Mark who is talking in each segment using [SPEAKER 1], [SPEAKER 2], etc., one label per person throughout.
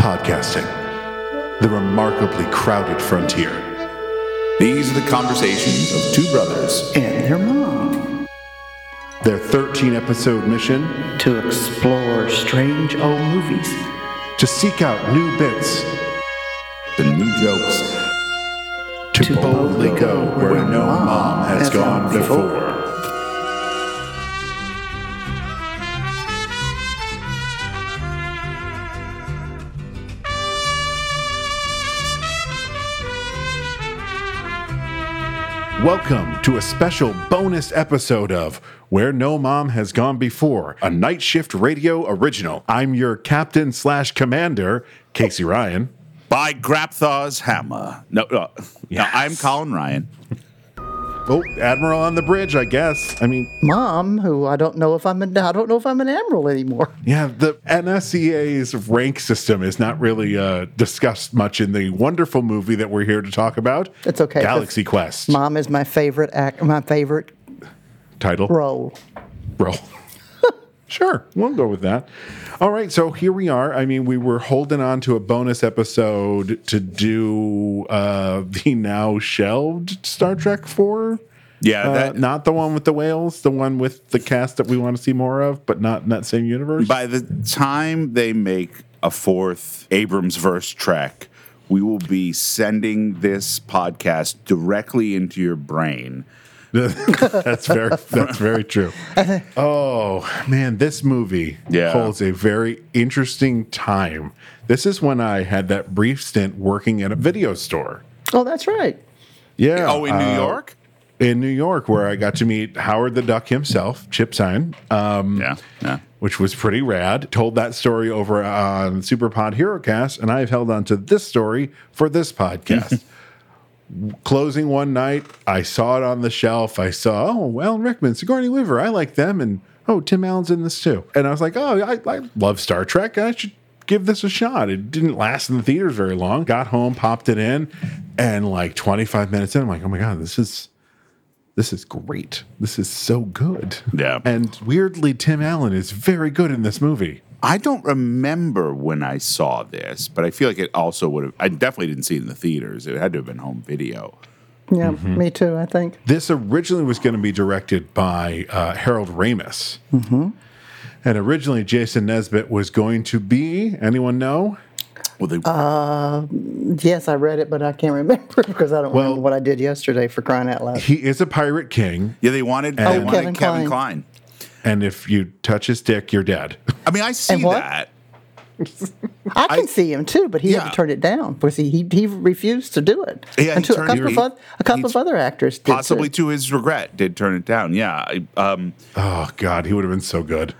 [SPEAKER 1] podcasting, the remarkably crowded frontier.
[SPEAKER 2] These are the conversations of two brothers.
[SPEAKER 3] and their mom
[SPEAKER 1] Their 13 episode mission
[SPEAKER 3] to explore strange old movies.
[SPEAKER 1] to seek out new bits,
[SPEAKER 2] The new jokes
[SPEAKER 1] to, boldly go where no mom has gone before. Welcome to a special bonus episode of Where No Mom Has Gone Before, a Night Shift Radio original. I'm your captain slash commander, Casey Ryan.
[SPEAKER 2] by Grapthaw's Hammer. No, uh, no, no I'm Colin Ryan.
[SPEAKER 1] Oh, Admiral on the bridge, I guess. I mean,
[SPEAKER 3] Mom, who I don't know if I'm an, I don't know if I'm an admiral anymore.
[SPEAKER 1] Yeah, the NSCA's rank system is not really uh, discussed much in the wonderful movie that we're here to talk about.
[SPEAKER 3] It's okay, 'cause
[SPEAKER 1] Galaxy Quest
[SPEAKER 3] Mom is my favorite act, my favorite
[SPEAKER 1] title.
[SPEAKER 3] role.
[SPEAKER 1] Roll. sure, we'll go with that. All right, so here we are. I mean, we were holding on to a bonus episode to do uh, the now shelved Star Trek Four.
[SPEAKER 2] Yeah,
[SPEAKER 1] Uh,
[SPEAKER 2] that-
[SPEAKER 1] not the one with the whales, the one with the cast that we want to see more of, but not in that same universe.
[SPEAKER 2] By the time they make a fourth Abrams verse track, we will be sending this podcast directly into your brain.
[SPEAKER 1] that's very that's very true. Oh man, this movie
[SPEAKER 2] Yeah.
[SPEAKER 1] holds a very interesting time. This is when I had that brief stint working at a video store.
[SPEAKER 3] Oh, that's right.
[SPEAKER 1] Yeah.
[SPEAKER 2] Oh, in New
[SPEAKER 1] uh,
[SPEAKER 2] York?
[SPEAKER 1] In New York, where I got to meet Howard the Duck himself, Chip Stein, um,
[SPEAKER 2] Yeah, yeah.
[SPEAKER 1] which was pretty rad. Told that story over on Superpod HeroCast, and I've held on to this story for this podcast. Closing one night, I saw it on the shelf. I saw, oh, Alan Rickman, Sigourney Weaver, I like them, and oh, Tim Allen's in this too. And I was like, oh, I, I love Star Trek. I should give this a shot. It didn't last in the theaters very long. Got home, popped it in, and like 25 minutes in, I'm like, oh my god, this is this is great. This is so good.
[SPEAKER 2] Yeah.
[SPEAKER 1] And weirdly, Tim Allen is very good in this movie.
[SPEAKER 2] I don't remember when I saw this, but I feel like it also would have. I definitely didn't see it in the theaters. It had to have been home video.
[SPEAKER 3] Yeah,
[SPEAKER 2] Mm-hmm.
[SPEAKER 3] me too. I think.
[SPEAKER 1] This originally was going to be directed by uh, Harold Ramis.
[SPEAKER 2] Mm-hmm.
[SPEAKER 1] And originally, Jason Nesbitt was going to be, anyone know?
[SPEAKER 2] Well, they,
[SPEAKER 3] Yes, I read it, but I can't remember because I don't
[SPEAKER 1] Well-
[SPEAKER 3] remember what I did yesterday for crying out loud.
[SPEAKER 1] He is a pirate king,
[SPEAKER 2] yeah, they wanted, they
[SPEAKER 1] Oh,
[SPEAKER 2] wanted Kevin,
[SPEAKER 3] Kevin
[SPEAKER 2] Klein.
[SPEAKER 3] Kline.
[SPEAKER 1] and if you touch his dick, you're dead.
[SPEAKER 2] I mean, I see
[SPEAKER 3] And what?
[SPEAKER 2] that.
[SPEAKER 3] I can see him too, but he had
[SPEAKER 2] Yeah.
[SPEAKER 3] to turn it down because he he, he refused to do it.
[SPEAKER 2] Yeah, he
[SPEAKER 3] Until a
[SPEAKER 2] turned-
[SPEAKER 3] couple of
[SPEAKER 2] he-
[SPEAKER 3] oth- a couple
[SPEAKER 2] he-
[SPEAKER 3] of other actors did
[SPEAKER 2] Possibly
[SPEAKER 3] too.
[SPEAKER 2] to his regret, did turn it down. Yeah, I- um,
[SPEAKER 1] oh, God, he would have been so good.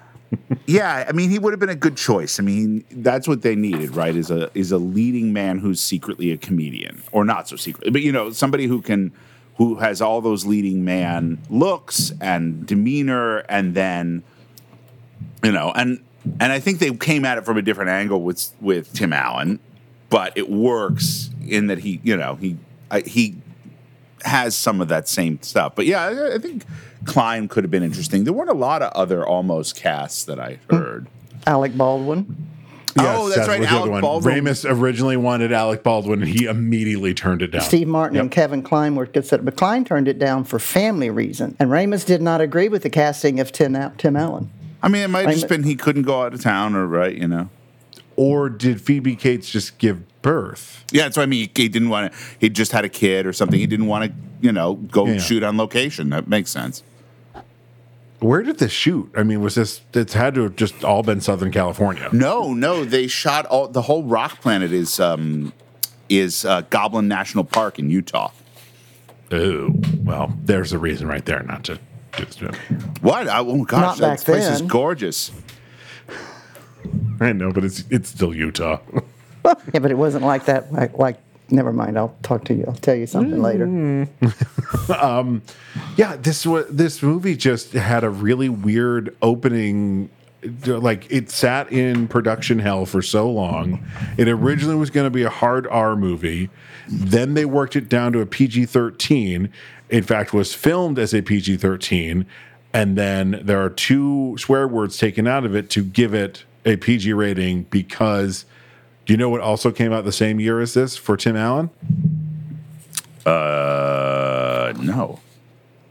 [SPEAKER 2] yeah. I mean, he would have been a good choice. I mean, that's what they needed, right? Is a is a leading man who's secretly a comedian, or not so secretly, but you know, somebody who can, who has all those leading man looks and demeanor, and then you know and and i think they came at it from a different angle with with tim allen but it works in that he you know he I, he has some of that same stuff but yeah I, I think klein could have been interesting there weren't a lot of other almost casts that i heard
[SPEAKER 3] Alec Baldwin.
[SPEAKER 2] oh that's right
[SPEAKER 1] Hmm. was the other
[SPEAKER 2] alec
[SPEAKER 1] one.
[SPEAKER 2] baldwin
[SPEAKER 1] Ramis originally wanted Alec Baldwin, and he immediately turned it down.
[SPEAKER 3] Steve Martin and Kevin Klein were considered, but Klein turned it down for family reason. And Ramus did not agree with the casting of Tim, Al- Tim Allen.
[SPEAKER 2] i mean it might have just
[SPEAKER 3] Ramis-
[SPEAKER 2] been he couldn't go out of town or right you know
[SPEAKER 1] Or did Phoebe Cates just give birth?
[SPEAKER 2] yeah that's what i mean he, he didn't want to he just had a kid or something he didn't want to you know go
[SPEAKER 1] Yeah.
[SPEAKER 2] shoot on location that makes sense
[SPEAKER 1] Where did this shoot? I mean, was this? It's had to have just all been Southern California.
[SPEAKER 2] No, no, they shot all the whole rock planet is um is uh, Goblin National Park in Utah.
[SPEAKER 1] Oh, well, there's a reason right there not to. do this to him.
[SPEAKER 2] What? I, oh gosh,
[SPEAKER 3] Not
[SPEAKER 2] that
[SPEAKER 3] back
[SPEAKER 2] place is
[SPEAKER 3] then.
[SPEAKER 2] gorgeous.
[SPEAKER 1] I know, but it's it's still Utah.
[SPEAKER 3] Yeah, but it wasn't like that. Like, like never mind. I'll talk to you. I'll tell you something
[SPEAKER 2] Mm.
[SPEAKER 3] later.
[SPEAKER 1] yeah, this was this movie just had a really weird opening. Like it sat in production hell for so long. It originally was going to be a hard R movie. Then they worked it down to a PG thirteen. In fact, was filmed as a PG thirteen, and then there are two swear words taken out of it to give it a PG rating because Do you know what also came out the same year as this for Tim Allen?
[SPEAKER 2] Uh, no.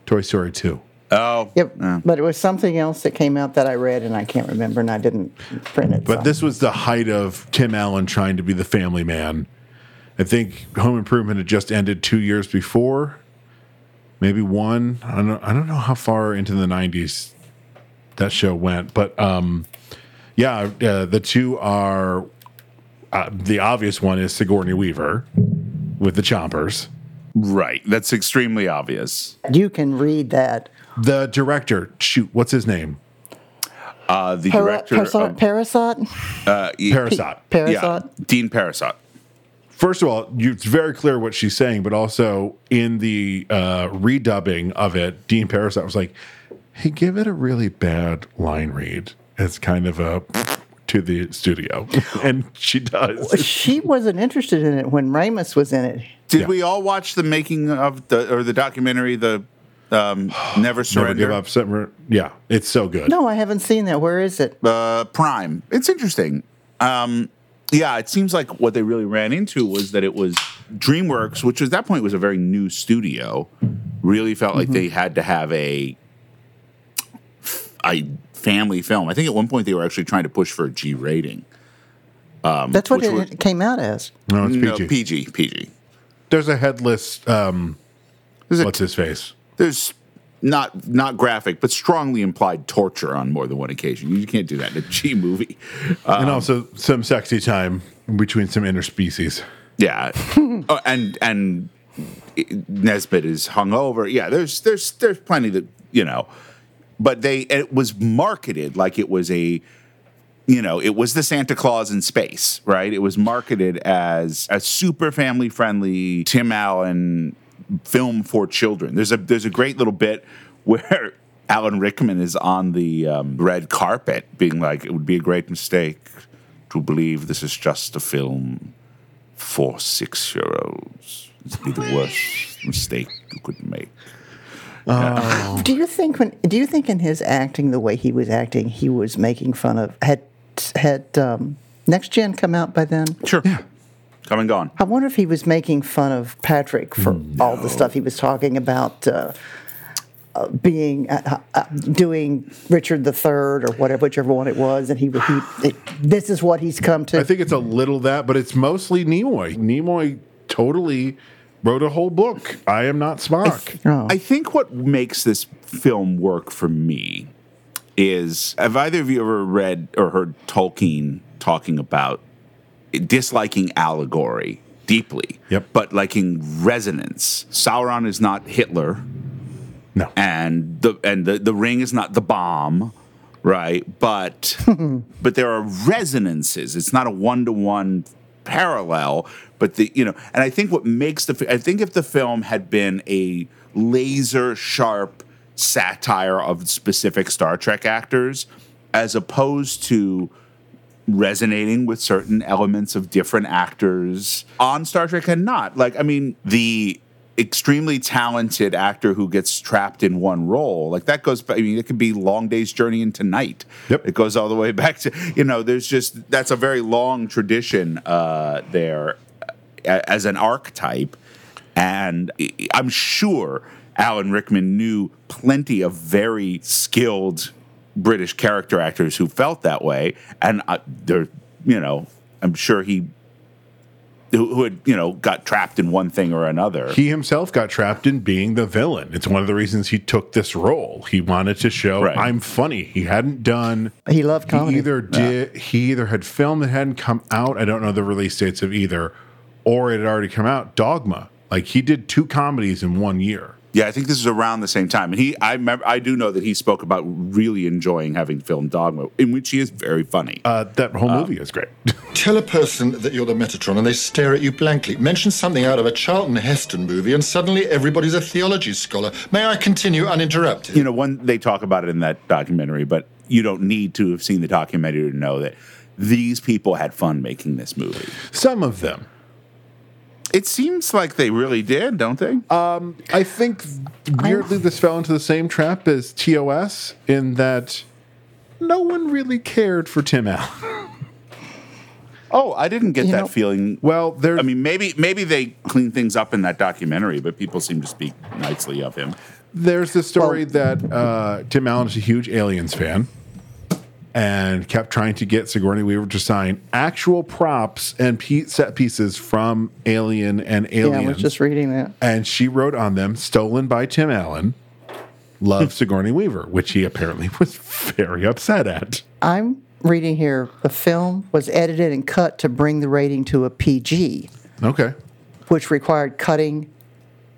[SPEAKER 1] Toy Story 2.
[SPEAKER 2] Oh,
[SPEAKER 3] Yep. But it was something else that came out that I read and I can't remember and I didn't print it.
[SPEAKER 1] But
[SPEAKER 3] so.
[SPEAKER 1] this was the height of Tim Allen trying to be the family man. I think Home Improvement had just ended two years before, maybe one. I don't, I don't know how far into the 90s that show went. But um, yeah, uh, the two are uh, the obvious one is Sigourney Weaver with the chompers.
[SPEAKER 2] right. That's extremely obvious.
[SPEAKER 3] you can read that.
[SPEAKER 1] The director, shoot, what's his name?
[SPEAKER 2] Uh, the
[SPEAKER 3] Para-
[SPEAKER 2] director
[SPEAKER 3] Parasot?
[SPEAKER 2] of
[SPEAKER 3] Parasot?
[SPEAKER 2] uh, he-
[SPEAKER 1] Parasot.
[SPEAKER 2] yeah,
[SPEAKER 3] Parasot?
[SPEAKER 2] Dean Parasot.
[SPEAKER 1] first of all, you, it's very clear what she's saying, but also in the uh, redubbing of it, Dean Parasite was like, "Hey, give it a really bad line read." It's kind of a to the studio, and she does.
[SPEAKER 3] She wasn't interested in it when Ramus was in it.
[SPEAKER 2] Did
[SPEAKER 1] Yeah.
[SPEAKER 2] we all watch the making of the or the documentary the um, Never
[SPEAKER 1] Never give
[SPEAKER 2] Surrender
[SPEAKER 1] up. Summer. Yeah, it's so good.
[SPEAKER 3] No, I haven't seen that. Where is it?
[SPEAKER 2] Uh, Prime? It's interesting. Um, yeah, it seems like what they really ran into was that it was DreamWorks, which at that point was a very new studio, really felt like they had to have a a family film. I think at one point they were actually trying to push for a G rating.
[SPEAKER 3] That's what
[SPEAKER 2] Um, which
[SPEAKER 3] it
[SPEAKER 2] was-
[SPEAKER 3] came out as.
[SPEAKER 1] No, it's
[SPEAKER 2] No,
[SPEAKER 1] PG.
[SPEAKER 2] PG, PG.
[SPEAKER 1] There's a headless. Um,
[SPEAKER 2] There's a
[SPEAKER 1] what's his face?
[SPEAKER 2] there's not not graphic, but strongly implied torture on more than one occasion. You can't do that in a G movie. Uh,
[SPEAKER 1] and also some sexy time between some interspecies.
[SPEAKER 2] yeah, Oh, and and Nesbitt is hungover. Yeah, there's there's there's plenty that you know, but they it was marketed like it was a you know it was the Santa Claus in space, right? It was marketed as a super family friendly Tim Allen film for children. There's a there's a great little bit where. Alan Rickman is on the um, red carpet, being like, "It would be a great mistake to believe this is just a film for six year olds. It'd be the worst mistake you could make.
[SPEAKER 3] Do you think when do you think in his acting the way he was acting he was making fun of had had um, next gen come out by then?
[SPEAKER 2] Sure. Come and gone.
[SPEAKER 3] I wonder if he was making fun of Patrick for
[SPEAKER 1] Mm,
[SPEAKER 3] all the stuff he was talking about uh, uh, being uh, uh, doing Richard the Third or whatever whichever one it was, and he would he it, this is what he's come to.
[SPEAKER 1] I think it's a little that, but it's mostly Nimoy. Nimoy totally wrote a whole book. I am not Spock.
[SPEAKER 3] Oh.
[SPEAKER 2] I think what makes this film work for me is have either of you ever read or heard Tolkien talking about disliking allegory deeply,
[SPEAKER 1] Yep.
[SPEAKER 2] but liking resonance? Sauron is not Hitler.
[SPEAKER 1] No.
[SPEAKER 2] and the and the, the ring is not the bomb right but but there are resonances it's not a one-to-one parallel but the you know and i think what makes the fi- i think if the film had been a laser sharp satire of specific star trek actors as opposed to resonating with certain elements of different actors on Star Trek and not. Like, I mean, the extremely talented actor who gets trapped in one role, like that goes, I mean, it could be Long Day's Journey into Night.
[SPEAKER 1] Yep.
[SPEAKER 2] It goes all the way back to, you know, there's just, that's a very long tradition uh, there a- as an archetype. And I- I'm sure Alan Rickman knew plenty of very skilled British character actors who felt that way. And uh, they're, you know, I'm sure he, who, who had, you know, got trapped in one thing or another.
[SPEAKER 1] He himself got trapped in being the villain. It's one of the reasons he took this role. He wanted to show
[SPEAKER 2] Right.
[SPEAKER 1] I'm funny. He hadn't done
[SPEAKER 3] he loved comedy.
[SPEAKER 1] He either did he either had film that hadn't come out. I don't know the release dates of either, or it had already come out. Dogma. Like he did two comedies in one year.
[SPEAKER 2] Yeah, I think this is around the same time. And he, I remember, I do know that he spoke about really enjoying having filmed Dogma, in which he is very funny.
[SPEAKER 1] Uh, that whole movie is great.
[SPEAKER 4] Tell a person that you're the Metatron and they stare at you blankly. Mention something out of a Charlton Heston movie and suddenly everybody's a theology scholar. May I continue uninterrupted?
[SPEAKER 2] you know, one they talk about it in that documentary, but you don't need to have seen the documentary to know that these people had fun making this movie.
[SPEAKER 1] Some of them.
[SPEAKER 2] It seems like they really did, don't they?
[SPEAKER 1] I think weirdly this fell into the same trap as TOS in that no one really cared for Tim Allen.
[SPEAKER 2] Oh, I didn't get
[SPEAKER 3] You
[SPEAKER 2] that
[SPEAKER 3] know-
[SPEAKER 2] feeling.
[SPEAKER 1] Well, there.
[SPEAKER 2] I mean, maybe maybe they clean things up in that documentary, but people seem to speak nicely of him.
[SPEAKER 1] There's the story that uh, Tim Allen is a huge Aliens fan and kept trying to get Sigourney Weaver to sign actual props and pe- set pieces from Alien and
[SPEAKER 3] Yeah,
[SPEAKER 1] Aliens.
[SPEAKER 3] I was just reading that.
[SPEAKER 1] and she wrote on them, stolen by Tim Allen, love Sigourney Weaver, which he apparently was very upset at.
[SPEAKER 3] I'm reading here the film was edited and cut to bring the rating to a PG,
[SPEAKER 1] Okay.
[SPEAKER 3] which required cutting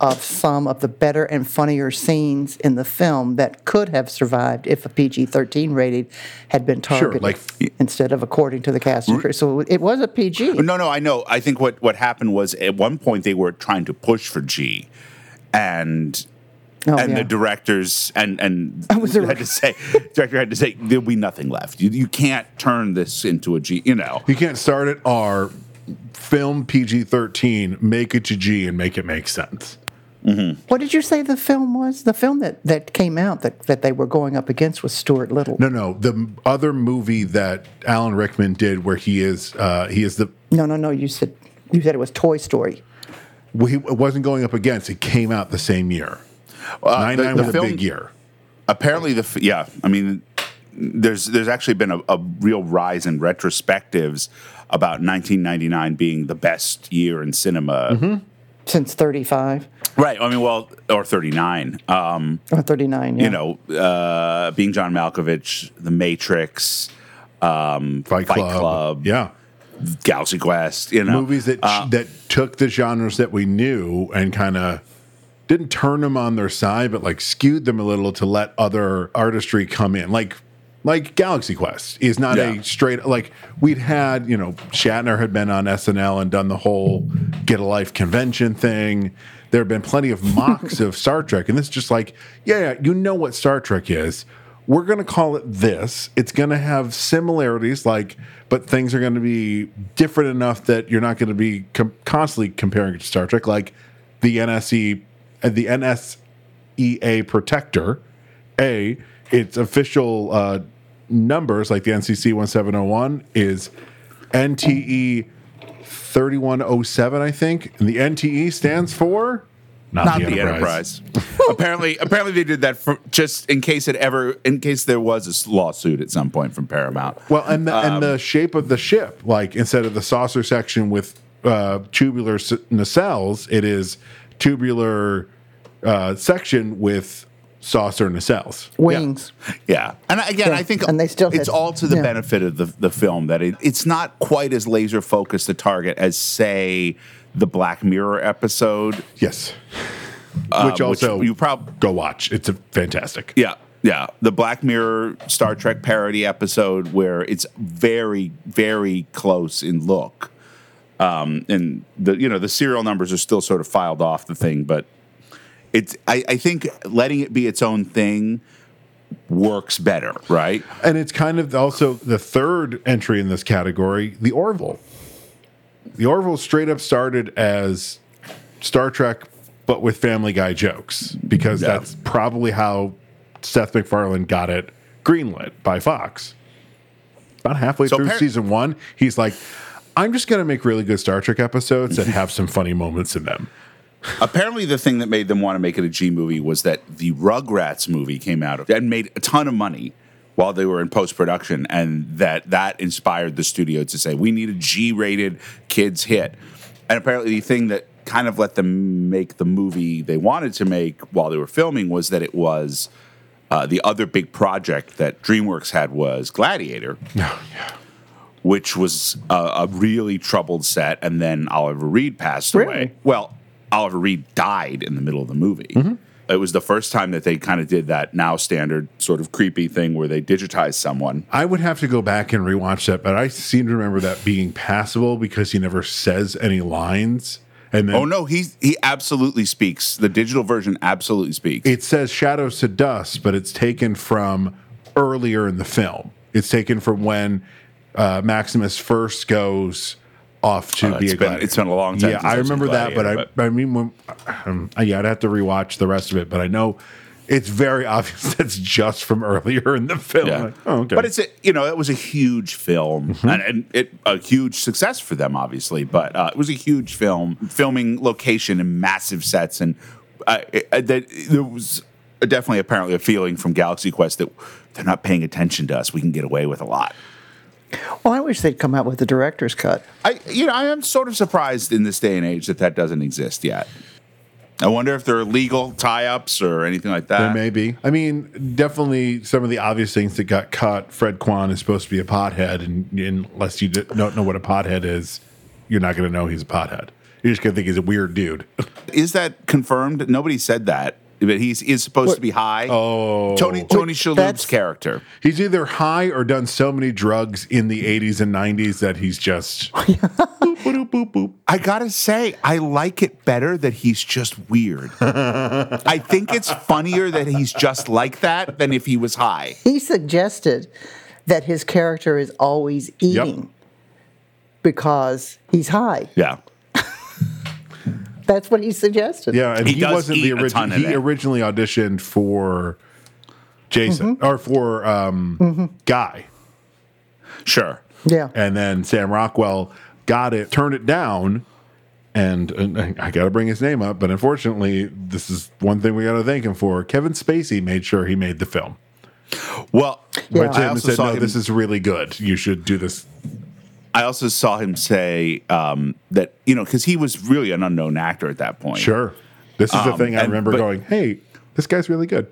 [SPEAKER 3] of some of the better and funnier scenes in the film that could have survived if a PG 13 rating had been targeted
[SPEAKER 1] like-
[SPEAKER 3] instead of according to the cast and crew. So it was a PG.
[SPEAKER 2] No, no, I know. I think what what happened was at one point they were trying to push for G, and
[SPEAKER 3] Oh,
[SPEAKER 2] and
[SPEAKER 3] yeah.
[SPEAKER 2] the directors and and
[SPEAKER 3] was a-
[SPEAKER 2] had to say director had to say there'll be nothing left. You, you can't turn this into a G. You know.
[SPEAKER 1] You can't start at R, film PG 13, make it to G, and make it make sense.
[SPEAKER 3] What did you say the film was? The film that, that came out that, that they were going up against was Stuart Little.
[SPEAKER 1] No, no. The m- other movie that Alan Rickman did, where he is, uh, he is the.
[SPEAKER 3] No, no, no. You said you said it was Toy Story.
[SPEAKER 1] well, He wasn't going up against. It came out the same year.
[SPEAKER 2] Uh,
[SPEAKER 1] Nine
[SPEAKER 2] the-
[SPEAKER 1] Nine
[SPEAKER 2] the
[SPEAKER 1] was
[SPEAKER 2] film-
[SPEAKER 1] a big year.
[SPEAKER 2] apparently the f- yeah i mean there's there's actually been a, a real rise in retrospectives about 1999 being the best year in cinema
[SPEAKER 3] Since thirty five
[SPEAKER 2] right i mean well or 39 um
[SPEAKER 3] or thirty nine.
[SPEAKER 2] you know uh being john malkovich the matrix um
[SPEAKER 1] Fight Club. Yeah.
[SPEAKER 2] galaxy quest you know
[SPEAKER 1] Movies that that took the genres that we knew and kind of didn't turn them on their side, but like skewed them a little to let other artistry come in. Like like Galaxy Quest is not
[SPEAKER 2] Yeah.
[SPEAKER 1] a straight like we'd had you know Shatner had been on SNL and done the whole get a life convention thing. There have been plenty of mocks of Star Trek, and this is just like yeah, yeah, you know what Star Trek is. We're gonna call it this. It's gonna have similarities, like, but things are gonna be different enough that you're not gonna be com- constantly comparing it to Star Trek, like the NSE, uh, the NSEA E protector. A, its official uh, numbers, like the NCC 1701, is E NTE 3107, I think. And the NTE stands for not,
[SPEAKER 2] not Uh, the enterprise, apparently apparently they did that for just in case it ever in case there was a s- lawsuit at some point from paramount
[SPEAKER 1] Well, and the, and
[SPEAKER 2] Um,
[SPEAKER 1] the shape of the ship, like instead of the saucer section with uh, tubular s- nacelles, it is tubular uh, section with saucer nacelles.
[SPEAKER 3] Wings.
[SPEAKER 2] Yeah, and I- again,
[SPEAKER 3] Yeah,
[SPEAKER 2] I think
[SPEAKER 3] and they still
[SPEAKER 2] it's
[SPEAKER 3] hit-
[SPEAKER 2] all to the
[SPEAKER 3] yeah.
[SPEAKER 2] benefit of the, the film that it, it's not quite as laser focused the target as say the Black Mirror episode,
[SPEAKER 1] Yes.
[SPEAKER 2] uh,
[SPEAKER 1] which also
[SPEAKER 2] you probably
[SPEAKER 1] go watch. It's a fantastic.
[SPEAKER 2] yeah yeah the Black Mirror Star Trek parody episode where it's very very close in look, um, and the you know the serial numbers are still sort of filed off the thing, but it's I, I think letting it be its own thing works better, right?
[SPEAKER 1] And it's kind of also the third entry in this category, the Orville. The Orville straight up started as Star Trek, but with Family Guy jokes, because
[SPEAKER 2] Yeah.
[SPEAKER 1] that's probably how Seth MacFarlane got it greenlit by Fox. About halfway
[SPEAKER 2] So
[SPEAKER 1] through
[SPEAKER 2] appar-
[SPEAKER 1] season one, he's like, I'm just going to make really good Star Trek episodes that have some funny moments in them.
[SPEAKER 2] Apparently, the thing that made them want to make it a G movie was that the Rugrats movie came out and made a ton of money while they were in post production, and that that inspired the studio to say we need a G rated kids hit. And apparently, the thing that kind of let them make the movie they wanted to make while they were filming was that it was uh, the other big project that DreamWorks had was Gladiator which was a, a really troubled set. And then Oliver Reed passed
[SPEAKER 3] Really?
[SPEAKER 2] away. Well, Oliver Reed died in the middle of the movie. It was the first time that they kind of did that now standard sort of creepy thing where they digitized someone.
[SPEAKER 1] I would have to go back and rewatch that, but I seem to remember that being passable because he never says any lines. And then
[SPEAKER 2] Oh no, he he absolutely speaks. The digital version absolutely speaks.
[SPEAKER 1] it says shadows to dust, but it's taken from earlier in the film. It's taken from when uh, Maximus first goes off to
[SPEAKER 2] Uh,
[SPEAKER 1] be
[SPEAKER 2] it's
[SPEAKER 1] a
[SPEAKER 2] been-
[SPEAKER 1] gladiator.
[SPEAKER 2] it's been a long time
[SPEAKER 1] Yeah,
[SPEAKER 2] since
[SPEAKER 1] I
[SPEAKER 2] I've seen
[SPEAKER 1] remember that, but I,
[SPEAKER 2] Gladiator,
[SPEAKER 1] I mean, when, um, yeah, I'd have to rewatch the rest of it. But I know it's very obvious that's just from earlier in the film. Like, oh, okay. Mm-hmm.
[SPEAKER 2] But it's a, you know it was a huge film and, and it a huge success for them obviously. But uh, it was a huge film, filming location and massive sets and uh, it, uh, that there was definitely apparently a feeling from Galaxy Quest that they're not paying attention to us. We can get away with a lot.
[SPEAKER 3] Well, I wish they'd come out with the director's cut.
[SPEAKER 2] I you know I am sort of surprised in this day and age that that doesn't exist yet. I wonder if there are legal tie-ups or anything like that.
[SPEAKER 1] There may be. I mean, definitely some of the obvious things that got cut. Fred Kwan is supposed to be a pothead, and, and unless you d- don't know what a pothead is, you're not going to know he's a pothead. You're just going to think he's a weird dude.
[SPEAKER 2] Is that confirmed? Nobody said that, but he's is supposed to be high. Oh, Tony Tony Shalhoub's
[SPEAKER 3] that's-
[SPEAKER 2] character.
[SPEAKER 1] he's either high or done so many drugs in the 80s and 90s that he's just. boop, boop, boop, boop.
[SPEAKER 2] I gotta say, I like it better that he's just weird. I think it's funnier that he's just like that than if he was high.
[SPEAKER 3] He suggested that his character is always eating because he's high.
[SPEAKER 2] Yeah,
[SPEAKER 3] That's what he suggested.
[SPEAKER 1] Yeah, and
[SPEAKER 2] He
[SPEAKER 1] he,
[SPEAKER 2] does
[SPEAKER 1] wasn't the
[SPEAKER 2] eat a ton
[SPEAKER 1] original.
[SPEAKER 2] of
[SPEAKER 1] He
[SPEAKER 2] that.
[SPEAKER 1] originally auditioned for Jason or for um, Guy.
[SPEAKER 2] sure.
[SPEAKER 3] Yeah.
[SPEAKER 1] and then Sam Rockwell got it, turned it down, and, and I got to bring his name up, but unfortunately, this is one thing we got to thank him for. Kevin Spacey made sure he made the film,
[SPEAKER 2] Well,
[SPEAKER 3] Yeah.
[SPEAKER 1] but
[SPEAKER 3] I
[SPEAKER 1] Tim said, "No,
[SPEAKER 2] him-
[SPEAKER 1] this is really good. You should do this."
[SPEAKER 2] I also saw him say um, that you know because he was really an unknown actor at that point.
[SPEAKER 1] Sure, this is the
[SPEAKER 2] Um,
[SPEAKER 1] thing I
[SPEAKER 2] and-
[SPEAKER 1] remember
[SPEAKER 2] but-
[SPEAKER 1] going, "Hey, this guy's really good."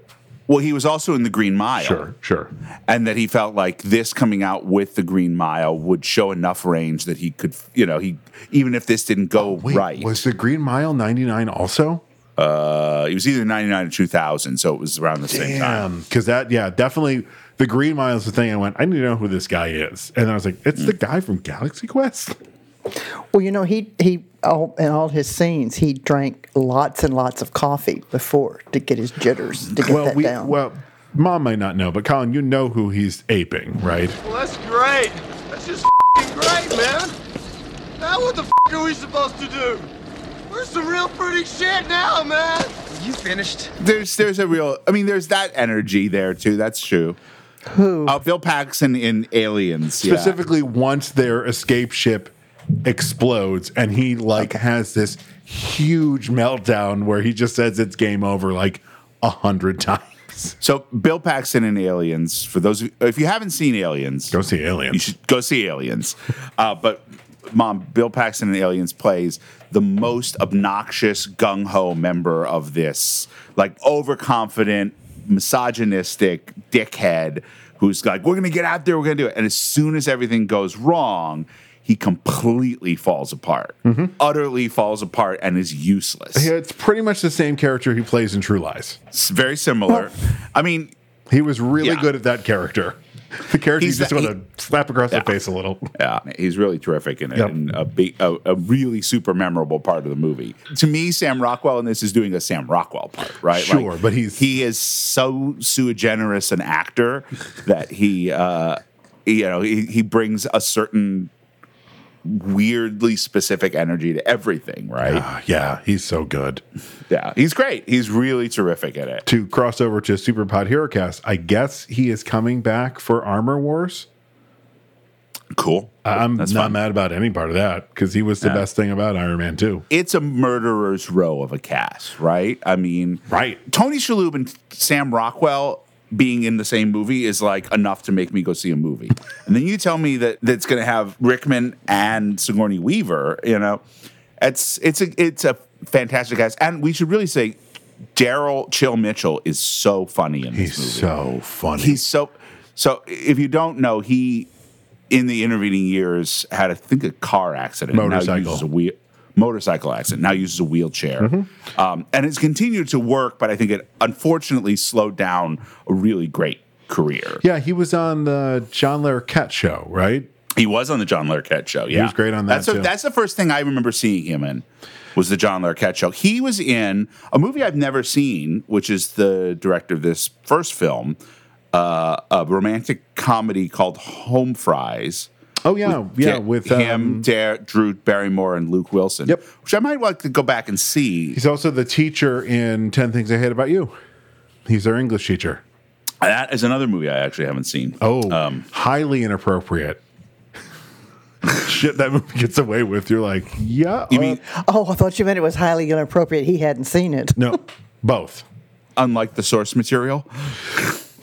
[SPEAKER 2] Well, he was also in the Green Mile.
[SPEAKER 1] Sure, sure.
[SPEAKER 2] and that he felt like this coming out with the Green Mile would show enough range that he could, you know, he even if this didn't go right,
[SPEAKER 1] was the Green Mile '99 also?
[SPEAKER 2] uh, it was either ninety nine or two thousand, so it was around the same time.
[SPEAKER 1] Damn, because Um, that, yeah, definitely. The Green Mile is the thing. I went, I need to know who this guy is, and I was like, it's the guy from Galaxy Quest.
[SPEAKER 3] Well, you know, he he all, in all his scenes, he drank lots and lots of coffee before to get his jitters to get
[SPEAKER 1] well,
[SPEAKER 3] that
[SPEAKER 1] we,
[SPEAKER 3] down.
[SPEAKER 1] well, mom might not know, but Colin, you know who he's aping, right?
[SPEAKER 5] Well, that's great. That's just f***ing great, man. Now what the f*** are we supposed to do? We're some real pretty shit now, man. You finished?
[SPEAKER 2] There's there's a real, I mean, there's that energy there too. That's true. Who? Uh, Bill Paxton in Aliens, yeah.
[SPEAKER 1] Specifically, once their escape ship explodes, and he like has this huge meltdown where he just says it's game over like a hundred times.
[SPEAKER 2] So Bill Paxton in Aliens. For those of, if you haven't seen Aliens,
[SPEAKER 1] Go see Aliens.
[SPEAKER 2] You should go see Aliens. Uh, but mom, Bill Paxton in Aliens plays the most obnoxious, gung ho member of this, like overconfident, misogynistic dickhead who's like, "We're gonna get out there, we're gonna do it." And as soon as everything goes wrong. He completely falls apart, utterly falls apart, and is useless.
[SPEAKER 1] Yeah, it's pretty much the same character he plays in True Lies.
[SPEAKER 2] It's very similar. I mean,
[SPEAKER 1] He was really
[SPEAKER 2] Yeah.
[SPEAKER 1] good at that character. The character you
[SPEAKER 2] He's
[SPEAKER 1] just
[SPEAKER 2] that-
[SPEAKER 1] want to slap across the face a little.
[SPEAKER 2] Yeah, he's really terrific in it,
[SPEAKER 1] Yep.
[SPEAKER 2] and a, big, a, a really super memorable part of the movie. To me, Sam Rockwell in this is doing a Sam Rockwell part, right?
[SPEAKER 1] Sure, but he's-
[SPEAKER 2] he is so sui generis an actor that he, uh, you know, he, he brings a certain weirdly specific energy to everything, right?
[SPEAKER 1] Ah, yeah, he's so good.
[SPEAKER 2] yeah, he's great. He's really terrific at it.
[SPEAKER 1] to cross over to Super Pod Hero Cast, I guess he is coming back for Armor Wars.
[SPEAKER 2] Cool.
[SPEAKER 1] I'm
[SPEAKER 2] That's
[SPEAKER 1] not
[SPEAKER 2] fine.
[SPEAKER 1] mad about any part of that because he was the best thing about Iron Man 2.
[SPEAKER 2] it's a murderer's row of a cast, right? I mean,
[SPEAKER 1] Right.
[SPEAKER 2] Tony Shalhoub and Sam Rockwell being in the same movie is like enough to make me go see a movie. and then you tell me that that's going to have Rickman and Sigourney Weaver. You know, it's it's a it's a fantastic cast, and we should really say Daryl Chill Mitchell is so funny in this
[SPEAKER 1] He's
[SPEAKER 2] movie.
[SPEAKER 1] so funny.
[SPEAKER 2] He's so so. If you don't know, he in the intervening years had I think a car accident. Now
[SPEAKER 1] Motorcycle.
[SPEAKER 2] uses a wheel, motorcycle accident. Now uses a wheelchair, um, and it's continued to work. But I think it unfortunately slowed down a really great career.
[SPEAKER 1] yeah, he was on the John Larroquette show, right?
[SPEAKER 2] He was on the John Larroquette show. Yeah,
[SPEAKER 1] was great on that,
[SPEAKER 2] That's, the-
[SPEAKER 1] too.
[SPEAKER 2] that's the first thing I remember seeing him in was the John Larroquette show. He was in a movie I've never seen, which is the director of this first film, uh, a romantic comedy called Home Fries.
[SPEAKER 1] Oh, yeah. yeah, with um,
[SPEAKER 2] him, Dare, Drew Barrymore, and Luke Wilson.
[SPEAKER 1] Yep.
[SPEAKER 2] Which I might like to go back and see.
[SPEAKER 1] He's also the teacher in 10 Things I Hate About You. He's their English teacher.
[SPEAKER 2] That is another movie I actually haven't seen.
[SPEAKER 1] Oh,
[SPEAKER 2] Um,
[SPEAKER 1] highly inappropriate. Shit, that movie gets away with. You're like, yeah.
[SPEAKER 2] you
[SPEAKER 1] uh,
[SPEAKER 2] mean
[SPEAKER 3] Oh, I thought you meant it was highly inappropriate. He hadn't seen it.
[SPEAKER 1] no? Both.
[SPEAKER 2] unlike the source material?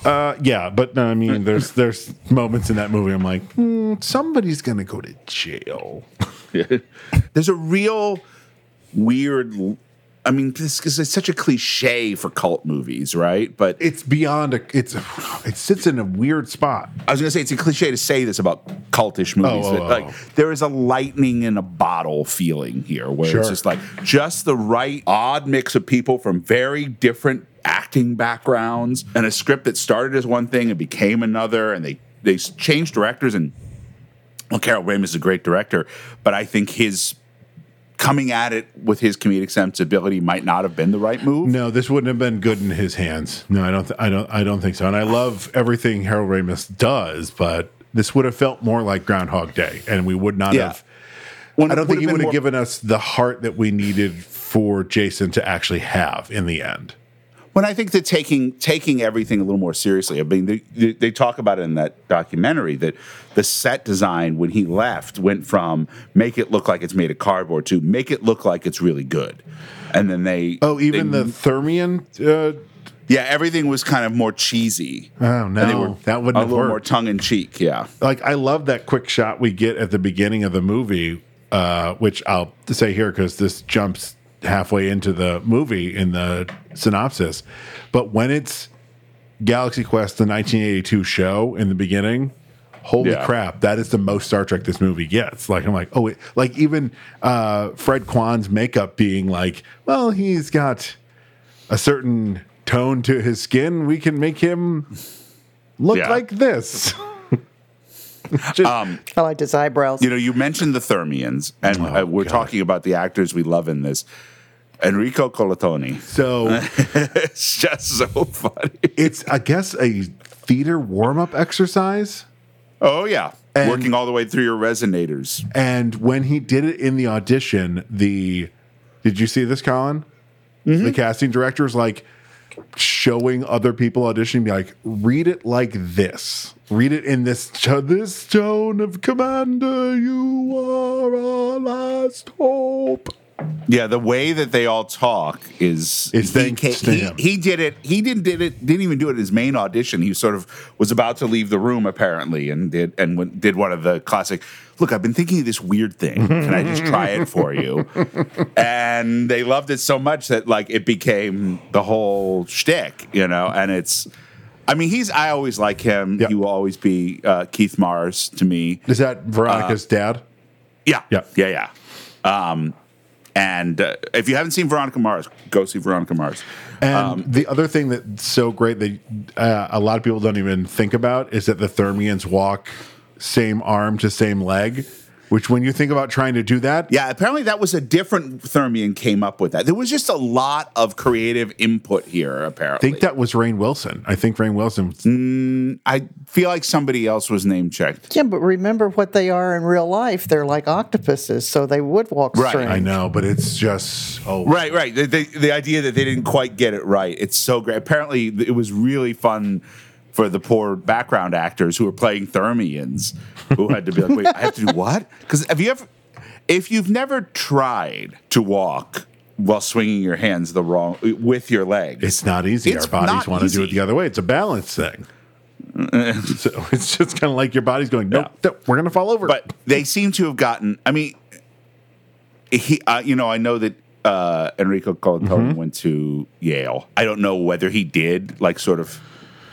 [SPEAKER 1] Uh, yeah, but no, I mean, there's there's moments in that movie. I'm like, hmm, somebody's gonna go to jail.
[SPEAKER 2] There's a real weird. l- I mean, this is it's such a cliche for cult movies, right? But
[SPEAKER 1] It's beyond a. It's it sits in a weird spot.
[SPEAKER 2] I was going to say it's a cliche to say this about cultish movies,
[SPEAKER 1] Oh,
[SPEAKER 2] but
[SPEAKER 1] oh,
[SPEAKER 2] like
[SPEAKER 1] oh.
[SPEAKER 2] there is a lightning in a bottle feeling here, where
[SPEAKER 1] Sure.
[SPEAKER 2] it's just like just the right odd mix of people from very different acting backgrounds, and a script that started as one thing and became another, and they they s- changed directors. And well, Carol Ramis is a great director, but I think his coming at it with his comedic sensibility might not have been the right move.
[SPEAKER 1] No, this wouldn't have been good in his hands. No, I don't. Th- I don't. I don't think so. And I love everything Harold Ramis does, but this would have felt more like Groundhog Day, and we would not
[SPEAKER 2] Yeah.
[SPEAKER 1] have.
[SPEAKER 2] When
[SPEAKER 1] I
[SPEAKER 2] it
[SPEAKER 1] don't think he
[SPEAKER 2] been
[SPEAKER 1] would have
[SPEAKER 2] more-
[SPEAKER 1] given us the heart that we needed for Jason to actually have in the end.
[SPEAKER 2] When I think that taking taking everything a little more seriously, I mean, they- they, they talk about it in that documentary that the set design when he left went from make it look like it's made of cardboard to make it look like it's really good, and then they
[SPEAKER 1] Oh, even
[SPEAKER 2] they-
[SPEAKER 1] the Thermion. Uh,
[SPEAKER 2] yeah everything was kind of more cheesy.
[SPEAKER 1] oh no,
[SPEAKER 2] And they were
[SPEAKER 1] that wouldn't
[SPEAKER 2] a
[SPEAKER 1] have
[SPEAKER 2] little
[SPEAKER 1] worked.
[SPEAKER 2] more tongue in cheek. Yeah,
[SPEAKER 1] like I love that quick shot we get at the beginning of the movie, uh, which I'll say here because this jumps halfway into the movie in the synopsis. But when it's Galaxy Quest, the 1982 show in the beginning, holy
[SPEAKER 2] Yeah.
[SPEAKER 1] crap, that is the most Star Trek this movie gets. Like I'm like, oh, it, like even uh, Fred Kwan's makeup being like, well, he's got a certain tone to his skin. We can make him look
[SPEAKER 2] Yeah.
[SPEAKER 1] like this. Just-
[SPEAKER 3] I liked his eyebrows.
[SPEAKER 2] you know, you mentioned the Thermians, and
[SPEAKER 1] Oh,
[SPEAKER 2] uh, we're talking about the actors we love in this. Enrico Colatoni.
[SPEAKER 1] so
[SPEAKER 2] it's just so funny.
[SPEAKER 1] it's, I guess, a theater warm up exercise.
[SPEAKER 2] Oh yeah,
[SPEAKER 1] And-
[SPEAKER 2] working all the way through your resonators.
[SPEAKER 1] And when he did it in the audition, the did you see this, Colin? The casting director was like showing other people auditioning, be like, read it like this. Read it in this to- this tone of commander. You are our last hope.
[SPEAKER 2] Yeah, the way that they all talk is
[SPEAKER 1] Is
[SPEAKER 2] he,
[SPEAKER 1] thanks
[SPEAKER 2] ca-
[SPEAKER 1] to
[SPEAKER 2] he,
[SPEAKER 1] him.
[SPEAKER 2] he did it. He didn't did it. Didn't even do it in his main audition. He sort of was about to leave the room apparently, and did and went, did one of the classic. Look, I've been thinking of this weird thing. Can I just try it for you? and they loved it so much that like it became the whole shtick, you know. And it's, I mean, he's. I always like him.
[SPEAKER 1] Yeah.
[SPEAKER 2] He will always be uh, Keith Mars to me.
[SPEAKER 1] Is that Veronica's dad?
[SPEAKER 2] Yeah.
[SPEAKER 1] Yeah.
[SPEAKER 2] Yeah. Yeah. Um, and uh, if you haven't seen Veronica Mars, go see Veronica Mars.
[SPEAKER 1] And
[SPEAKER 2] Um,
[SPEAKER 1] the other thing that's so great that uh, a lot of people don't even think about is that the Thermians walk same arm to same leg, which when you think about trying to do that,
[SPEAKER 2] Yeah, apparently that was a different Thermian came up with that. There was just a lot of creative input here,
[SPEAKER 1] I
[SPEAKER 2] apparently.
[SPEAKER 1] think that was Rain Wilson. I think Rain Wilson.
[SPEAKER 2] I feel like somebody else was name checked.
[SPEAKER 3] Yeah, but remember what they are in real life. They're like octopuses, so they would walk
[SPEAKER 2] Right,
[SPEAKER 3] strange.
[SPEAKER 1] I know, but it's just oh
[SPEAKER 2] Mm. Right, right. The, the, the idea that they didn't quite get it right. It's so great. Apparently, it was really fun for the poor background actors who were playing Thermians who had to be like, wait, I have to do what? Because have you ever, if you've never tried to walk while swinging your hands the wrong, with your legs,
[SPEAKER 1] It's not easy.
[SPEAKER 2] It's
[SPEAKER 1] Our bodies
[SPEAKER 2] not
[SPEAKER 1] want to do it
[SPEAKER 2] easy.
[SPEAKER 1] the other way. It's a balance thing. so it's just kind of like your body's going, nope,
[SPEAKER 2] Yeah.
[SPEAKER 1] nope, we're gonna fall over.
[SPEAKER 2] But they seem to have gotten. I mean, he. Uh, you know, I know that uh, Enrico Colantoni went to Yale. I don't know whether he did like sort of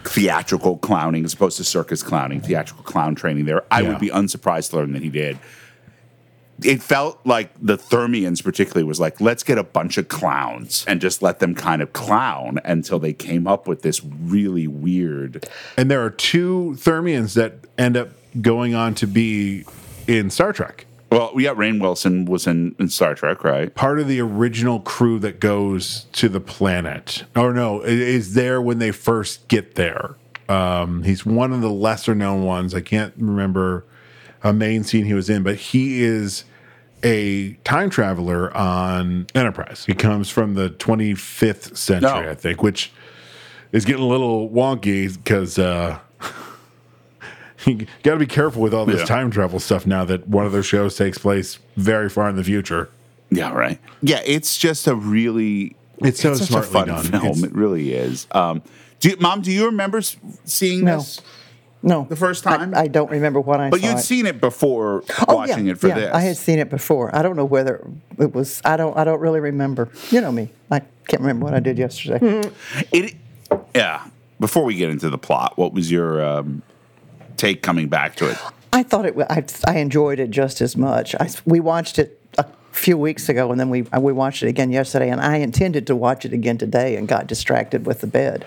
[SPEAKER 2] theatrical clowning as opposed to circus clowning, theatrical clown training there. I
[SPEAKER 1] Yeah.
[SPEAKER 2] would be unsurprised to learn that he did. It felt like the Thermians, particularly, was like, let's get a bunch of clowns and just let them kind of clown until they came up with this really weird.
[SPEAKER 1] and there are two Thermians that end up going on to be in Star Trek.
[SPEAKER 2] Well, yeah, Rain Wilson was in, in Star Trek, right?
[SPEAKER 1] part of the original crew that goes to the planet. Or no, i- is there when they first get there. Um, he's one of the lesser known ones. I can't remember a main scene he was in, but he is a time traveler on Enterprise. He comes from the 25th century,
[SPEAKER 2] Oh.
[SPEAKER 1] I think, which is getting a little wonky because uh, you got to be careful with all this
[SPEAKER 2] Yeah.
[SPEAKER 1] time travel stuff now that one of their shows takes place very far in the future.
[SPEAKER 2] Yeah, right. Yeah, it's just a really
[SPEAKER 1] It's so
[SPEAKER 2] such a
[SPEAKER 1] smartly
[SPEAKER 2] fun
[SPEAKER 1] done.
[SPEAKER 2] film.
[SPEAKER 1] It's-
[SPEAKER 2] it really is. Um, do you, mom, do you remember s- seeing
[SPEAKER 3] No.
[SPEAKER 2] this?
[SPEAKER 3] No,
[SPEAKER 2] The first
[SPEAKER 3] I-
[SPEAKER 2] time?
[SPEAKER 3] I, don't remember what I.
[SPEAKER 2] But
[SPEAKER 3] saw
[SPEAKER 2] you'd
[SPEAKER 3] it.
[SPEAKER 2] seen it before
[SPEAKER 3] Oh,
[SPEAKER 2] watching
[SPEAKER 3] yeah,
[SPEAKER 2] it for
[SPEAKER 3] yeah,
[SPEAKER 2] this.
[SPEAKER 3] I had seen it before. I don't know whether it was. I don't. I don't really remember. You know me. I can't remember what I did yesterday.
[SPEAKER 2] it. Yeah. Before we get into the plot, what was your um, take coming back to it?
[SPEAKER 3] I thought it. wa- I, I enjoyed it just as much. I, we watched it a few weeks ago, and then we we watched it again yesterday. And I intended to watch it again today, and got distracted with the bed.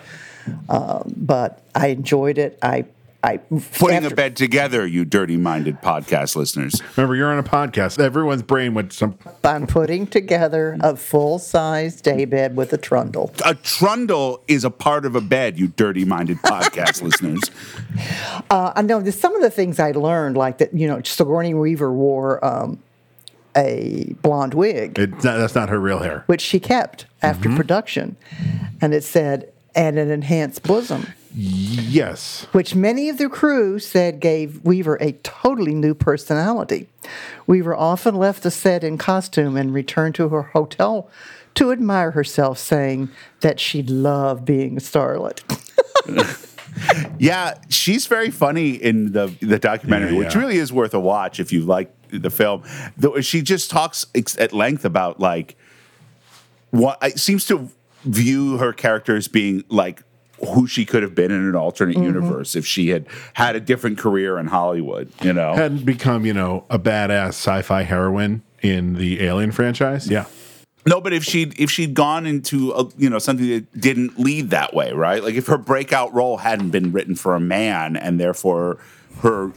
[SPEAKER 3] Um, but I enjoyed it. I I
[SPEAKER 2] Putting
[SPEAKER 3] after-
[SPEAKER 2] a bed together, you dirty-minded podcast listeners.
[SPEAKER 1] Remember, you're on a podcast. Everyone's brain went some.
[SPEAKER 3] I'm putting together a full size day bed with a trundle.
[SPEAKER 2] A trundle is a part of a bed, you dirty-minded podcast listeners.
[SPEAKER 3] Uh, I know there's some of the things I learned, like that, you know, Sigourney Weaver wore um, a blonde wig,
[SPEAKER 1] It's not, that's not her real hair.
[SPEAKER 3] which she kept after
[SPEAKER 1] Mm-hmm.
[SPEAKER 3] production. And it said, and an enhanced bosom,
[SPEAKER 1] Yes.
[SPEAKER 3] which many of the crew said gave Weaver a totally new personality. Weaver often left the set in costume and returned to her hotel to admire herself, saying that she loved being a starlet.
[SPEAKER 2] Yeah, she's very funny in the the documentary,
[SPEAKER 1] Yeah,
[SPEAKER 2] which
[SPEAKER 1] yeah.
[SPEAKER 2] really is worth a watch if you like the film. Though she just talks ex- at length about like what it seems to view her character as being like who she could have been in an alternate universe if she had had a different career in Hollywood. You know,
[SPEAKER 1] Hadn't become, you know, a badass sci fi heroine in the Alien franchise. Yeah.
[SPEAKER 2] No, but if she'd if she'd gone into a, you know something that didn't lead that way, right? Like if her breakout role hadn't been written for a man, and therefore her,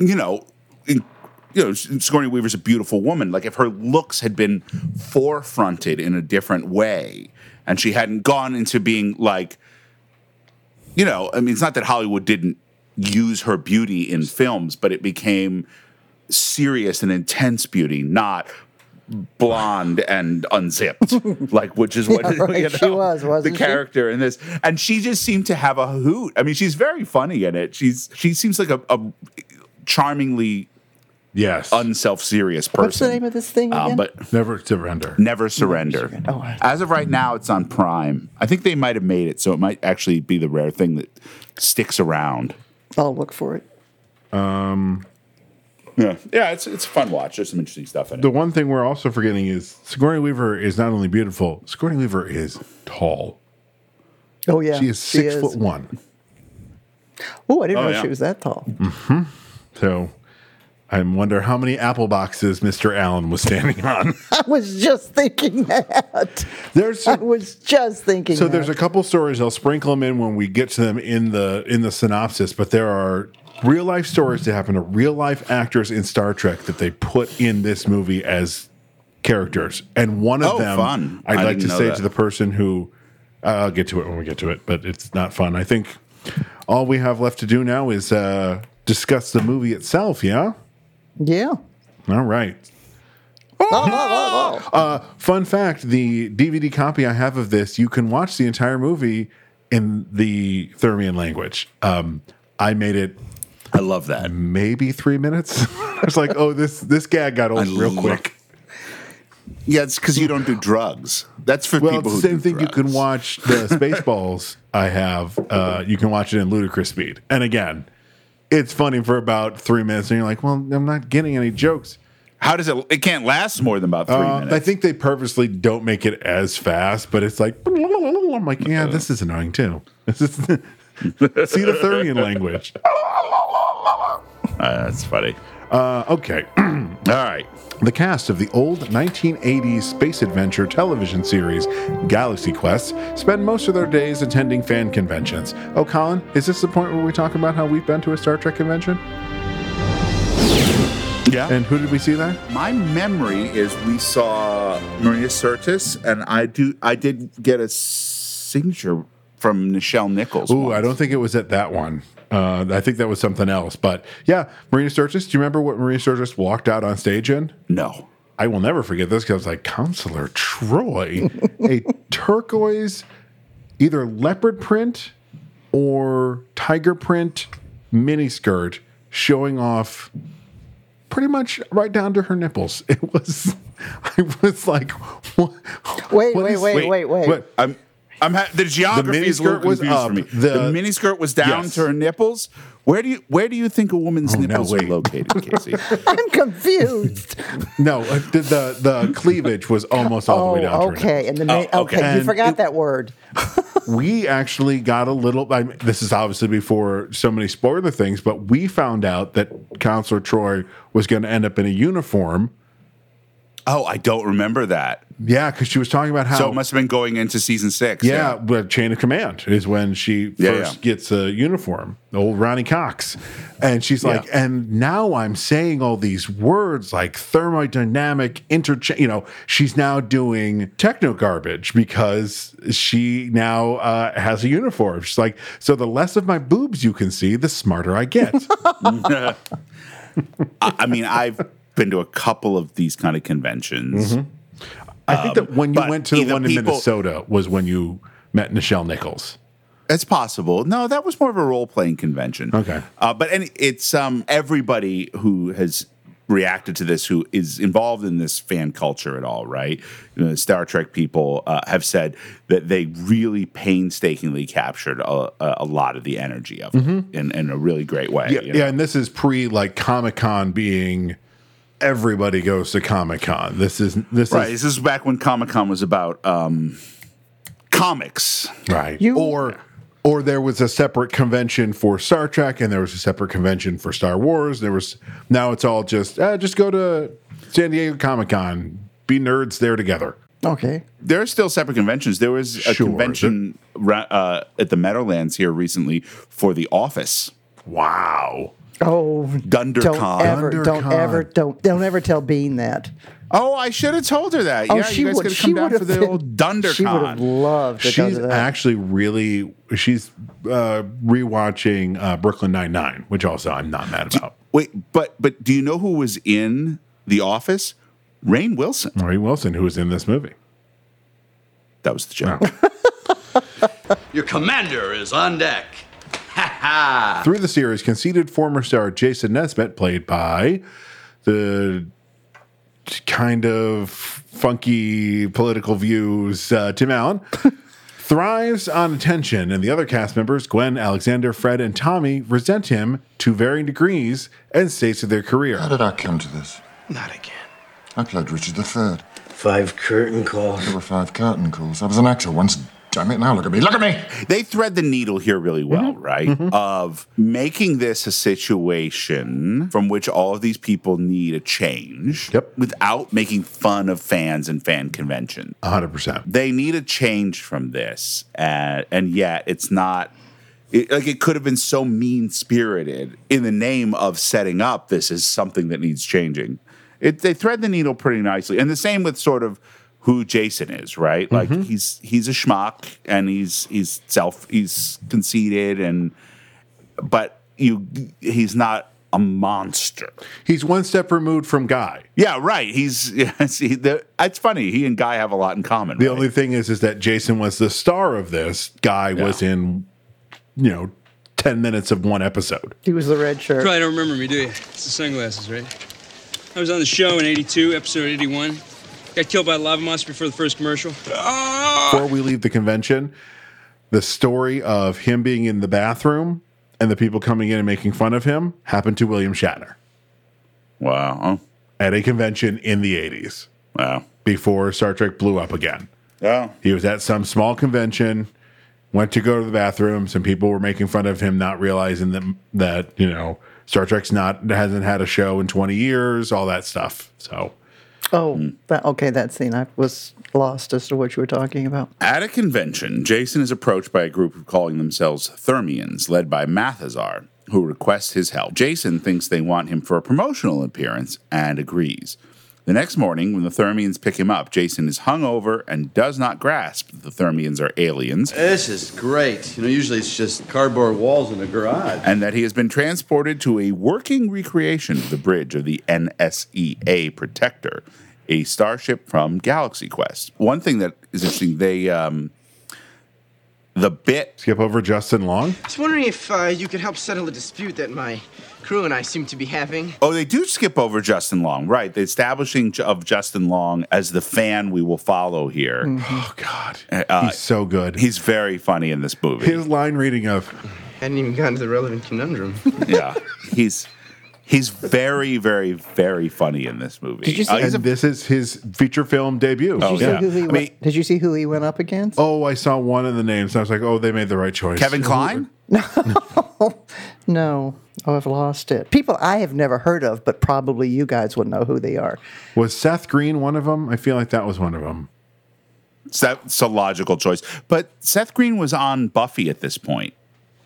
[SPEAKER 2] you know, in, you know, Sigourney Weaver's a beautiful woman. Like if her looks had been forefronted in a different way, and she hadn't gone into being like, you know, I mean, it's not that Hollywood didn't use her beauty in films, but it became serious and intense beauty, not blonde and unzipped, like which is what
[SPEAKER 3] Yeah, right.
[SPEAKER 2] you
[SPEAKER 3] She
[SPEAKER 2] know,
[SPEAKER 3] was, wasn't
[SPEAKER 2] the
[SPEAKER 3] she?
[SPEAKER 2] character in this. And she just seemed to have a hoot. I mean, she's very funny in it. She's she seems like a, a charmingly
[SPEAKER 1] Yes.
[SPEAKER 2] unself serious person.
[SPEAKER 3] What's the name of this thing?
[SPEAKER 1] Ah,
[SPEAKER 3] Again?
[SPEAKER 2] Um, but
[SPEAKER 1] Never surrender.
[SPEAKER 2] Never Surrender.
[SPEAKER 3] Oh, I-
[SPEAKER 2] As of right now, it's on Prime. I think they might have made it, so it might actually be the rare thing that sticks around.
[SPEAKER 3] I'll look for it.
[SPEAKER 2] Yeah, yeah, it's it's a fun watch. There's some interesting stuff in it.
[SPEAKER 1] The one thing we're also forgetting is Sigourney Weaver is not only beautiful, Sigourney Weaver is tall.
[SPEAKER 3] Oh yeah,
[SPEAKER 1] She is six foot one.
[SPEAKER 3] Oh, I didn't
[SPEAKER 2] Oh,
[SPEAKER 3] know
[SPEAKER 2] yeah.
[SPEAKER 3] she was that tall.
[SPEAKER 1] So I wonder how many apple boxes Mr. Allen was standing on.
[SPEAKER 3] I was just thinking that.
[SPEAKER 1] There's
[SPEAKER 3] I
[SPEAKER 1] some,
[SPEAKER 3] was just thinking.
[SPEAKER 1] So
[SPEAKER 3] that.
[SPEAKER 1] there's a couple stories. I'll sprinkle them in when we get to them in the in the synopsis. But there are real life stories that happen to real life actors in Star Trek that they put in this movie as characters. And one of
[SPEAKER 2] Oh,
[SPEAKER 1] them,
[SPEAKER 2] fun.
[SPEAKER 1] I'd
[SPEAKER 2] I
[SPEAKER 1] like
[SPEAKER 2] didn't
[SPEAKER 1] to
[SPEAKER 2] know
[SPEAKER 1] say
[SPEAKER 2] that.
[SPEAKER 1] to the person who, uh, I'll get to it when we get to it. But it's not fun. I think all we have left to do now is uh, discuss the movie itself. Yeah.
[SPEAKER 3] yeah.
[SPEAKER 1] All right.
[SPEAKER 2] Oh,
[SPEAKER 1] Oh, Uh, fun fact: the DVD copy I have of this, you can watch the entire movie in the Thermian language. Um, I made it
[SPEAKER 2] I love that.
[SPEAKER 1] maybe three minutes. I was like, "Oh, this this gag got old
[SPEAKER 2] I
[SPEAKER 1] real
[SPEAKER 2] love-
[SPEAKER 1] quick."
[SPEAKER 2] Yeah, it's because you don't do drugs. That's for
[SPEAKER 1] Well,
[SPEAKER 2] people
[SPEAKER 1] it's
[SPEAKER 2] who
[SPEAKER 1] the same
[SPEAKER 2] do
[SPEAKER 1] thing. You can
[SPEAKER 2] drugs.
[SPEAKER 1] watch the Spaceballs. I have. Uh, you can watch it in ludicrous speed, and again, it's funny for about three minutes, and you're like, "Well, I'm not getting any jokes."
[SPEAKER 2] How does it? It can't last more than about three
[SPEAKER 1] Uh,
[SPEAKER 2] minutes.
[SPEAKER 1] I think they purposely don't make it as fast, but it's like I'm like, yeah, this is annoying too. This is see the Thurian language.
[SPEAKER 2] Uh, that's funny.
[SPEAKER 1] Uh, okay,
[SPEAKER 2] All right.
[SPEAKER 1] the cast of the old 1980s space adventure television series Galaxy Quest spend most of their days attending fan conventions. Oh, Colin, is this the point where we talk about how we've been to a Star Trek convention?
[SPEAKER 2] Yeah.
[SPEAKER 1] And who did we see there?
[SPEAKER 2] My memory is we saw Maria Sirtis, and I do I did get a signature from Nichelle Nichols.
[SPEAKER 1] Ooh, I don't think it was at that one. Uh, I think that was something else. But yeah, Marina Sturgis. Do you remember what Marina Sturgis walked out on stage in?
[SPEAKER 2] No.
[SPEAKER 1] I will never forget this because I was like, Counselor Troy, a turquoise either leopard print or tiger print miniskirt showing off pretty much right down to her nipples. It was, I was like, what?
[SPEAKER 3] Wait,
[SPEAKER 1] what
[SPEAKER 3] wait,
[SPEAKER 1] is-
[SPEAKER 3] wait, wait, wait,
[SPEAKER 1] what-
[SPEAKER 2] I'm, I'm ha- the geography is a little
[SPEAKER 1] miniskirt was
[SPEAKER 2] confused
[SPEAKER 1] up.
[SPEAKER 2] for me.
[SPEAKER 1] The-
[SPEAKER 2] The, miniskirt was down
[SPEAKER 1] Yes.
[SPEAKER 2] to her nipples. Where do you where do you think a woman's
[SPEAKER 1] no,
[SPEAKER 2] nipples are
[SPEAKER 1] wait.
[SPEAKER 2] located, Casey?
[SPEAKER 3] I'm confused.
[SPEAKER 1] No, uh, the, the the cleavage was almost all the
[SPEAKER 3] oh,
[SPEAKER 1] way down. to her
[SPEAKER 3] okay. And the ma-
[SPEAKER 2] Oh,
[SPEAKER 3] okay,
[SPEAKER 2] okay.
[SPEAKER 3] you
[SPEAKER 1] And
[SPEAKER 3] forgot
[SPEAKER 1] it-
[SPEAKER 3] that word.
[SPEAKER 1] we actually got a little. I mean, this is obviously before so many spoiler things, but we found out that Counselor Troy was going to end up in a uniform.
[SPEAKER 2] oh, I don't remember that.
[SPEAKER 1] Yeah, because she was talking about how.
[SPEAKER 2] So it must have been going into season six.
[SPEAKER 1] yeah, but chain of command is when she
[SPEAKER 2] Yeah,
[SPEAKER 1] first
[SPEAKER 2] yeah.
[SPEAKER 1] gets a uniform. the Old Ronnie Cox, and she's like,
[SPEAKER 2] Yeah.
[SPEAKER 1] and now I'm saying all these words like thermodynamic interchange. You know, she's now doing techno garbage because she now uh, has a uniform. She's like, so the less of my boobs you can see, the smarter I get.
[SPEAKER 2] I, I mean, I've been to a couple of these kind of conventions.
[SPEAKER 1] Mm-hmm. I think that when you
[SPEAKER 2] but
[SPEAKER 1] went to the
[SPEAKER 2] either
[SPEAKER 1] one in
[SPEAKER 2] people-
[SPEAKER 1] Minnesota was when you met Nichelle Nichols.
[SPEAKER 2] It's possible. No, that was more of a role playing convention.
[SPEAKER 1] Okay.
[SPEAKER 2] uh, but any, it's um, everybody who has reacted to this, who is involved in this fan culture at all, right? You know, Star Trek people uh, have said that they really painstakingly captured a, a, a lot of the energy of it in, in a really great way.
[SPEAKER 1] Mm-hmm. Yeah,
[SPEAKER 2] you know?
[SPEAKER 1] yeah, and this is pre like Comic Con being everybody goes to Comic Con. This is this
[SPEAKER 2] Right.
[SPEAKER 1] is
[SPEAKER 2] This is back when Comic Con was about um, comics.
[SPEAKER 1] right.
[SPEAKER 3] You-
[SPEAKER 1] or or there was a separate convention for Star Trek, and there was a separate convention for Star Wars. There was now it's all just uh, just go to San Diego Comic Con, be nerds there together.
[SPEAKER 3] Okay.
[SPEAKER 2] there are still separate conventions. There was a
[SPEAKER 1] Sure.
[SPEAKER 2] convention ra- uh, at the Meadowlands here recently for The Office.
[SPEAKER 1] Wow.
[SPEAKER 3] Oh, don't
[SPEAKER 2] DunderCon.
[SPEAKER 3] ever, don't
[SPEAKER 1] Dundercon.
[SPEAKER 3] ever, don't, don't ever tell Bean that.
[SPEAKER 2] Oh, I should have told her that.
[SPEAKER 3] Oh,
[SPEAKER 2] yeah,
[SPEAKER 3] she
[SPEAKER 2] you guys
[SPEAKER 3] would.
[SPEAKER 2] could have
[SPEAKER 3] She
[SPEAKER 2] come
[SPEAKER 3] would
[SPEAKER 2] down
[SPEAKER 3] have
[SPEAKER 2] for the
[SPEAKER 3] been-
[SPEAKER 2] old
[SPEAKER 3] She would have
[SPEAKER 2] DunderCon.
[SPEAKER 3] loved to go
[SPEAKER 1] She's
[SPEAKER 3] to that.
[SPEAKER 1] actually really she's uh, rewatching uh, Brooklyn Nine Nine, which also I'm not mad about.
[SPEAKER 2] Wait, but but do you know who was in The Office? Rain Wilson.
[SPEAKER 1] Maureen Wilson, who was in this movie.
[SPEAKER 2] That was the joke.
[SPEAKER 5] Your commander is on deck. Ha ha!
[SPEAKER 1] Through the series, conceded former star Jason Nesbitt, played by the kind of funky political views uh, Tim Allen, thrives on attention, and the other cast members, Gwen, Alexander, Fred, and Tommy, resent him to varying degrees and states of their
[SPEAKER 4] How
[SPEAKER 1] career.
[SPEAKER 4] did I come to this?
[SPEAKER 5] Not again.
[SPEAKER 4] I played Richard III.
[SPEAKER 6] Five curtain calls.
[SPEAKER 4] There were five curtain calls. I was an actor once. Damn it, now look at me. Look at me!
[SPEAKER 2] they thread the needle here really well, right? Of making this a situation from which all of these people need a change
[SPEAKER 1] Yep.
[SPEAKER 2] without making fun of fans and fan convention.
[SPEAKER 1] 100%.
[SPEAKER 2] They need a change from this. And, and yet it's not. It, like it could have been so mean spirited in the name of setting up this is something that needs changing. It, they thread the needle pretty nicely, and the same with sort of who Jason is, right? Like
[SPEAKER 1] Mm-hmm.
[SPEAKER 2] he's he's a schmuck and he's he's self he's conceited and but you he's not a monster.
[SPEAKER 1] He's one step removed from Guy.
[SPEAKER 2] Yeah, right. He's yeah, see, the, it's funny. He and Guy have a lot in common.
[SPEAKER 1] The
[SPEAKER 2] right?
[SPEAKER 1] only thing is, is that Jason was the star of this. Guy was in, you know, 10 minutes of one episode.
[SPEAKER 3] He was the red shirt.
[SPEAKER 7] Probably don't remember me, do you? It's the sunglasses, right? I was on the show in 82, episode 81. Got killed by a lava monster before the first commercial.
[SPEAKER 1] Before we leave the convention, the story of him being in the bathroom and the people coming in and making fun of him happened to William Shatner
[SPEAKER 2] wow, oh,
[SPEAKER 1] at a convention in the 80s
[SPEAKER 2] wow,
[SPEAKER 1] before Star Trek blew up again.
[SPEAKER 2] yeah.
[SPEAKER 1] He was at some small convention, went to go to the bathroom. Some people were making fun of him, not realizing that that you know Star Trek's not hasn't had a show in twenty years, all that stuff. So
[SPEAKER 3] Oh, that, okay, that scene. I was lost as to what you were talking about.
[SPEAKER 2] At a convention, Jason is approached by a group of calling themselves Thermians, led by Mathazar, who requests his help. Jason thinks they want him for a promotional appearance and agrees. The next morning, when the Thermians pick him up, Jason is hungover and does not grasp that the Thermians are aliens
[SPEAKER 5] This is great. You know, usually it's just cardboard walls in a garage.
[SPEAKER 2] and that he has been transported to a working recreation of the bridge of the NSEA Protector, a starship from Galaxy Quest. One thing that is interesting, they um, the bit.
[SPEAKER 1] Skip over Justin Long.
[SPEAKER 8] I was wondering if uh, you could help settle a dispute that my crew and I seem to be having.
[SPEAKER 2] Oh, they do skip over Justin Long, right? The establishing ju- of Justin Long as the fan we will follow here.
[SPEAKER 1] Oh God, he's so good.
[SPEAKER 2] He's very funny in this movie.
[SPEAKER 1] His line reading of
[SPEAKER 8] Hadn't even gotten to the relevant conundrum.
[SPEAKER 2] yeah, he's he's very, very, very funny in this movie.
[SPEAKER 3] Did you see-
[SPEAKER 2] Uh, he's
[SPEAKER 1] and
[SPEAKER 2] a-
[SPEAKER 1] this is his feature film debut.
[SPEAKER 2] Oh,
[SPEAKER 1] Oh,
[SPEAKER 3] Did you,
[SPEAKER 2] yeah.
[SPEAKER 3] see who he
[SPEAKER 2] I
[SPEAKER 3] went,
[SPEAKER 2] mean-
[SPEAKER 3] did you see who he went up against?
[SPEAKER 1] I saw one of the names. I was like, oh, they made the right choice.
[SPEAKER 2] Kevin Klein.
[SPEAKER 3] No. Oh, I've lost it. People I have never heard of, but probably you guys will know who they are.
[SPEAKER 1] was Seth Green one of them. I feel like that was one of them.
[SPEAKER 2] So that's a logical choice. But Seth Green was on Buffy at this point.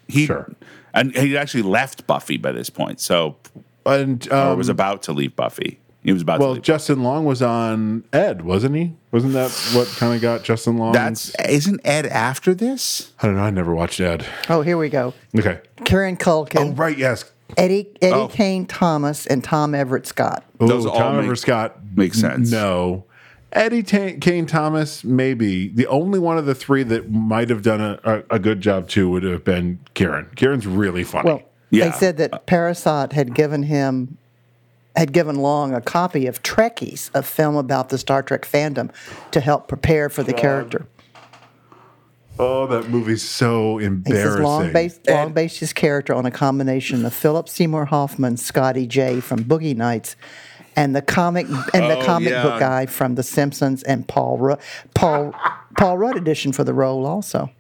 [SPEAKER 2] He
[SPEAKER 1] Sure.
[SPEAKER 2] and he actually left Buffy by this point. So
[SPEAKER 1] And
[SPEAKER 2] or
[SPEAKER 1] um,
[SPEAKER 2] Oh, was about to leave Buffy. He was about
[SPEAKER 1] well,
[SPEAKER 2] to leave.
[SPEAKER 1] Justin Long was on Ed, wasn't he? Wasn't that what kind of got Justin Long?
[SPEAKER 2] That's isn't Ed after this?
[SPEAKER 1] I don't know. I never watched Ed.
[SPEAKER 3] Oh, here we go.
[SPEAKER 1] Okay.
[SPEAKER 3] Karen
[SPEAKER 1] Oh
[SPEAKER 3] Culkin,
[SPEAKER 1] right, yes.
[SPEAKER 3] Eddie Eddie
[SPEAKER 2] Oh.
[SPEAKER 3] Kane Thomas, and Tom Everett Scott.
[SPEAKER 2] Those
[SPEAKER 1] Ooh,
[SPEAKER 2] all
[SPEAKER 1] Tom
[SPEAKER 2] make-
[SPEAKER 1] Everett Scott
[SPEAKER 2] makes sense.
[SPEAKER 1] No, Eddie Ta- Kane Thomas maybe the only one of the three that might have done a, a, a good job too would have been Kieran. Kieran's really funny.
[SPEAKER 3] Well,
[SPEAKER 2] Yeah.
[SPEAKER 3] they said that Parasat had given him had given Long a copy of Trekkies, a film about the Star Trek fandom, to help prepare for the character.
[SPEAKER 1] oh, that movie's so
[SPEAKER 3] He says
[SPEAKER 1] embarrassing.
[SPEAKER 3] Long based Long based his character on a combination of Philip Seymour Hoffman, Scotty J from Boogie Nights, and the comic and the
[SPEAKER 2] Oh,
[SPEAKER 3] comic
[SPEAKER 2] yeah.
[SPEAKER 3] book guy from The Simpsons, and Paul Rudd, Paul Paul Rudd auditioned for the role also.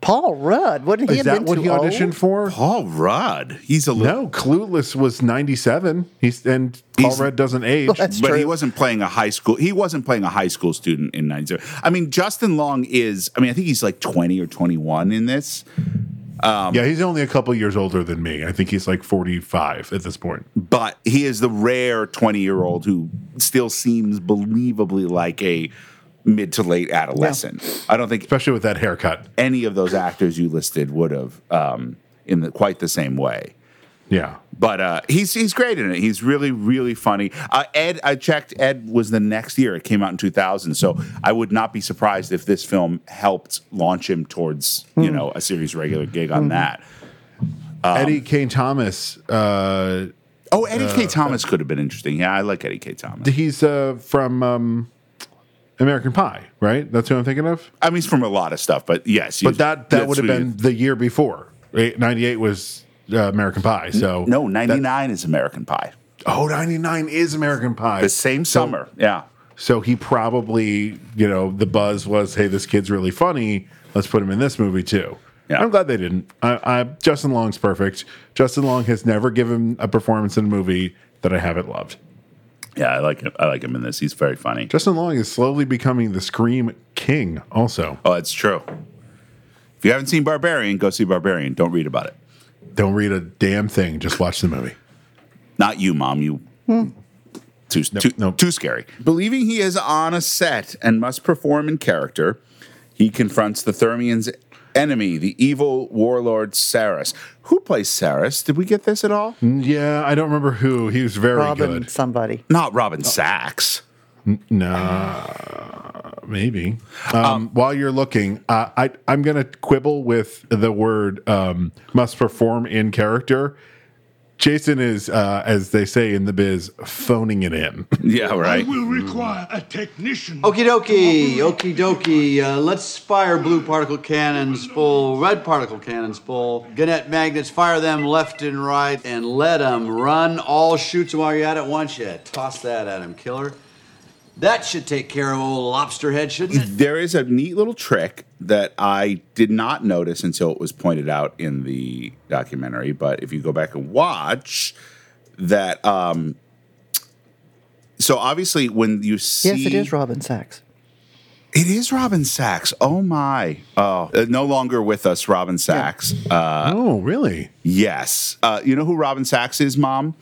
[SPEAKER 3] Paul Rudd, wouldn't he
[SPEAKER 1] Is
[SPEAKER 3] have
[SPEAKER 1] that
[SPEAKER 3] been
[SPEAKER 1] what
[SPEAKER 3] too
[SPEAKER 1] he auditioned
[SPEAKER 3] old?
[SPEAKER 1] for?
[SPEAKER 2] Paul Rudd. He's a little
[SPEAKER 1] No, Clueless was ninety seven. He's and Paul
[SPEAKER 2] He's-
[SPEAKER 1] Rudd doesn't age.
[SPEAKER 3] That's
[SPEAKER 2] but
[SPEAKER 3] true.
[SPEAKER 2] he wasn't playing a high school. He wasn't playing a high school student in '97. I mean, Justin Long is. I mean, I think he's like 20 or 21 in this. Um,
[SPEAKER 1] yeah, he's only a couple years older than me. I think he's like forty five at this point.
[SPEAKER 2] but he is the rare 20 year old who still seems believably like a mid to late adolescent. I don't think
[SPEAKER 1] Especially with that haircut.
[SPEAKER 2] any of those actors you listed would have um, in the, quite the same way.
[SPEAKER 1] Yeah.
[SPEAKER 2] But uh, he's he's great in it. He's really really funny. Uh, Ed, I checked. Ed was the next year. It came out in 2000. So I would not be surprised if this film helped launch him towards you
[SPEAKER 1] Hmm.
[SPEAKER 2] know a series regular gig on that. Um,
[SPEAKER 1] Eddie Kane Thomas. Uh,
[SPEAKER 2] Oh, Eddie K. Thomas could have been interesting. Yeah, I like Eddie K. Thomas.
[SPEAKER 1] he's uh, from um, American Pie, right? That's who I'm thinking of.
[SPEAKER 2] I mean, he's from a lot of stuff, but yes. he
[SPEAKER 1] But
[SPEAKER 2] was-
[SPEAKER 1] that that
[SPEAKER 2] that's
[SPEAKER 1] would have
[SPEAKER 2] who he-
[SPEAKER 1] been the year before. Eight- 98 was uh, American Pie. So
[SPEAKER 2] no ninety nine is American Pie.
[SPEAKER 1] Oh, 99 is American Pie.
[SPEAKER 2] The same summer, yeah.
[SPEAKER 1] So he probably, you know, the buzz was, hey, this kid's really funny. Let's put him in this movie too.
[SPEAKER 2] Yeah.
[SPEAKER 1] I'm glad they didn't. I, I Justin Long's perfect. Justin Long has never given a performance in a movie that I haven't loved.
[SPEAKER 2] Yeah, I like him. I like him in this. He's very funny.
[SPEAKER 1] Justin Long is slowly becoming the scream king. Also,
[SPEAKER 2] Oh, it's true. If you haven't seen Barbarian, go see Barbarian. Don't read about it.
[SPEAKER 1] don't read a damn thing. Just watch the movie.
[SPEAKER 2] Not you, mom. You
[SPEAKER 3] Hmm.
[SPEAKER 2] too too,
[SPEAKER 1] nope.
[SPEAKER 2] too scary. Believing he is on a set and must perform in character, he confronts the Thermian's enemy, the evil warlord Saris. Who plays Saris? Did we get this at all?
[SPEAKER 1] Hmm? Yeah, I don't remember who. He was very
[SPEAKER 3] Robin
[SPEAKER 1] good.
[SPEAKER 3] somebody.
[SPEAKER 2] Not Robin Sachs.
[SPEAKER 1] Nah, maybe. Um, while you're looking, uh, I I'm gonna quibble with the word um, must perform in character. Jason is, uh, as they say in the biz, phoning it in.
[SPEAKER 2] Yeah, right.
[SPEAKER 9] will require a technician.
[SPEAKER 10] Okie dokie, okie dokie. Uh, let's fire blue particle cannons full, red particle cannons full. Gannett magnets, fire them left and right, and let them run. All shoots them while you're at it. Once you toss that at him, killer. That should take care of old lobster head, shouldn't it?
[SPEAKER 2] There is a neat little trick that I did not notice until it was pointed out in the documentary. But if you go back and watch that, um, so obviously when you see,
[SPEAKER 3] Yes, it is Robin Sachs.
[SPEAKER 2] It is Robin Sachs. Oh my! Oh, uh, no longer with us, Robin Sachs. Uh,
[SPEAKER 1] oh, really?
[SPEAKER 2] yes, uh, you know who Robin Sachs is, Mom.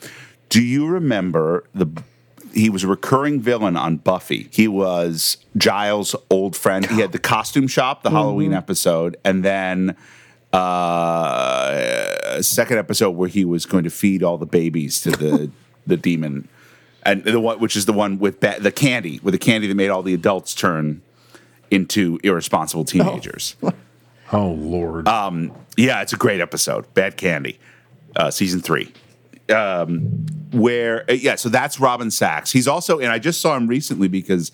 [SPEAKER 2] Do you remember the? He was a recurring villain on Buffy. He was Giles' old friend. He had the costume shop, the Halloween episode, and then uh, a second episode where he was going to feed all the babies to the the demon, and the one which is the one with ba- the candy, with the candy that made all the adults turn into irresponsible teenagers.
[SPEAKER 1] Oh Lord.
[SPEAKER 2] Um, yeah, it's a great episode. Bad Candy, uh, season three. Um, where uh, yeah, so that's Robin Sachs. He's also, and I just saw him recently because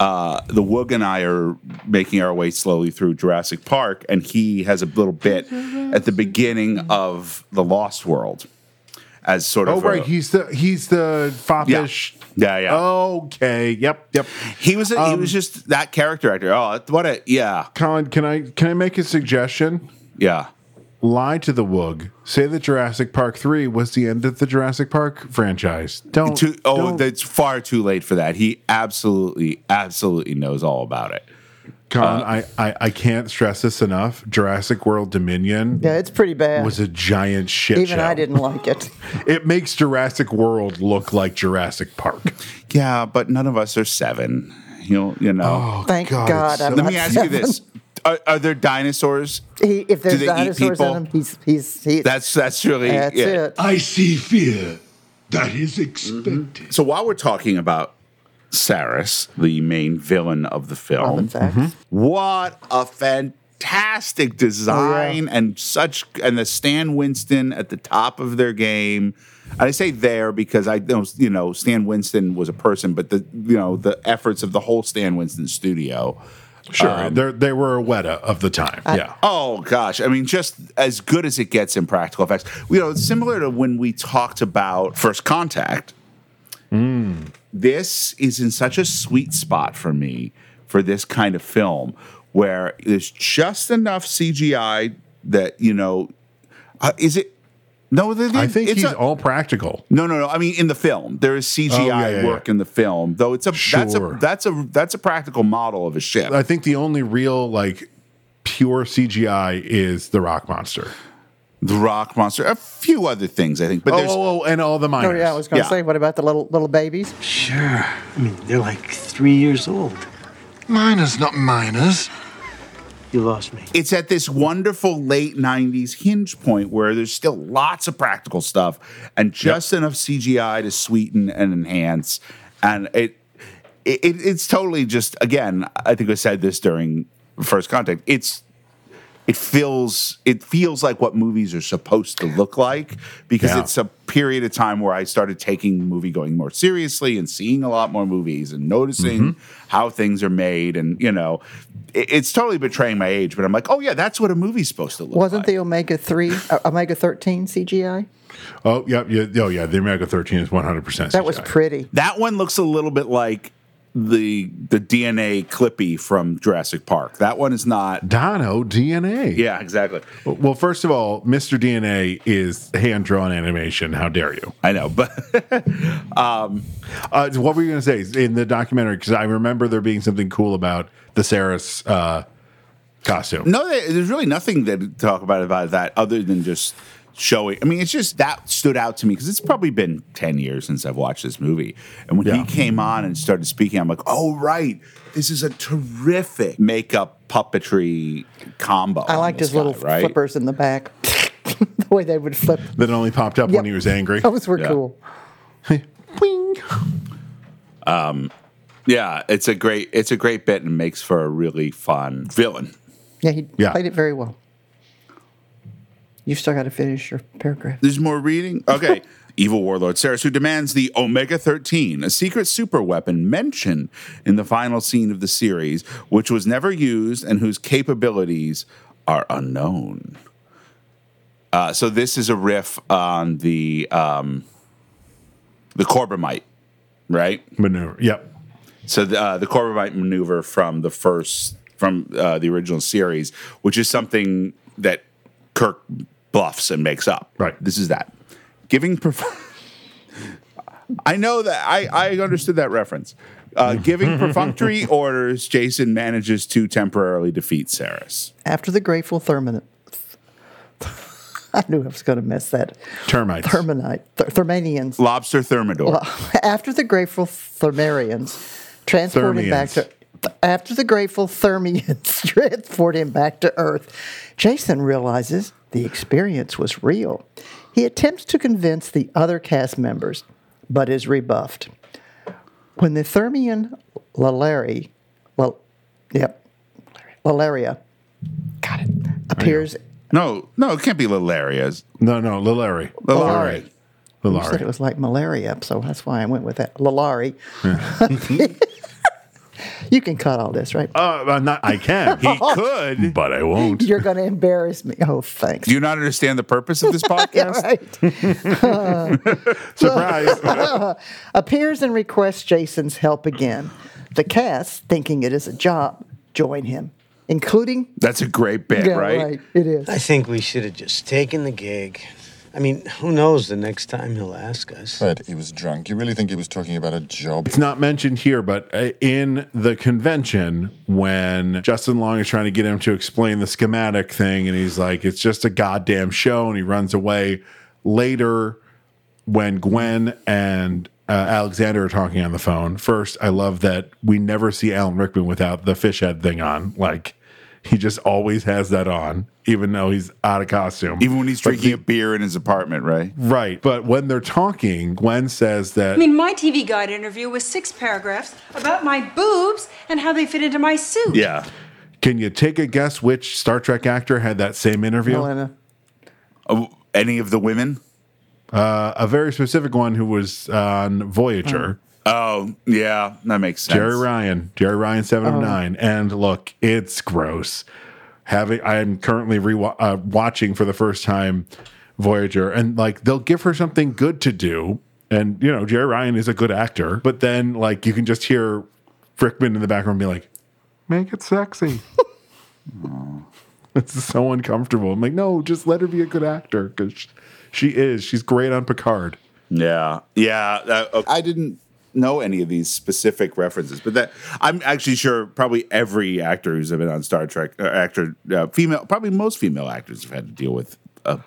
[SPEAKER 2] uh, the Woog and I are making our way slowly through Jurassic Park, and he has a little bit
[SPEAKER 1] Mm-hmm.
[SPEAKER 2] at the beginning of The Lost World as sort
[SPEAKER 1] Oh
[SPEAKER 2] of a-
[SPEAKER 1] right, he's the he's the foppish.
[SPEAKER 2] yeah, yeah.
[SPEAKER 1] Okay. Yep. Yep.
[SPEAKER 2] He was a, he
[SPEAKER 1] Um,
[SPEAKER 2] was just that character actor. Oh, what a yeah,
[SPEAKER 1] Colin, can I can I make a suggestion?
[SPEAKER 2] yeah.
[SPEAKER 1] Lie to the Woog. Say that Jurassic Park Three was the end of the Jurassic Park franchise. Don't.
[SPEAKER 2] Too, oh,
[SPEAKER 1] don't-
[SPEAKER 2] that's far too late for that. He absolutely, absolutely knows all about it.
[SPEAKER 1] Colin,
[SPEAKER 3] Uh,
[SPEAKER 1] I, I I can't stress this enough. Jurassic World Dominion
[SPEAKER 3] Yeah, it's pretty bad.
[SPEAKER 1] was a giant shit
[SPEAKER 3] Even
[SPEAKER 1] show.
[SPEAKER 3] I didn't like it.
[SPEAKER 1] It makes Jurassic World look like Jurassic Park.
[SPEAKER 2] Yeah, but none of us are seven. You know, you know.
[SPEAKER 3] Thank Oh, God.
[SPEAKER 1] Oh, it's so-
[SPEAKER 3] I'm
[SPEAKER 2] Let
[SPEAKER 3] not
[SPEAKER 2] me ask you
[SPEAKER 3] seven.
[SPEAKER 2] this: are, are there dinosaurs?
[SPEAKER 3] He, if there's
[SPEAKER 2] they eat
[SPEAKER 3] dinosaurs in
[SPEAKER 2] people?
[SPEAKER 3] him, he's he's he,
[SPEAKER 2] That's that's really
[SPEAKER 3] that's
[SPEAKER 2] yeah.
[SPEAKER 3] it.
[SPEAKER 9] I see fear. That is expected.
[SPEAKER 2] So while we're talking about Saris, the main villain of the
[SPEAKER 3] Robin
[SPEAKER 1] Oh.
[SPEAKER 2] film,
[SPEAKER 3] Sachs.
[SPEAKER 2] what a fantastic design and such and the Stan Winston at the top of their game. And I say there because I know you know Stan Winston was a person, but the you know the efforts of the whole Stan Winston studio.
[SPEAKER 1] Sure, Uh, they're, they were a Weta of the time. yeah.
[SPEAKER 2] Oh gosh, I mean, just as good as it gets in practical effects. You know, it's similar to when we talked about First Contact.
[SPEAKER 1] Hmm.
[SPEAKER 2] This is in such a sweet spot for me for this kind of film, where there's just enough CGI that you know, uh, is it? No, the, the-
[SPEAKER 1] I think
[SPEAKER 2] it's
[SPEAKER 1] he's
[SPEAKER 2] a-
[SPEAKER 1] all practical.
[SPEAKER 2] no, no, no. I mean, in the film, there is CGI
[SPEAKER 1] Oh, yeah, yeah,
[SPEAKER 2] work in the film, though. It's a that's a
[SPEAKER 1] Sure.
[SPEAKER 2] that's a that's a practical model of a ship.
[SPEAKER 1] I think the only real like pure CGI is the rock monster.
[SPEAKER 2] the rock monster, a few other things, I think. But
[SPEAKER 1] Oh,
[SPEAKER 2] there's
[SPEAKER 1] oh, oh, and all the
[SPEAKER 3] Oh
[SPEAKER 1] miners.
[SPEAKER 3] yeah, I was going to
[SPEAKER 2] Yeah.
[SPEAKER 3] say, what about the little little babies?
[SPEAKER 6] Sure. I mean, they're like three years old.
[SPEAKER 4] Miners, not miners.
[SPEAKER 6] You lost me.
[SPEAKER 2] it's at this wonderful late 90s hinge point where there's still lots of practical stuff and just enough CGI to sweeten and enhance. And it, it, it it's totally just again, I think I said this during first contact. It's it feels it feels like what movies are supposed to look like because
[SPEAKER 1] Yeah.
[SPEAKER 2] it's a period of time where I started taking movie going more seriously and seeing a lot more movies and noticing how things are made and you know it- it's totally betraying my age but I'm like oh yeah that's what a movie's supposed to look
[SPEAKER 3] Wasn't
[SPEAKER 2] like.
[SPEAKER 3] the omega three, uh, omega thirteen CGI?
[SPEAKER 1] Oh, yep. Yeah, oh, yeah. The Omega 13 is 100%.
[SPEAKER 3] That was
[SPEAKER 1] CGI.
[SPEAKER 3] pretty.
[SPEAKER 2] That one looks a little bit like the the DNA Clippy from Jurassic Park. That one is not.
[SPEAKER 1] Dono DNA.
[SPEAKER 2] Yeah, exactly.
[SPEAKER 1] Well, first of all, Mr. DNA is hand drawn animation. How dare you?
[SPEAKER 2] I know, but um,
[SPEAKER 1] Uh, what were you going to say in the documentary? Because I remember there being something cool about the Saris uh, costume.
[SPEAKER 2] no, there- there's really nothing that to talk about about that other than just showing. I mean, it's just that stood out to me because it's probably been ten years since I've watched this movie, and when
[SPEAKER 1] Yeah.
[SPEAKER 2] he came on and started speaking, I'm like, oh right, this is a terrific makeup puppetry combo.
[SPEAKER 3] I
[SPEAKER 2] on
[SPEAKER 3] liked
[SPEAKER 2] this
[SPEAKER 3] his little
[SPEAKER 2] guy, right?
[SPEAKER 3] flippers in the back, the way they would flip.
[SPEAKER 1] That only popped up
[SPEAKER 3] Yep. Oh.
[SPEAKER 1] when he was angry.
[SPEAKER 3] Those were
[SPEAKER 2] Yeah.
[SPEAKER 3] cool.
[SPEAKER 1] Wing.
[SPEAKER 2] Yeah, it's a great it's a great bit and makes for a really fun villain.
[SPEAKER 3] Yeah, he
[SPEAKER 1] Yeah.
[SPEAKER 3] played it very well. You've still got to finish your paragraph.
[SPEAKER 2] There's more reading. Okay. Evil warlord Ceres, who demands the Omega 13, a secret super weapon mentioned in the final scene of the series, which was never used and whose capabilities are unknown. Uh, so this is a riff on the um, the Corbomite, right?
[SPEAKER 1] Maneuver. Yep.
[SPEAKER 2] So the, uh, the Corbomite maneuver from the first from uh, the original series, which is something that Kirk bluffs and makes up.
[SPEAKER 1] Right.
[SPEAKER 2] This is that giving. Perf- I know that I I understood that reference. Uh, giving perfunctory orders, Jason manages to temporarily defeat Saris.
[SPEAKER 3] After the Grateful Thermonite, I knew I was going to miss that.
[SPEAKER 1] Termites.
[SPEAKER 3] Thermonite, Th- Thermanians.
[SPEAKER 2] Lobster Thermidor.
[SPEAKER 3] After the Grateful Thermarians transported him back to after the Grateful Thermians transport him back to Earth, Jason realizes the experience was real. He attempts to convince the other cast members, but is rebuffed. When the Thermian Lalari, well, yep, Lalaria, got it, appears.
[SPEAKER 2] No, no, it can't be Lilaria's.
[SPEAKER 1] No, no, Lilari.
[SPEAKER 3] Lilari. You said it
[SPEAKER 1] Lilari.
[SPEAKER 3] was like malaria, so that's why I went with that. Lalari. you can cut all this, right?
[SPEAKER 1] Uh, I'm not, I can.
[SPEAKER 2] He could.
[SPEAKER 1] but I won't.
[SPEAKER 3] Oh. You're going to embarrass me. Oh, thanks.
[SPEAKER 2] Do you not understand the purpose of this podcast?
[SPEAKER 3] All right.
[SPEAKER 1] Surprise.
[SPEAKER 3] appears and requests Jason's help again. The cast, thinking it is a job, join him, including.
[SPEAKER 2] That's a great bit, right?
[SPEAKER 3] It is.
[SPEAKER 6] I think we should have just taken the gig. I mean, who knows the next time he'll ask us?
[SPEAKER 4] Fred, he was drunk. You really think he was talking about a job?
[SPEAKER 1] It's not mentioned here, but uh, in the convention, when Justin Long is trying to get him to explain the schematic thing, and he's like, it's just a goddamn show, and he runs away. Later, when Gwen and uh, Alexander are talking on the phone, first, I love that we never see Alan Rickman without the fish head thing on. Like, he just always has that on, even though he's out of costume.
[SPEAKER 2] Even when he's
[SPEAKER 1] But
[SPEAKER 2] drinking
[SPEAKER 1] the-
[SPEAKER 2] a beer in his apartment, right?
[SPEAKER 1] Right. But when they're talking, Gwen says that.
[SPEAKER 11] I mean, my TV guide interview was six paragraphs about my boobs and how they fit into my suit.
[SPEAKER 2] Yeah.
[SPEAKER 1] Can you take a guess which Star Trek actor had that same interview?
[SPEAKER 3] Helena.
[SPEAKER 2] Oh, any of the women?
[SPEAKER 1] Uh, a very specific one who was on Voyager.
[SPEAKER 2] Oh, yeah, that makes sense.
[SPEAKER 1] Jerry Ryan, Jerry Ryan, seven of nine, and look, it's gross. Having I'm currently re uh, watching for the first time Voyager, and like they'll give her something good to do, and you know Jerry Ryan is a good actor, but then like you can just hear Frickman in the background be like, "Make it sexy." It's so uncomfortable. I'm like, no, just let her be a good actor because she is. She's great on Picard.
[SPEAKER 2] Yeah, yeah. that- uh, I didn't know any of these specific references, but that I'm actually sure probably every actor who's been on Star Trek, uh, actor, uh, female, probably most female actors have had to deal with a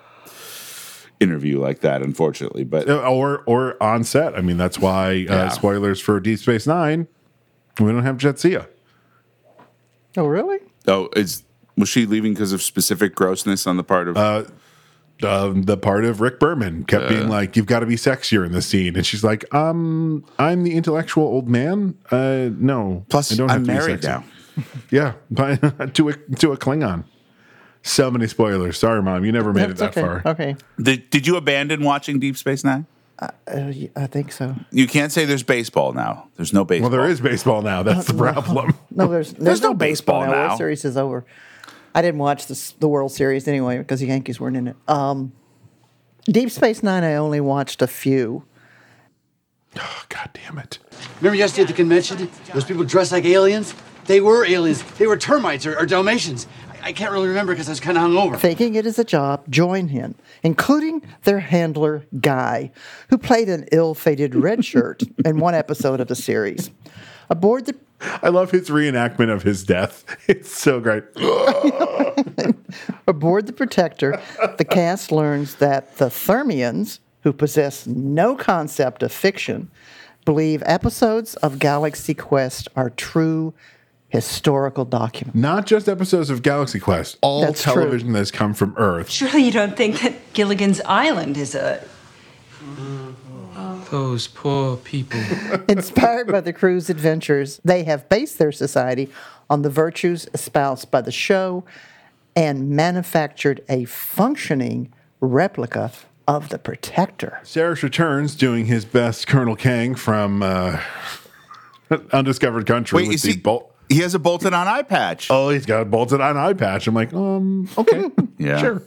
[SPEAKER 2] interview like that, unfortunately. But
[SPEAKER 1] uh, or or on set. I mean, that's why uh,
[SPEAKER 2] Yeah.
[SPEAKER 1] spoilers for Deep Space Nine. We don't have Jetsia.
[SPEAKER 3] Oh, really?
[SPEAKER 2] oh, is was she leaving because of specific grossness on the part of?
[SPEAKER 1] Um, the part of Rick Berman kept being like, "You've got to be sexier in the scene," and she's like, "Um, I'm the intellectual old man. Uh, no,
[SPEAKER 2] plus,
[SPEAKER 1] I don't have to
[SPEAKER 2] I'm
[SPEAKER 1] be
[SPEAKER 2] married
[SPEAKER 1] sexy."
[SPEAKER 2] now.
[SPEAKER 1] Yeah, by, to a to a Klingon. So many spoilers. Sorry, mom, you never made it that
[SPEAKER 3] okay.
[SPEAKER 1] far.
[SPEAKER 3] Okay.
[SPEAKER 2] Did, did you abandon watching Deep Space Nine?
[SPEAKER 3] Uh, y- I think so.
[SPEAKER 2] You can't say there's baseball now. There's no baseball.
[SPEAKER 1] Well, there is baseball now. That's the problem.
[SPEAKER 3] No, there's there's,
[SPEAKER 2] no baseball
[SPEAKER 3] The
[SPEAKER 2] now.
[SPEAKER 3] World Series is over. I didn't watch this, the World Series anyway because the Yankees weren't in it. Um, Deep Space Nine, I only watched a few.
[SPEAKER 1] Oh, God damn it.
[SPEAKER 10] Remember yesterday at the convention? Those people dressed like aliens? They were aliens. They were termites or, or Dalmatians. I, I can't really remember because I was kind of hungover.
[SPEAKER 3] Thinking it is a job, join him, including their handler, Guy, who played an ill fated red shirt in one episode of the series. Aboard the
[SPEAKER 1] I love his reenactment of his death. It's so great.
[SPEAKER 3] Aboard the Protector, the cast learns that the Thermians, who possess no concept of fiction, believe episodes of Galaxy Quest are true historical documents.
[SPEAKER 1] Not just episodes of Galaxy Quest, all
[SPEAKER 3] That's true.
[SPEAKER 1] television that's come from Earth.
[SPEAKER 11] Surely you don't think that Gilligan's Island is a.
[SPEAKER 7] Those poor people.
[SPEAKER 3] Inspired by the crew's adventures, they have based their society on the virtues espoused by the show and manufactured a functioning replica of the Protector.
[SPEAKER 1] Sarris returns doing his best Colonel Kang from uh, Undiscovered Country
[SPEAKER 2] Wait,
[SPEAKER 1] with
[SPEAKER 2] is
[SPEAKER 1] the
[SPEAKER 2] he?
[SPEAKER 1] bolt.
[SPEAKER 2] he has a bolted on eye patch.
[SPEAKER 1] Oh, he's got a bolted on eye patch. I'm like, um, okay,
[SPEAKER 2] Yeah.
[SPEAKER 1] sure.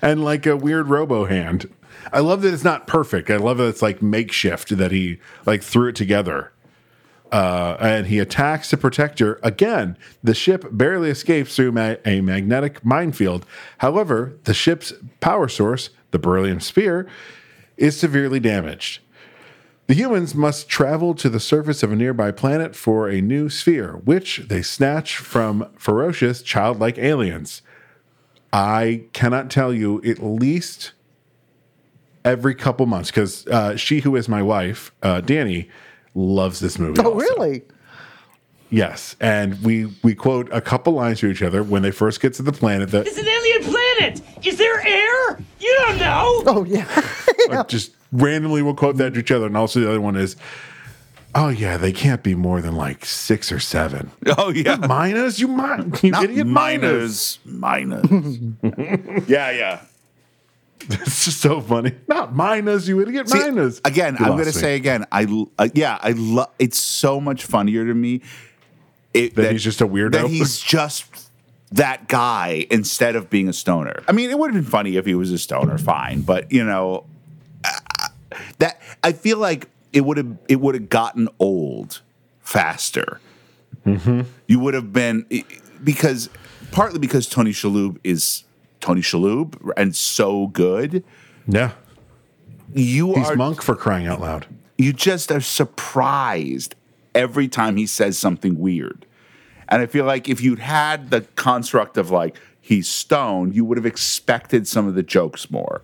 [SPEAKER 1] And like a weird robo hand. I love that it's not perfect. I love that it's like makeshift that he like threw it together. Uh, and he attacks the protector again. The ship barely escapes through ma- a magnetic minefield. However, the ship's power source, the beryllium sphere, is severely damaged. The humans must travel to the surface of a nearby planet for a new sphere, which they snatch from ferocious childlike aliens. I cannot tell you at least every couple months because uh, she, who is my wife, uh, Danny, loves this movie.
[SPEAKER 3] Oh,
[SPEAKER 1] also.
[SPEAKER 3] really?
[SPEAKER 1] Yes, and we we quote a couple lines to each other when they first get to the planet. That
[SPEAKER 5] It's an alien planet! Is there air? You don't know!
[SPEAKER 3] Oh, yeah.
[SPEAKER 1] like, just randomly will quote that to each other, and also the other one is. Oh yeah, they can't be more than like six or seven.
[SPEAKER 2] Oh yeah,
[SPEAKER 1] miners, you min, you
[SPEAKER 2] Not
[SPEAKER 1] idiot, miners,
[SPEAKER 2] miners. yeah, yeah.
[SPEAKER 1] It's just so funny. Not miners, you idiot,
[SPEAKER 2] See,
[SPEAKER 1] miners.
[SPEAKER 2] Again,
[SPEAKER 1] You
[SPEAKER 2] I'm
[SPEAKER 1] lost
[SPEAKER 2] going to
[SPEAKER 1] me.
[SPEAKER 2] say again. I l- uh, yeah, I love. It's so much funnier to me. It,
[SPEAKER 1] That he's just a weirdo?
[SPEAKER 2] That he's just that guy instead of being a stoner. I mean, it would have been funny if he was a stoner, fine. But you know, uh, that I feel like it would have it would have gotten old faster.
[SPEAKER 1] Mm-hmm.
[SPEAKER 2] You would have been because partly because Tony Shalhoub is Tony Shalhoub and so good.
[SPEAKER 1] yeah,
[SPEAKER 2] You
[SPEAKER 1] he's
[SPEAKER 2] are
[SPEAKER 1] monk for crying out loud.
[SPEAKER 2] you just are surprised every time he says something weird. And I feel like if you'd had the construct of like he's stoned, you would have expected some of the jokes more.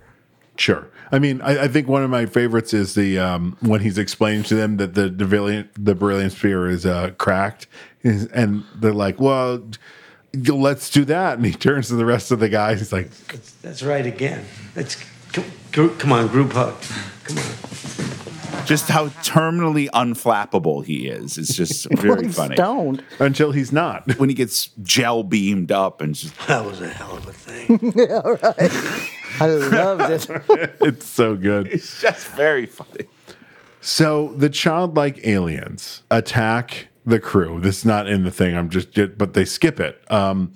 [SPEAKER 1] Sure. I mean, I, I think one of my favorites is the um, when he's explaining to them that the the brilliant, the brilliant sphere is uh, cracked, Is- and they're like, "Well, d- let's do that." And he turns to the rest of the guys. He's like,
[SPEAKER 6] That's right again. That's come, come on, group hug.
[SPEAKER 2] Just how terminally unflappable he is. It's just very
[SPEAKER 3] he's
[SPEAKER 2] funny.
[SPEAKER 3] stoned.
[SPEAKER 1] "Until he's not."
[SPEAKER 2] When he gets gel beamed up and just
[SPEAKER 6] That was a hell of a thing.
[SPEAKER 3] yeah, right. I loved it.
[SPEAKER 1] it's so good.
[SPEAKER 2] it's just very funny.
[SPEAKER 1] So the childlike aliens attack the crew. This is not in the thing. I'm just, but they skip it. Um,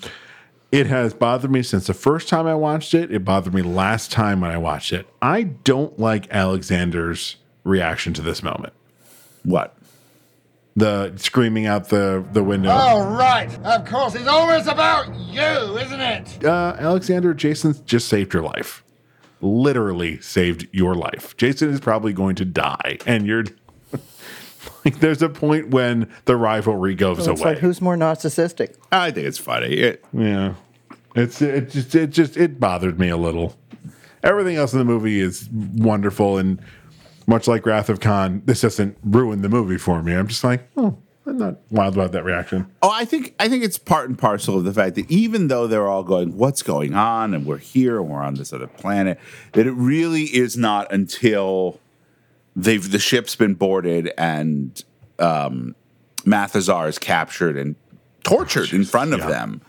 [SPEAKER 1] it has bothered me since the first time I watched it. It bothered me last time when I watched it. I don't like Alexander's reaction to this moment.
[SPEAKER 2] What?
[SPEAKER 1] The screaming out the the window.
[SPEAKER 5] All right. Of course, it's always about you, isn't it?
[SPEAKER 1] Uh, Alexander, Jason just saved your life. Literally saved your life. Jason is probably going to die, and you're. like, there's a point when the rivalry goes
[SPEAKER 3] It's
[SPEAKER 1] away.
[SPEAKER 3] like who's more narcissistic?
[SPEAKER 2] I think it's funny. It-
[SPEAKER 1] Yeah, it's it just it just it bothered me a little. Everything else in the movie is wonderful, and much like Wrath of Khan, this doesn't ruin the movie for me. I'm just like, oh, I'm not wild about that reaction.
[SPEAKER 2] Oh, I think I think it's part and parcel of the fact that even though they're all going, "What's going on?" and we're here and we're on this other planet, that it really is not until they've the ship's been boarded and um, Mathazar is captured and tortured in front of them,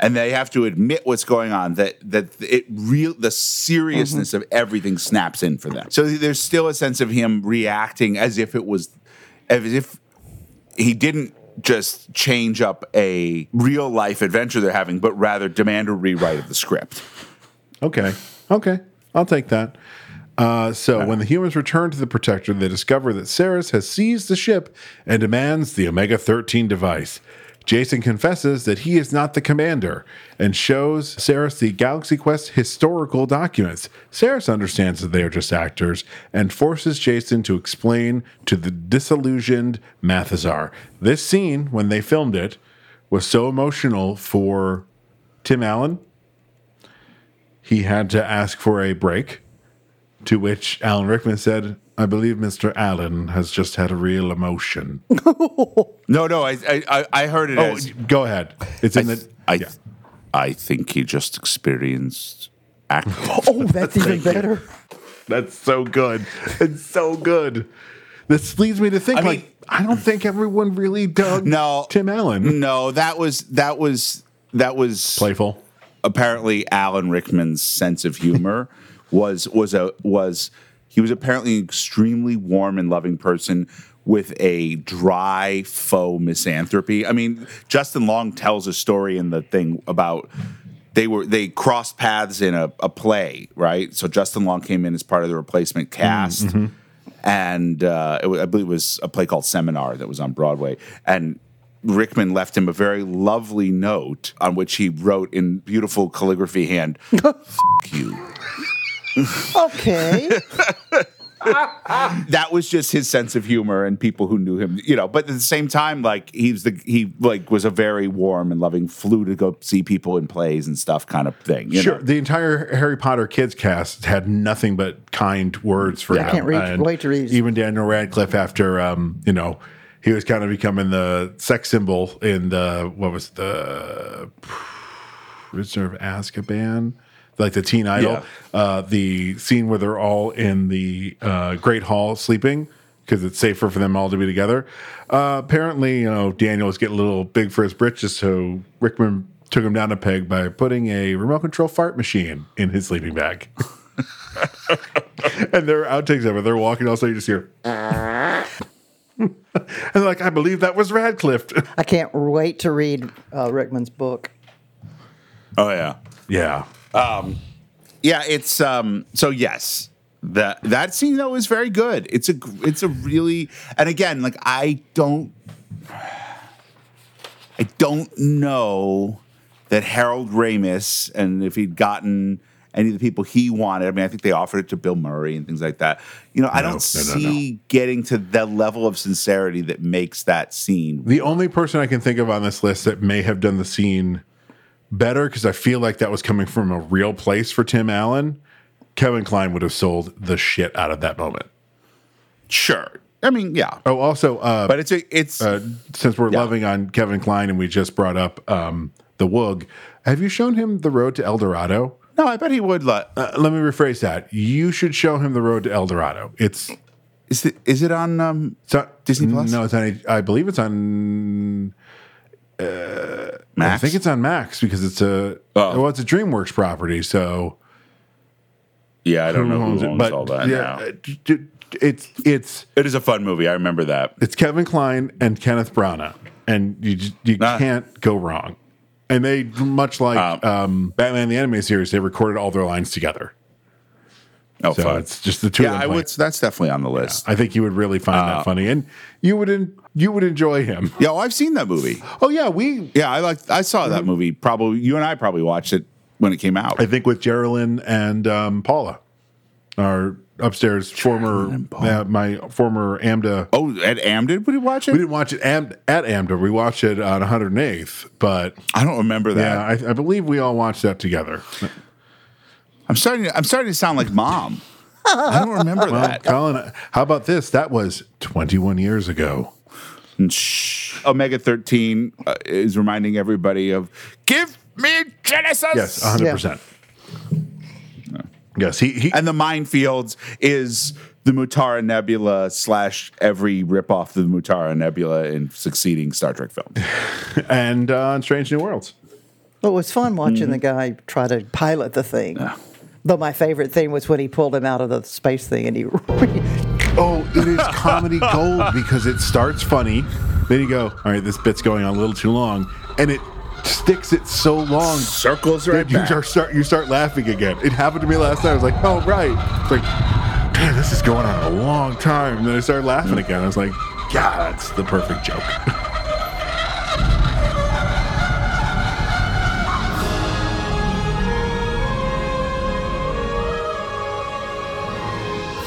[SPEAKER 2] and they have to admit what's going on. That that it real the seriousness of everything snaps in for them. So there's still a sense of him reacting as if it was, as if he didn't just change up a real life adventure they're having, but rather demand a rewrite of the script.
[SPEAKER 1] Okay, okay, I'll take that. Uh, so when the humans return to the Protector, they discover that Ceres has seized the ship and demands the Omega 13 device. Jason confesses that he is not the commander and shows Ceres the Galaxy Quest historical documents. Ceres understands that they are just actors and forces Jason to explain to the disillusioned Mathazar. This scene, when they filmed it, was so emotional for Tim Allen. He had to ask for a break. To which Alan Rickman said, I believe Mr. Allen has just had a real emotion.
[SPEAKER 2] No, no, I I, I- I heard it
[SPEAKER 1] oh,
[SPEAKER 2] as
[SPEAKER 1] go ahead. It's
[SPEAKER 2] I,
[SPEAKER 1] in the.
[SPEAKER 2] th- I, I think he just experienced act.
[SPEAKER 3] Oh, that's even better.
[SPEAKER 1] That's so good. It's so good. This leads me to think,
[SPEAKER 2] I mean-
[SPEAKER 1] like, I don't think everyone really dug
[SPEAKER 2] No. Mm.
[SPEAKER 1] Tim Allen.
[SPEAKER 2] no, that was that was that was
[SPEAKER 1] Playful.
[SPEAKER 2] apparently Alan Rickman's sense of humor was was a was he was apparently an extremely warm and loving person with a dry faux misanthropy. I mean, Justin Long tells a story in the thing about they were they crossed paths in a, a play, right? So Justin Long came in as part of the replacement cast. And uh, it wa- I believe it was a play called Seminar that was on Broadway. And Rickman left him a very lovely note on which he wrote in beautiful calligraphy hand, "F you."
[SPEAKER 3] Okay.
[SPEAKER 2] That was just his sense of humor and people who knew him, you know. But at the same time, like he's the he like was a very warm and loving, flew to go see people in plays and stuff kind of thing. You
[SPEAKER 1] Sure.
[SPEAKER 2] know?
[SPEAKER 1] The entire Harry Potter kids cast had nothing but kind words for him.
[SPEAKER 3] I can't read-
[SPEAKER 1] And
[SPEAKER 3] wait to read.
[SPEAKER 1] Even Daniel Radcliffe, after, um, you know, he was kind of becoming the sex symbol in the, what was it, the Prisoner of Azkaban, like the teen idol, uh, the scene where they're all in the uh, Great Hall sleeping. because it's safer for them all to be together. Uh, apparently, you know, Daniel was getting a little big for his britches, so Rickman took him down a peg by putting a remote control fart machine in his sleeping bag. and their outtakes of it, they're walking, also you just hear. and they're like, I believe that was Radcliffe.
[SPEAKER 3] I can't wait to read uh, Rickman's book.
[SPEAKER 2] Oh yeah,
[SPEAKER 1] yeah,
[SPEAKER 2] um, yeah. It's um, so yes. That that scene though is very good. It's a gr- it's a really and again like I don't I don't know that Harold Ramis and if he'd gotten any of the people he wanted. I mean, I think they offered it to Bill Murray and things like that. You know, I
[SPEAKER 1] No,
[SPEAKER 2] don't
[SPEAKER 1] no, no, no.
[SPEAKER 2] see getting to the level of sincerity that makes that scene.
[SPEAKER 1] The only person I can think of on this list that may have done the scene better, because I feel like that was coming from a real place for Tim Allen, Kevin Klein would have sold the shit out of that moment.
[SPEAKER 2] Sure. I mean, yeah.
[SPEAKER 1] Oh, also, uh,
[SPEAKER 2] But it's a it's
[SPEAKER 1] uh, since we're loving on Kevin Klein and we just brought up um, the Woog, have you shown him the road to El Dorado?
[SPEAKER 2] no, I bet he would let
[SPEAKER 1] Uh, let me rephrase that. You should show him the road to El Dorado. It's
[SPEAKER 2] Is it is it on um
[SPEAKER 1] It's not
[SPEAKER 2] Disney Plus?
[SPEAKER 1] No, it's on. I believe it's on. Uh, I
[SPEAKER 2] Max?
[SPEAKER 1] think it's on Max because it's a
[SPEAKER 2] Oh.
[SPEAKER 1] well, it's a DreamWorks property. So
[SPEAKER 2] Yeah, I don't know
[SPEAKER 1] owns
[SPEAKER 2] who
[SPEAKER 1] it,
[SPEAKER 2] owns
[SPEAKER 1] but
[SPEAKER 2] all that
[SPEAKER 1] yeah,
[SPEAKER 2] now.
[SPEAKER 1] uh, d- d- It's it's
[SPEAKER 2] It is a fun movie. I remember that.
[SPEAKER 1] it's Kevin Klein and Kenneth Branagh, and you j- you
[SPEAKER 2] Ah.
[SPEAKER 1] can't go wrong. And they much like um, Batman the anime series, they recorded all their lines together.
[SPEAKER 2] Oh,
[SPEAKER 1] So
[SPEAKER 2] fun.
[SPEAKER 1] it's just the two.
[SPEAKER 2] yeah,
[SPEAKER 1] of them
[SPEAKER 2] I
[SPEAKER 1] playing.
[SPEAKER 2] would. Ah. That's definitely on the list.
[SPEAKER 1] I think you would really find that funny, and you would en- you would enjoy him.
[SPEAKER 2] Yeah, oh, I've seen that movie.
[SPEAKER 1] Oh yeah, we
[SPEAKER 2] Yeah, I like. I saw that movie. Probably you and I probably watched it when it came out.
[SPEAKER 1] Mm-hmm. I think with Geraldine and um, Paula, our upstairs former uh, my former Amda.
[SPEAKER 2] oh, at Amdid, would you watch
[SPEAKER 1] We
[SPEAKER 2] it?
[SPEAKER 1] didn't watch it am- at Amda. We watched it on 108th, but
[SPEAKER 2] I don't remember that.
[SPEAKER 1] yeah, I, I believe we all watched that together.
[SPEAKER 2] I'm starting. To, I'm starting to sound like mom. I don't remember
[SPEAKER 1] Well,
[SPEAKER 2] that.
[SPEAKER 1] Colin, how about this? That was 21 years ago.
[SPEAKER 2] And shh, Omega 13 uh, is reminding everybody of give me Genesis.
[SPEAKER 1] Yes, 100. percent Yes, he, he
[SPEAKER 2] and the minefields is the Mutara Nebula slash every ripoff of the Mutara Nebula in succeeding Star Trek films.
[SPEAKER 1] and uh, on Strange New Worlds.
[SPEAKER 3] Well, it was fun watching the
[SPEAKER 1] Mm-hmm.
[SPEAKER 3] guy try to pilot the thing. Though my favorite thing was when he pulled him out of the space thing and he.
[SPEAKER 1] Oh, it is comedy gold because it starts funny. Then you go, all right, this bit's going on a little too long, and it sticks it so long.
[SPEAKER 2] Circles right
[SPEAKER 1] that you
[SPEAKER 2] back.
[SPEAKER 1] start- start you start laughing again. It happened to me last night. I was like, oh right. It's like, damn, this is going on a long time. And then I started laughing again. I was like, yeah, that's the perfect joke.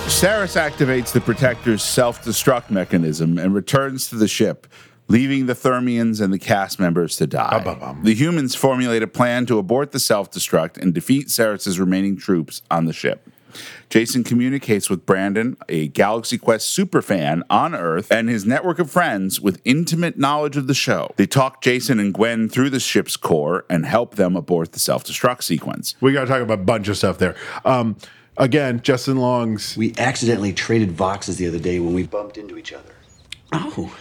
[SPEAKER 2] Saris activates the Protector's self destruct mechanism and returns to the ship, leaving the Thermians and the cast members to die.
[SPEAKER 1] Ba-ba-bum.
[SPEAKER 2] The humans formulate a plan to abort the self destruct and defeat Saris's remaining troops on the ship. Jason communicates with Brandon, a Galaxy Quest superfan on Earth, and his network of friends with intimate knowledge of the show. They talk Jason and Gwen through the ship's core and help them abort the self destruct sequence.
[SPEAKER 1] We got to talk about a bunch of stuff there. Um, again, Justin Long's
[SPEAKER 12] We accidentally traded boxes the other day when we bumped into each other.
[SPEAKER 8] Oh.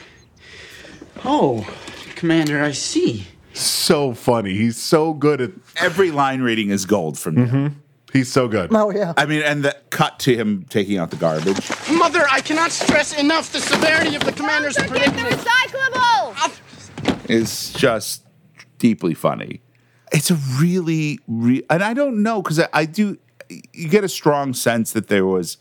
[SPEAKER 8] Oh, Commander, I see.
[SPEAKER 1] so funny. He's so good at.
[SPEAKER 2] Every line reading is gold from him.
[SPEAKER 1] He's so good.
[SPEAKER 3] oh, yeah.
[SPEAKER 2] I mean, and the cut to him taking out the garbage.
[SPEAKER 8] Mother, I cannot stress enough the severity of the Commander's predicament.
[SPEAKER 13] recyclables!
[SPEAKER 2] is just deeply funny. It's a really, re- and I don't know because I, I do. You get a strong sense that there was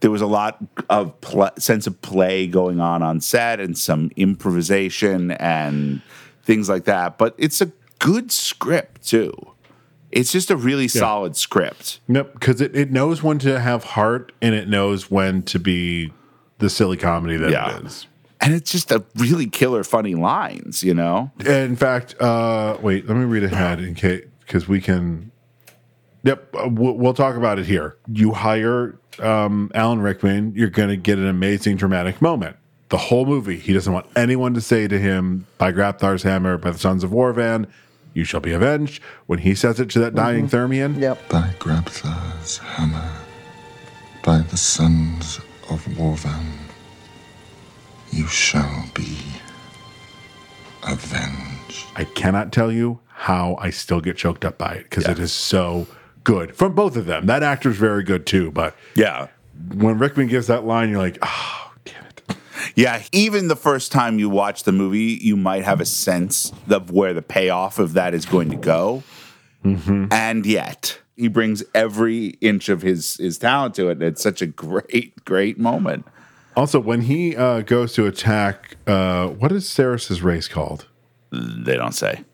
[SPEAKER 2] there was a lot of pl- sense of play going on on set and some improvisation and things like that. But it's a good script too. It's just a really solid script.
[SPEAKER 1] Nope, because it, it knows when to have heart and it knows when to be the silly comedy that
[SPEAKER 2] Yeah.
[SPEAKER 1] it is.
[SPEAKER 2] And it's just a really killer, funny lines, you know?
[SPEAKER 1] In fact, uh, wait, let me read ahead in case because we can. Yep, uh, we'll, we'll talk about it here. You hire um, Alan Rickman, you're going to get an amazing dramatic moment. The whole movie, he doesn't want anyone to say to him, "By Grapthar's hammer, by the sons of Warvan, you shall be avenged." When he says it to that dying Thermian,
[SPEAKER 3] Yep.
[SPEAKER 4] By Grabthar's hammer, by the sons of Warvan, you shall be avenged.
[SPEAKER 1] I cannot tell you how I still get choked up by it because it is so good from both of them. That actor's very good too, but
[SPEAKER 2] yeah,
[SPEAKER 1] when Rickman gives that line, you're like, ah,
[SPEAKER 2] Yeah, even the first time you watch the movie, you might have a sense of where the payoff of that is going to go. And yet, he brings every inch of his his talent to it. It's such a great, great moment.
[SPEAKER 1] Also, when he uh, goes to attack, uh, what is Saris's race called?
[SPEAKER 2] They don't say.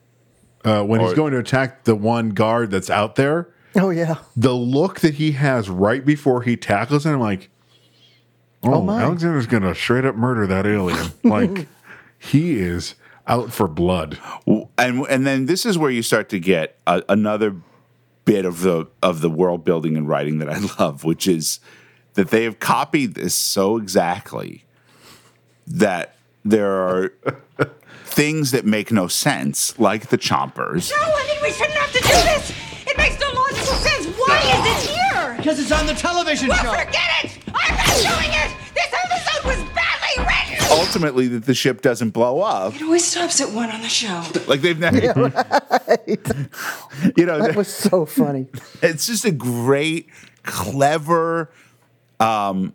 [SPEAKER 1] Uh, when he's
[SPEAKER 2] Or-
[SPEAKER 1] going to attack the one guard that's out there,
[SPEAKER 3] Oh yeah.
[SPEAKER 1] the look that he has right before he tackles him, I'm like, oh,
[SPEAKER 3] Oh, my.
[SPEAKER 1] Alexander's going to straight up murder that alien. like, he is out for blood.
[SPEAKER 2] And and then this is where you start to get a, another bit of the of the world building and writing that I love, which is that they have copied this so exactly that there are things that make no sense, like the chompers.
[SPEAKER 5] No, I mean, we shouldn't have to do this. It makes no logical sense. Why is it here?
[SPEAKER 10] Because it's on the television
[SPEAKER 5] well,
[SPEAKER 10] show.
[SPEAKER 5] forget it. I'm not showing it. This episode was badly written.
[SPEAKER 2] Ultimately, that the ship doesn't blow up.
[SPEAKER 11] It always stops at one on the show.
[SPEAKER 2] Like they've never, you know,
[SPEAKER 3] That was so funny.
[SPEAKER 2] it's just a great, clever um,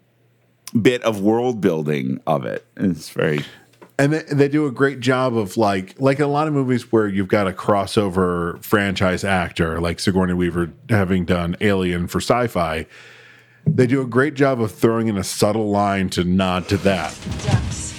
[SPEAKER 2] bit of world building of it. It's very
[SPEAKER 1] And they, they do a great job of like, like a lot of movies where you've got a crossover franchise actor, like Sigourney Weaver having done Alien for sci-fi. They do a great job of throwing in a subtle line to nod to that.
[SPEAKER 11] Ducks.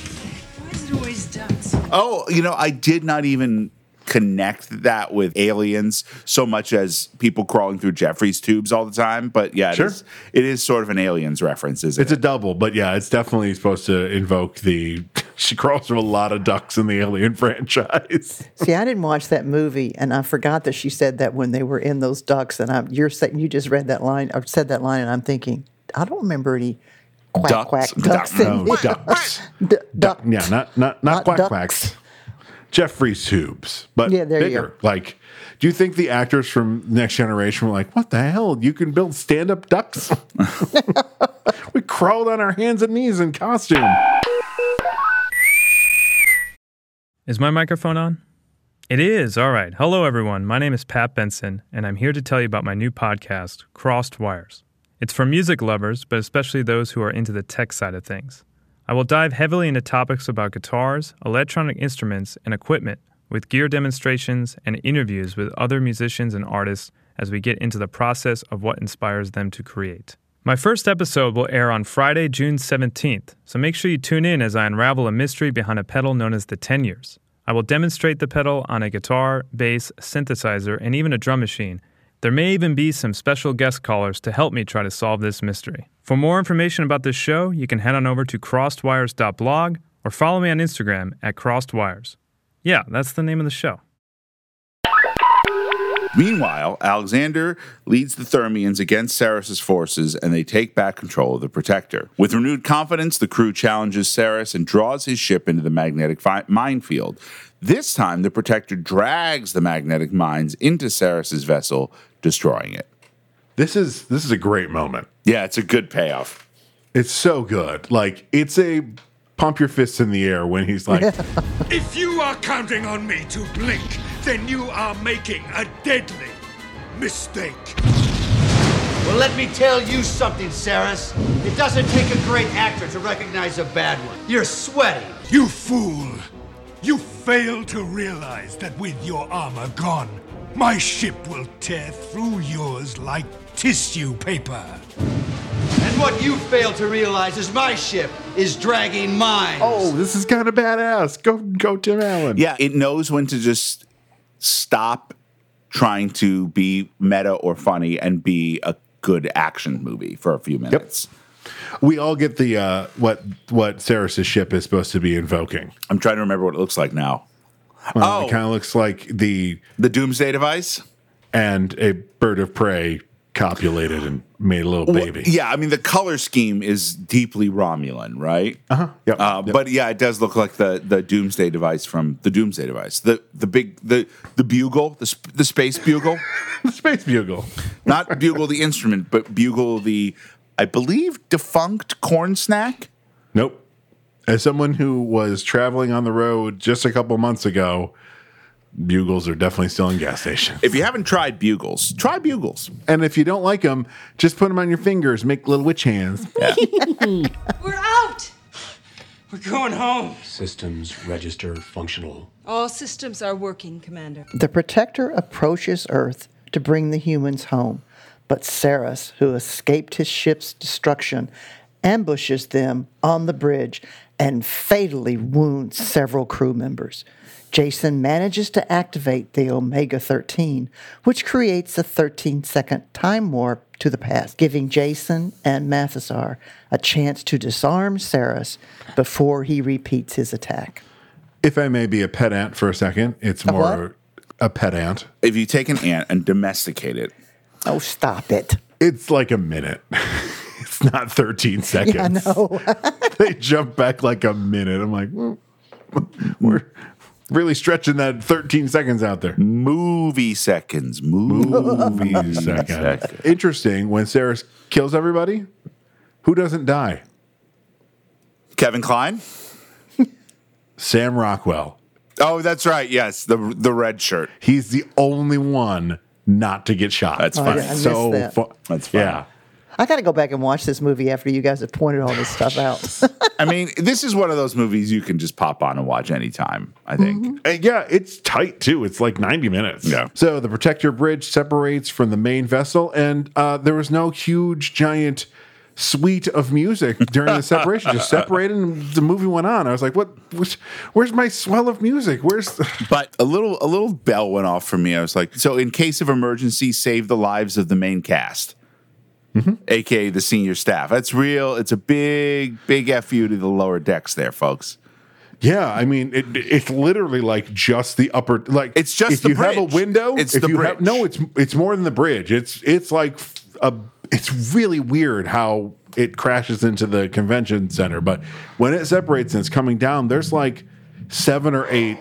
[SPEAKER 11] Why is it always ducks?
[SPEAKER 2] Oh, you know, I did not even connect that with aliens so much as people crawling through Jeffrey's tubes all the time. But yeah, it is
[SPEAKER 1] Sure.
[SPEAKER 2] it is sort of an aliens reference, isn't
[SPEAKER 1] It's a double, but yeah, it's definitely supposed to invoke the. She crawls through a lot of ducks in the Alien franchise.
[SPEAKER 3] See, I didn't watch that movie, and I forgot that she said that when they were in those ducks. And I'm, you're saying you just read that line or said that line, and I'm thinking, I don't remember any quack
[SPEAKER 2] Ducks.
[SPEAKER 3] quack
[SPEAKER 2] Duck-
[SPEAKER 3] ducks. in
[SPEAKER 1] No
[SPEAKER 3] there.
[SPEAKER 1] ducks.
[SPEAKER 3] D- duck.
[SPEAKER 1] Yeah, not not not,
[SPEAKER 3] Not
[SPEAKER 1] quack
[SPEAKER 3] ducks.
[SPEAKER 1] quacks. Jeffrey's tubes, but
[SPEAKER 3] Yeah, there you
[SPEAKER 1] bigger.
[SPEAKER 3] go.
[SPEAKER 1] Like, do you think the actors from Next Generation were like, "What the hell? You can build stand-up ducks? we crawled on our hands and knees in costume."
[SPEAKER 13] Is my microphone on? It is. All right. Hello, everyone. My name is Pat Benson, and I'm here to tell you about my new podcast, Crossed Wires. It's for music lovers, but especially those who are into the tech side of things. I will dive heavily into topics about guitars, electronic instruments, and equipment, with gear demonstrations and interviews with other musicians and artists as we get into the process of what inspires them to create. My first episode will air on Friday, June 17th, so make sure you tune in as I unravel a mystery behind a pedal known as the 10 years. I will demonstrate the pedal on a guitar, bass, synthesizer, and even a drum machine. There may even be some special guest callers to help me try to solve this mystery. For more information about this show, you can head on over to crossedwires.blog or follow me on Instagram at crossedwires. Yeah, that's the name of the show.
[SPEAKER 2] Meanwhile, Alexander leads the Thermians against Saris's forces and they take back control of the Protector. With renewed confidence, the crew challenges Saris and draws his ship into the magnetic fi- minefield. This time, the Protector drags the magnetic mines into Saris's vessel, destroying it.
[SPEAKER 1] This is this is a great moment.
[SPEAKER 2] Yeah, it's a good payoff.
[SPEAKER 1] It's so good. Like, it's a pump your fists in the air when he's like,
[SPEAKER 9] If you are counting on me to blink, then you are making a deadly mistake.
[SPEAKER 8] Well, let me tell you something, Saris. It doesn't take a great actor to recognize a bad one. You're sweaty.
[SPEAKER 9] You fool! You fail to realize that with your armor gone, my ship will tear through yours like tissue paper.
[SPEAKER 8] And what you fail to realize is my ship is dragging mine.
[SPEAKER 1] "Oh, this is kind of badass. Go, go, Tim Allen."
[SPEAKER 2] Yeah, it knows when to just stop trying to be meta or funny and be a good action movie for a few minutes.
[SPEAKER 1] We all get the uh, what what Saris's ship is supposed to be invoking.
[SPEAKER 2] I'm trying to remember what it looks like now.
[SPEAKER 1] Well,
[SPEAKER 2] Oh.
[SPEAKER 1] It kind of looks like the
[SPEAKER 2] The Doomsday Device?
[SPEAKER 1] and a bird of prey copulated and made a little
[SPEAKER 2] Well,
[SPEAKER 1] baby.
[SPEAKER 2] yeah, I mean the color scheme is deeply Romulan, right? Uh-huh.
[SPEAKER 1] Yep.
[SPEAKER 2] Uh, But yeah, it does look like the the Doomsday Device from the Doomsday Device, the the big the the bugle, the sp- the space bugle,
[SPEAKER 1] The space bugle.
[SPEAKER 2] not bugle the instrument, but bugle the I believe, defunct corn snack.
[SPEAKER 1] Nope. As someone who was traveling on the road just a couple months ago, bugles are definitely still in gas stations.
[SPEAKER 2] If you haven't tried bugles, try bugles.
[SPEAKER 1] And if you don't like them, just put them on your fingers, make little witch hands.
[SPEAKER 11] We're out!
[SPEAKER 7] We're going home.
[SPEAKER 12] Systems register functional.
[SPEAKER 11] All systems are working, Commander.
[SPEAKER 3] The Protector approaches Earth to bring the humans home, but Saris, who escaped his ship's destruction, ambushes them on the bridge and fatally wounds several crew members. Jason manages to activate the Omega 13, which creates a 13 second time warp to the past, giving Jason and Mathesar a chance to disarm Saris before he repeats his attack.
[SPEAKER 1] If I may be a pedant for a second, it's
[SPEAKER 3] A
[SPEAKER 1] more a pedant.
[SPEAKER 2] If you take an ant and domesticate it,
[SPEAKER 3] oh, stop it.
[SPEAKER 1] It's like a minute. it's not 13 seconds.
[SPEAKER 3] Yeah, I know.
[SPEAKER 1] they jump back like a minute. I'm like, "Well, we're really stretching that 13 seconds out there.
[SPEAKER 2] Movie seconds. Movie
[SPEAKER 1] seconds. Interesting. When Saris kills everybody, who doesn't die?
[SPEAKER 2] Kevin Klein.
[SPEAKER 1] Sam Rockwell.
[SPEAKER 2] Oh, that's right. Yes, the the red shirt.
[SPEAKER 1] He's the only one not to get shot.
[SPEAKER 2] That's
[SPEAKER 3] Oh,
[SPEAKER 2] fun.
[SPEAKER 3] yeah, I missed
[SPEAKER 1] so
[SPEAKER 3] that.
[SPEAKER 1] fu-
[SPEAKER 2] That's fun.
[SPEAKER 1] yeah.
[SPEAKER 3] I got to go back and watch this movie after you guys have pointed all this stuff out.
[SPEAKER 2] I mean, this is one of those movies you can just pop on and watch anytime. I think.
[SPEAKER 1] And yeah, it's tight too. It's like 90 minutes.
[SPEAKER 2] Yeah.
[SPEAKER 1] So the protector bridge separates from the main vessel, and uh, there was no huge, giant suite of music during the separation. Just separated, and the movie went on. I was like, "What? Where's, where's my swell of music? Where's?"
[SPEAKER 2] But a little a little bell went off for me. I was like, so in case of emergency, save the lives of the main cast. AKA the senior staff. That's real. It's a big, big FU to the lower decks there, folks.
[SPEAKER 1] Yeah, I mean, it, it's literally like just the upper, like
[SPEAKER 2] It's just
[SPEAKER 1] if
[SPEAKER 2] the
[SPEAKER 1] you have
[SPEAKER 2] bridge.
[SPEAKER 1] a window,
[SPEAKER 2] It's
[SPEAKER 1] if
[SPEAKER 2] the
[SPEAKER 1] you have-
[SPEAKER 2] bridge.
[SPEAKER 1] no, it's it's more than the bridge. It's it's like f- a, it's really weird how it crashes into the convention center. But when it separates and it's coming down, there's like seven or eight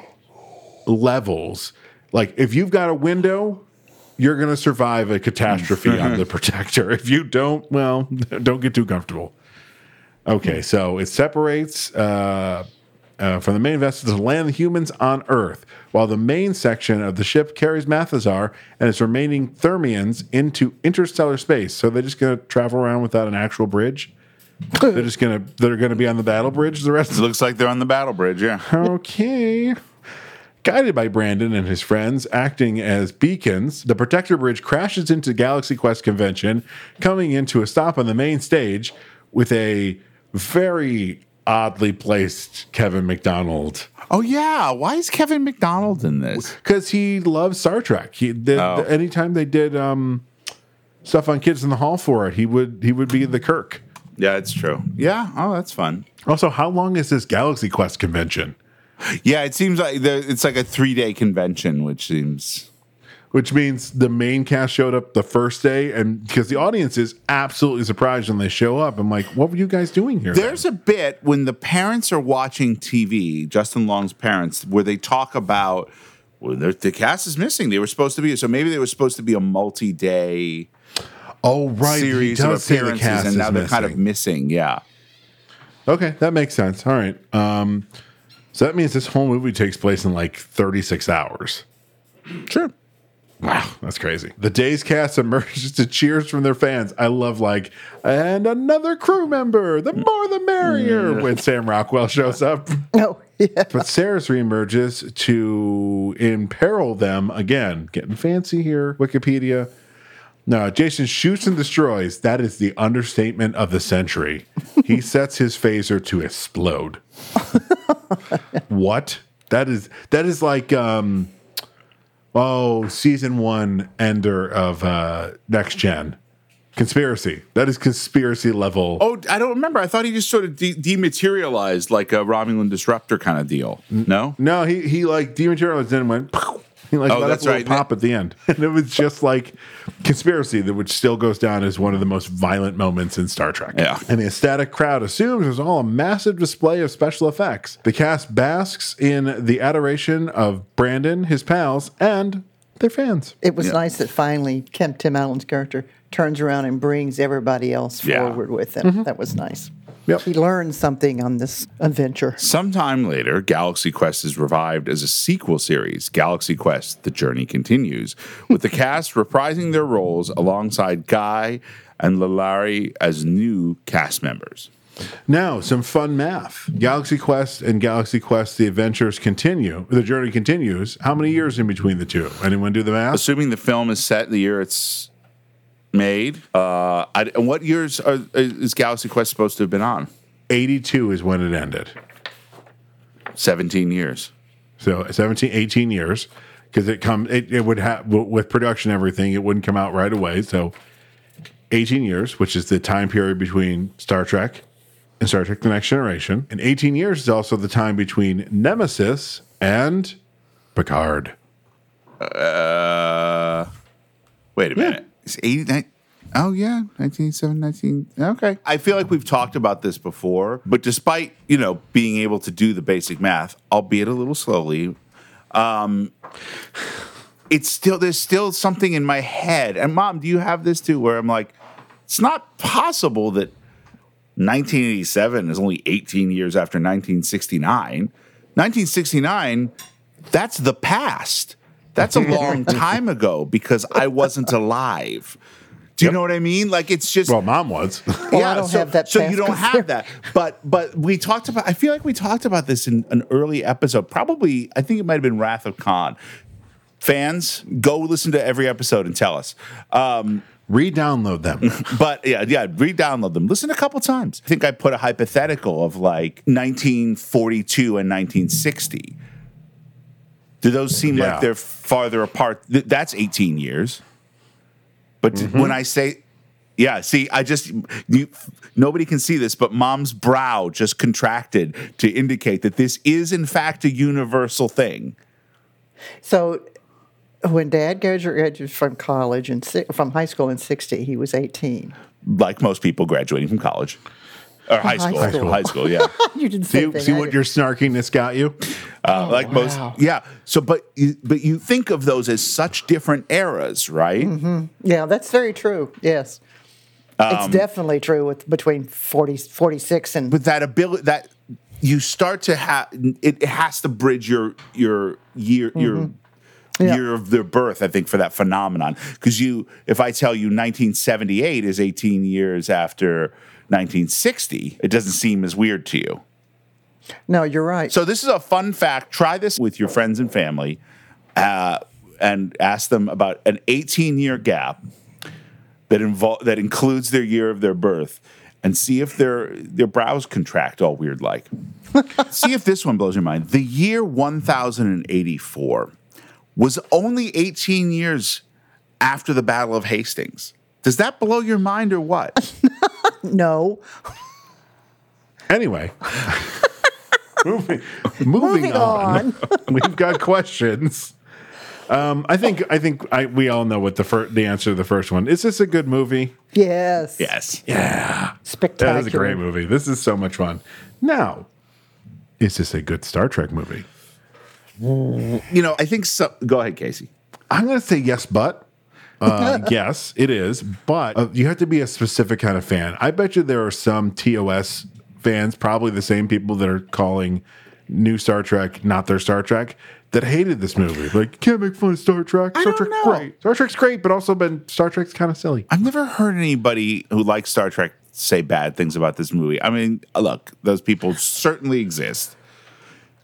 [SPEAKER 1] levels. Like if you've got a window, you're going to survive a catastrophe on the protector. If you don't, well, don't get too comfortable. Okay, so it separates uh, uh, from the main vessel to land the humans on Earth, while the main section of the ship carries Mathazar and its remaining Thermians into interstellar space. So they're just going to travel around without an actual bridge. they're just going to they're going to be on the battle bridge the rest of
[SPEAKER 2] It looks like they're on the battle bridge, yeah.
[SPEAKER 1] Okay. Guided by Brandon and his friends acting as beacons, the Protector Bridge crashes into Galaxy Quest convention, coming into a stop on the main stage with a very oddly placed Kevin McDonald
[SPEAKER 2] Oh yeah. Why is Kevin McDonald in this?
[SPEAKER 1] because he loves Star Trek. He did
[SPEAKER 2] Oh.
[SPEAKER 1] anytime they did um, stuff on Kids in the Hall for it, he would he would be the Kirk.
[SPEAKER 2] Yeah, it's true. Yeah. Oh, that's fun.
[SPEAKER 1] Also, how long is this Galaxy Quest convention?
[SPEAKER 2] Yeah, it seems like there, it's like a three day convention, which seems
[SPEAKER 1] which means the main cast showed up the first day and because the audience is absolutely surprised when they show up i'm like what were you guys doing here
[SPEAKER 2] There's a bit when the parents are watching TV, Justin Long's parents, where they talk about well, the the cast is missing. They were supposed to be so maybe they were supposed to be a multi day
[SPEAKER 1] oh right he
[SPEAKER 2] series of
[SPEAKER 1] does say the
[SPEAKER 2] appearances,
[SPEAKER 1] cast
[SPEAKER 2] and
[SPEAKER 1] is
[SPEAKER 2] now they're kind of
[SPEAKER 1] missing.
[SPEAKER 2] missing. Yeah,
[SPEAKER 1] okay that makes sense all right um so that means this whole movie takes place in like 36 hours
[SPEAKER 2] sure.
[SPEAKER 1] Wow, that's crazy. The day's cast emerges to cheers from their fans. I love like and another crew member. The more the
[SPEAKER 2] Mm.
[SPEAKER 1] merrier when Sam Rockwell shows up.
[SPEAKER 3] no, yeah.
[SPEAKER 1] But Saris reemerges to imperil them again. Getting fancy here, Wikipedia. No, Jason shoots and destroys. That is the understatement of the century. He sets his phaser to explode. what? That is that is like um oh season one ender of uh next gen. Conspiracy. That is conspiracy level.
[SPEAKER 2] Oh, I don't remember. I thought he just sort of de- dematerialized like a Romulan disruptor kind of deal.
[SPEAKER 1] Mm.
[SPEAKER 2] No,
[SPEAKER 1] No, he he like dematerialized and went. Pow! He like
[SPEAKER 2] Oh,
[SPEAKER 1] let
[SPEAKER 2] that's
[SPEAKER 1] up a
[SPEAKER 2] right.
[SPEAKER 1] little pop at the end, and it was just like conspiracy that which still goes down as one of the most violent moments in Star Trek.
[SPEAKER 2] Yeah.
[SPEAKER 1] and the ecstatic crowd assumes it was all a massive display of special effects. The cast basks in the adoration of Brandon, his pals, and They're fans.
[SPEAKER 3] It was
[SPEAKER 1] Yeah.
[SPEAKER 3] nice that finally Kemp Tim Allen's character turns around and brings everybody else
[SPEAKER 2] Yeah.
[SPEAKER 3] forward with him.
[SPEAKER 2] Mhm.
[SPEAKER 3] That was nice. He learned something on this adventure.
[SPEAKER 2] Sometime later, Galaxy Quest is revived as a sequel series, Galaxy Quest The Journey Continues, with the cast reprising their roles alongside Guy and Lalari as new cast members.
[SPEAKER 1] Now, some fun math. Galaxy Quest and Galaxy Quest The Adventures continue. The journey continues. How many years in between the two? Anyone do the math?
[SPEAKER 2] Assuming the film is set in the year it's made, uh, I, and what years are, is Galaxy Quest supposed to have been on?
[SPEAKER 1] 82 is when it ended.
[SPEAKER 2] 17 years.
[SPEAKER 1] So 17, 18 years because it come it, it would have with production and everything it wouldn't come out right away. So 18 years, which is the time period between Star Trek and Star Trek: The Next Generation, and 18 years is also the time between Nemesis and Picard.
[SPEAKER 2] Uh, wait a minute. It's 89. Oh, yeah. 1987, 19. Okay. I feel like we've talked about this before, but despite, you know, being able to do the basic math, albeit a little slowly, um, it's still, there's still something in my head. And mom, do you have this too? Where I'm like, it's not possible that 1987 is only 18 years after 1969. 1969, that's the past. That's a long time ago because I wasn't alive. Do you know what I mean? Like it's just well,
[SPEAKER 1] mom was.
[SPEAKER 2] yeah,
[SPEAKER 3] Oh, I don't
[SPEAKER 2] so,
[SPEAKER 3] have that
[SPEAKER 2] so you
[SPEAKER 3] past
[SPEAKER 2] don't have that. But but we talked about. I feel like we talked about this in an early episode. Probably, I think it might have been Wrath of Khan. Fans, go listen to every episode and tell us. Um,
[SPEAKER 1] Re-download them,
[SPEAKER 2] but yeah, yeah, re-download them. Listen a couple times. I think I put a hypothetical of like 1942 and 1960. Do those seem
[SPEAKER 1] Yeah.
[SPEAKER 2] like they're farther apart? Th- that's 18 years. But d- when I say, yeah, see, I just, you, nobody can see this, but mom's brow just contracted to indicate that this is, in fact, a universal thing.
[SPEAKER 3] So when Dad graduated from college and from high school in '60, he was 18.
[SPEAKER 2] like most people graduating from college or high
[SPEAKER 3] High
[SPEAKER 2] school. High
[SPEAKER 3] school.
[SPEAKER 2] school, high school yeah.
[SPEAKER 3] you didn't
[SPEAKER 1] see see what your snarkiness got you.
[SPEAKER 2] Uh, like most, yeah. So, but you, but you think of those as such different eras, right?
[SPEAKER 3] hmm Yeah, that's very true. Yes, it's
[SPEAKER 2] Um,
[SPEAKER 3] definitely true with between 40, 46 and.
[SPEAKER 2] But that ability that you start to have, it, it has to bridge your your year your year of their birth. I think for that phenomenon, because you, if I tell you 1978 is 18 years after 1960, it doesn't seem as weird to you.
[SPEAKER 3] No, you're right.
[SPEAKER 2] So this is a fun fact. Try this with your friends and family, uh, and ask them about an 18 year gap that involve that includes their year of their birth, and see if their their brows contract all weird like. see if this one blows your mind. The year 1084 was only 18 years after the Battle of Hastings. Does that blow your mind or what?
[SPEAKER 3] no.
[SPEAKER 1] Anyway, moving, moving
[SPEAKER 3] Moving
[SPEAKER 1] on, we've got questions. Um, I think I think I, we all know what the fir- the answer to the first one is. This a good movie?
[SPEAKER 3] Yes.
[SPEAKER 2] Yes.
[SPEAKER 1] Yeah.
[SPEAKER 3] Spectacular.
[SPEAKER 1] That is a great movie. This is so much fun. Now, is this a good Star Trek movie?
[SPEAKER 2] You know, I think so. Go ahead, Casey.
[SPEAKER 1] I'm going to say yes, but uh, yes, it is. But uh, you have to be a specific kind of fan. I bet you there are some TOS fans, probably the same people that are calling new Star Trek not their Star Trek, that hated this movie. Like, can't make fun of Star Trek. Star Trek's great. Star Trek's great, but also been Star Trek's kind of silly.
[SPEAKER 2] I've never heard anybody who likes Star Trek say bad things about this movie. I mean, look, those people certainly exist.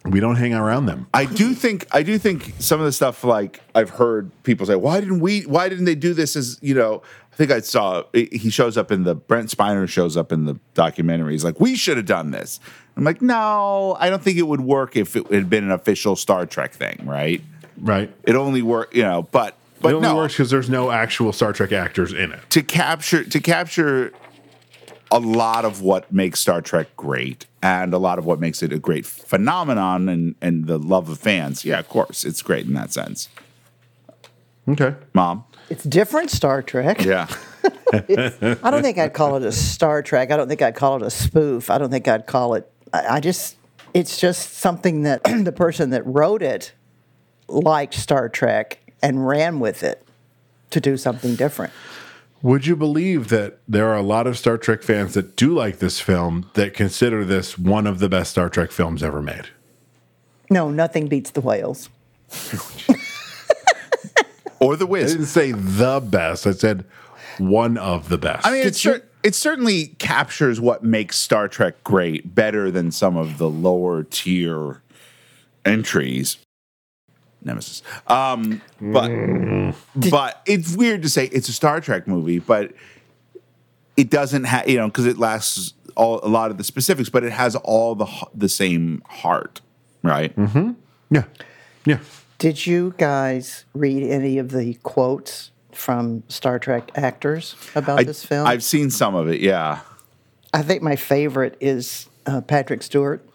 [SPEAKER 1] We don't hang around them.
[SPEAKER 2] I do think I do think some of the stuff like I've heard people say, why didn't we? Why didn't they do this? As you know, I think I saw he shows up in the Brent Spiner shows up in the documentary. He's like, we should have done this. I'm like, no, I don't think it would work if it had been an official Star Trek thing, right?
[SPEAKER 1] Right.
[SPEAKER 2] It only worked, you know, but
[SPEAKER 1] it
[SPEAKER 2] but
[SPEAKER 1] only
[SPEAKER 2] no,
[SPEAKER 1] works because there's no actual Star Trek actors in it.
[SPEAKER 2] to capture to capture a lot of what makes Star Trek great and a lot of what makes it a great phenomenon and and the love of fans. Yeah, of course, it's great in that sense.
[SPEAKER 1] Okay,
[SPEAKER 2] mom.
[SPEAKER 3] It's different Star Trek.
[SPEAKER 2] Yeah.
[SPEAKER 3] I don't think I'd call it a Star Trek. I don't think I'd call it a spoof. I don't think I'd call it. I, I just, it's just something that the person that wrote it liked Star Trek and ran with it to do something different.
[SPEAKER 1] Would you believe that there are a lot of Star Trek fans that do like this film that consider this one of the best Star Trek films ever made?
[SPEAKER 3] No, nothing beats the whales.
[SPEAKER 1] Or the Wiz? I didn't say the best. I said one of the best.
[SPEAKER 2] I mean, it, cer- it certainly captures what makes Star Trek great better than some of the lower tier entries. Nemesis. Um, but but it's weird to say it's a Star Trek movie, but it doesn't have you know because it lasts all, a lot of the specifics, but it has all the h- the same heart, right? Mm-hmm.
[SPEAKER 1] Yeah, yeah.
[SPEAKER 3] Did you guys read any of the quotes from Star Trek actors about
[SPEAKER 2] I,
[SPEAKER 3] this film?
[SPEAKER 2] I've seen some of it. Yeah.
[SPEAKER 3] I think my favorite is uh, Patrick Stewart,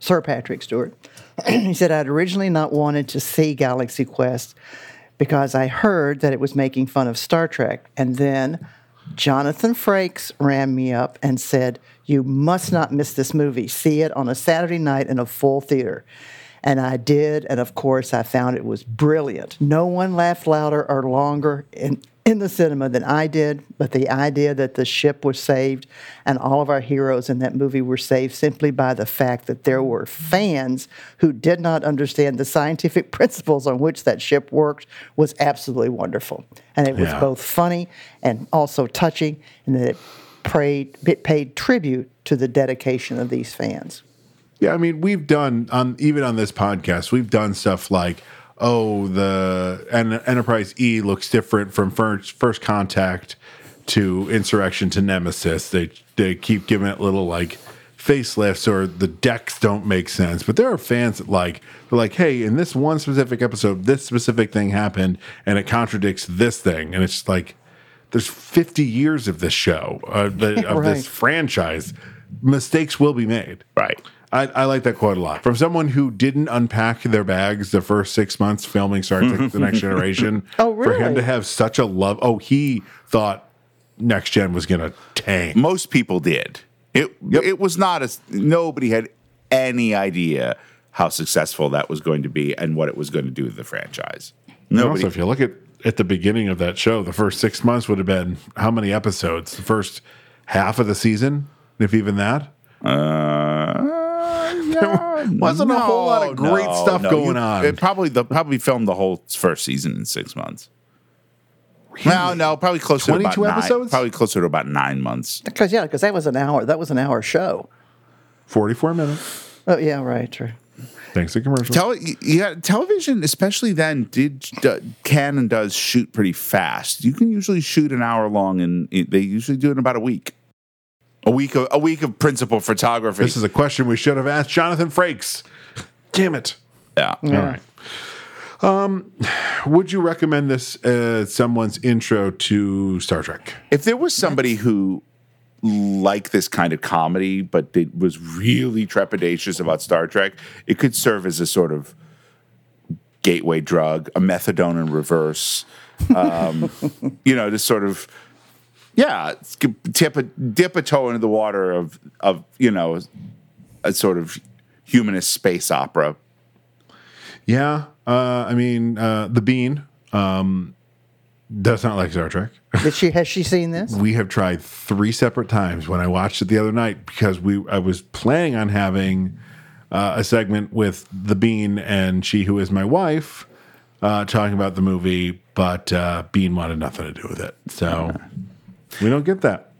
[SPEAKER 3] Sir Patrick Stewart. he said, I'd originally not wanted to see Galaxy Quest because I heard that it was making fun of Star Trek. And then Jonathan Frakes ran me up and said, You must not miss this movie. See it on a Saturday night in a full theater. And I did. And of course, I found it was brilliant. No one laughed louder or longer in, in the cinema than I did. But the idea that the ship was saved and all of our heroes in that movie were saved simply by the fact that there were fans who did not understand the scientific principles on which that ship worked was absolutely wonderful. And it was
[SPEAKER 1] Yeah.
[SPEAKER 3] both funny and also touching, and that it, prayed, it paid tribute to the dedication of these fans.
[SPEAKER 1] Yeah, I mean, we've done on even on this podcast, we've done stuff like, oh, the and Enterprise E looks different from first, first contact to insurrection to nemesis. They they keep giving it little like facelifts or the decks don't make sense. But there are fans that like they're like, hey, in this one specific episode, this specific thing happened and it contradicts this thing, and it's just like there's 50 years of this show uh, the, of
[SPEAKER 3] Right.
[SPEAKER 1] this franchise mistakes will be made right I, I like that quote a lot from someone who didn't unpack their bags the first six months filming Star Trek: The Next Generation.
[SPEAKER 2] Oh,
[SPEAKER 1] For him
[SPEAKER 2] really?
[SPEAKER 1] to have such a love, oh, he thought Next Gen was gonna tank.
[SPEAKER 2] Most people did. It it was not as nobody had any idea how successful that was going to be and what it was going to do to the franchise.
[SPEAKER 1] And
[SPEAKER 2] Nobody.
[SPEAKER 1] Also, if you look at at the beginning of that show, the first six months would have been how many episodes? The first half of the season, if even that.
[SPEAKER 2] Uh, there
[SPEAKER 1] wasn't a whole lot of great stuff going on.
[SPEAKER 2] It probably the probably filmed the whole first season in six months. No, no, probably closer to about
[SPEAKER 3] 22
[SPEAKER 2] nine-
[SPEAKER 3] episodes?
[SPEAKER 2] probably closer to about nine months.
[SPEAKER 3] Because, yeah, because that was an hour. That was an hour show.
[SPEAKER 1] 44 minutes.
[SPEAKER 3] Oh, yeah, right, true.
[SPEAKER 1] Thanks to commercials.
[SPEAKER 2] Tele- yeah, television, especially then, did d- can and does shoot pretty fast. You can usually shoot an hour long, and it, they usually do it in about a week. A week of a week of principal photography.
[SPEAKER 1] This is a question we should have asked Jonathan Frakes. Damn it.
[SPEAKER 2] yeah.
[SPEAKER 1] All right. Um, would you recommend this as someone's intro to Star Trek?
[SPEAKER 2] If there was somebody who liked this kind of comedy, but did, was really trepidatious about Star Trek, it could serve as a sort of gateway drug, a methadone in reverse. Um, you know, to sort of yeah, tip a, dip a toe into the water of of you know a sort of humanist space opera.
[SPEAKER 1] Yeah. Uh, I mean, uh, the Bean um, does not like Star Trek.
[SPEAKER 3] Did she has she seen this?
[SPEAKER 1] We have tried three separate times when I watched it the other night because we I was planning on having uh, a segment with the Bean and she who is my wife uh, talking about the movie, but uh, Bean wanted nothing to do with it, so we don't get that.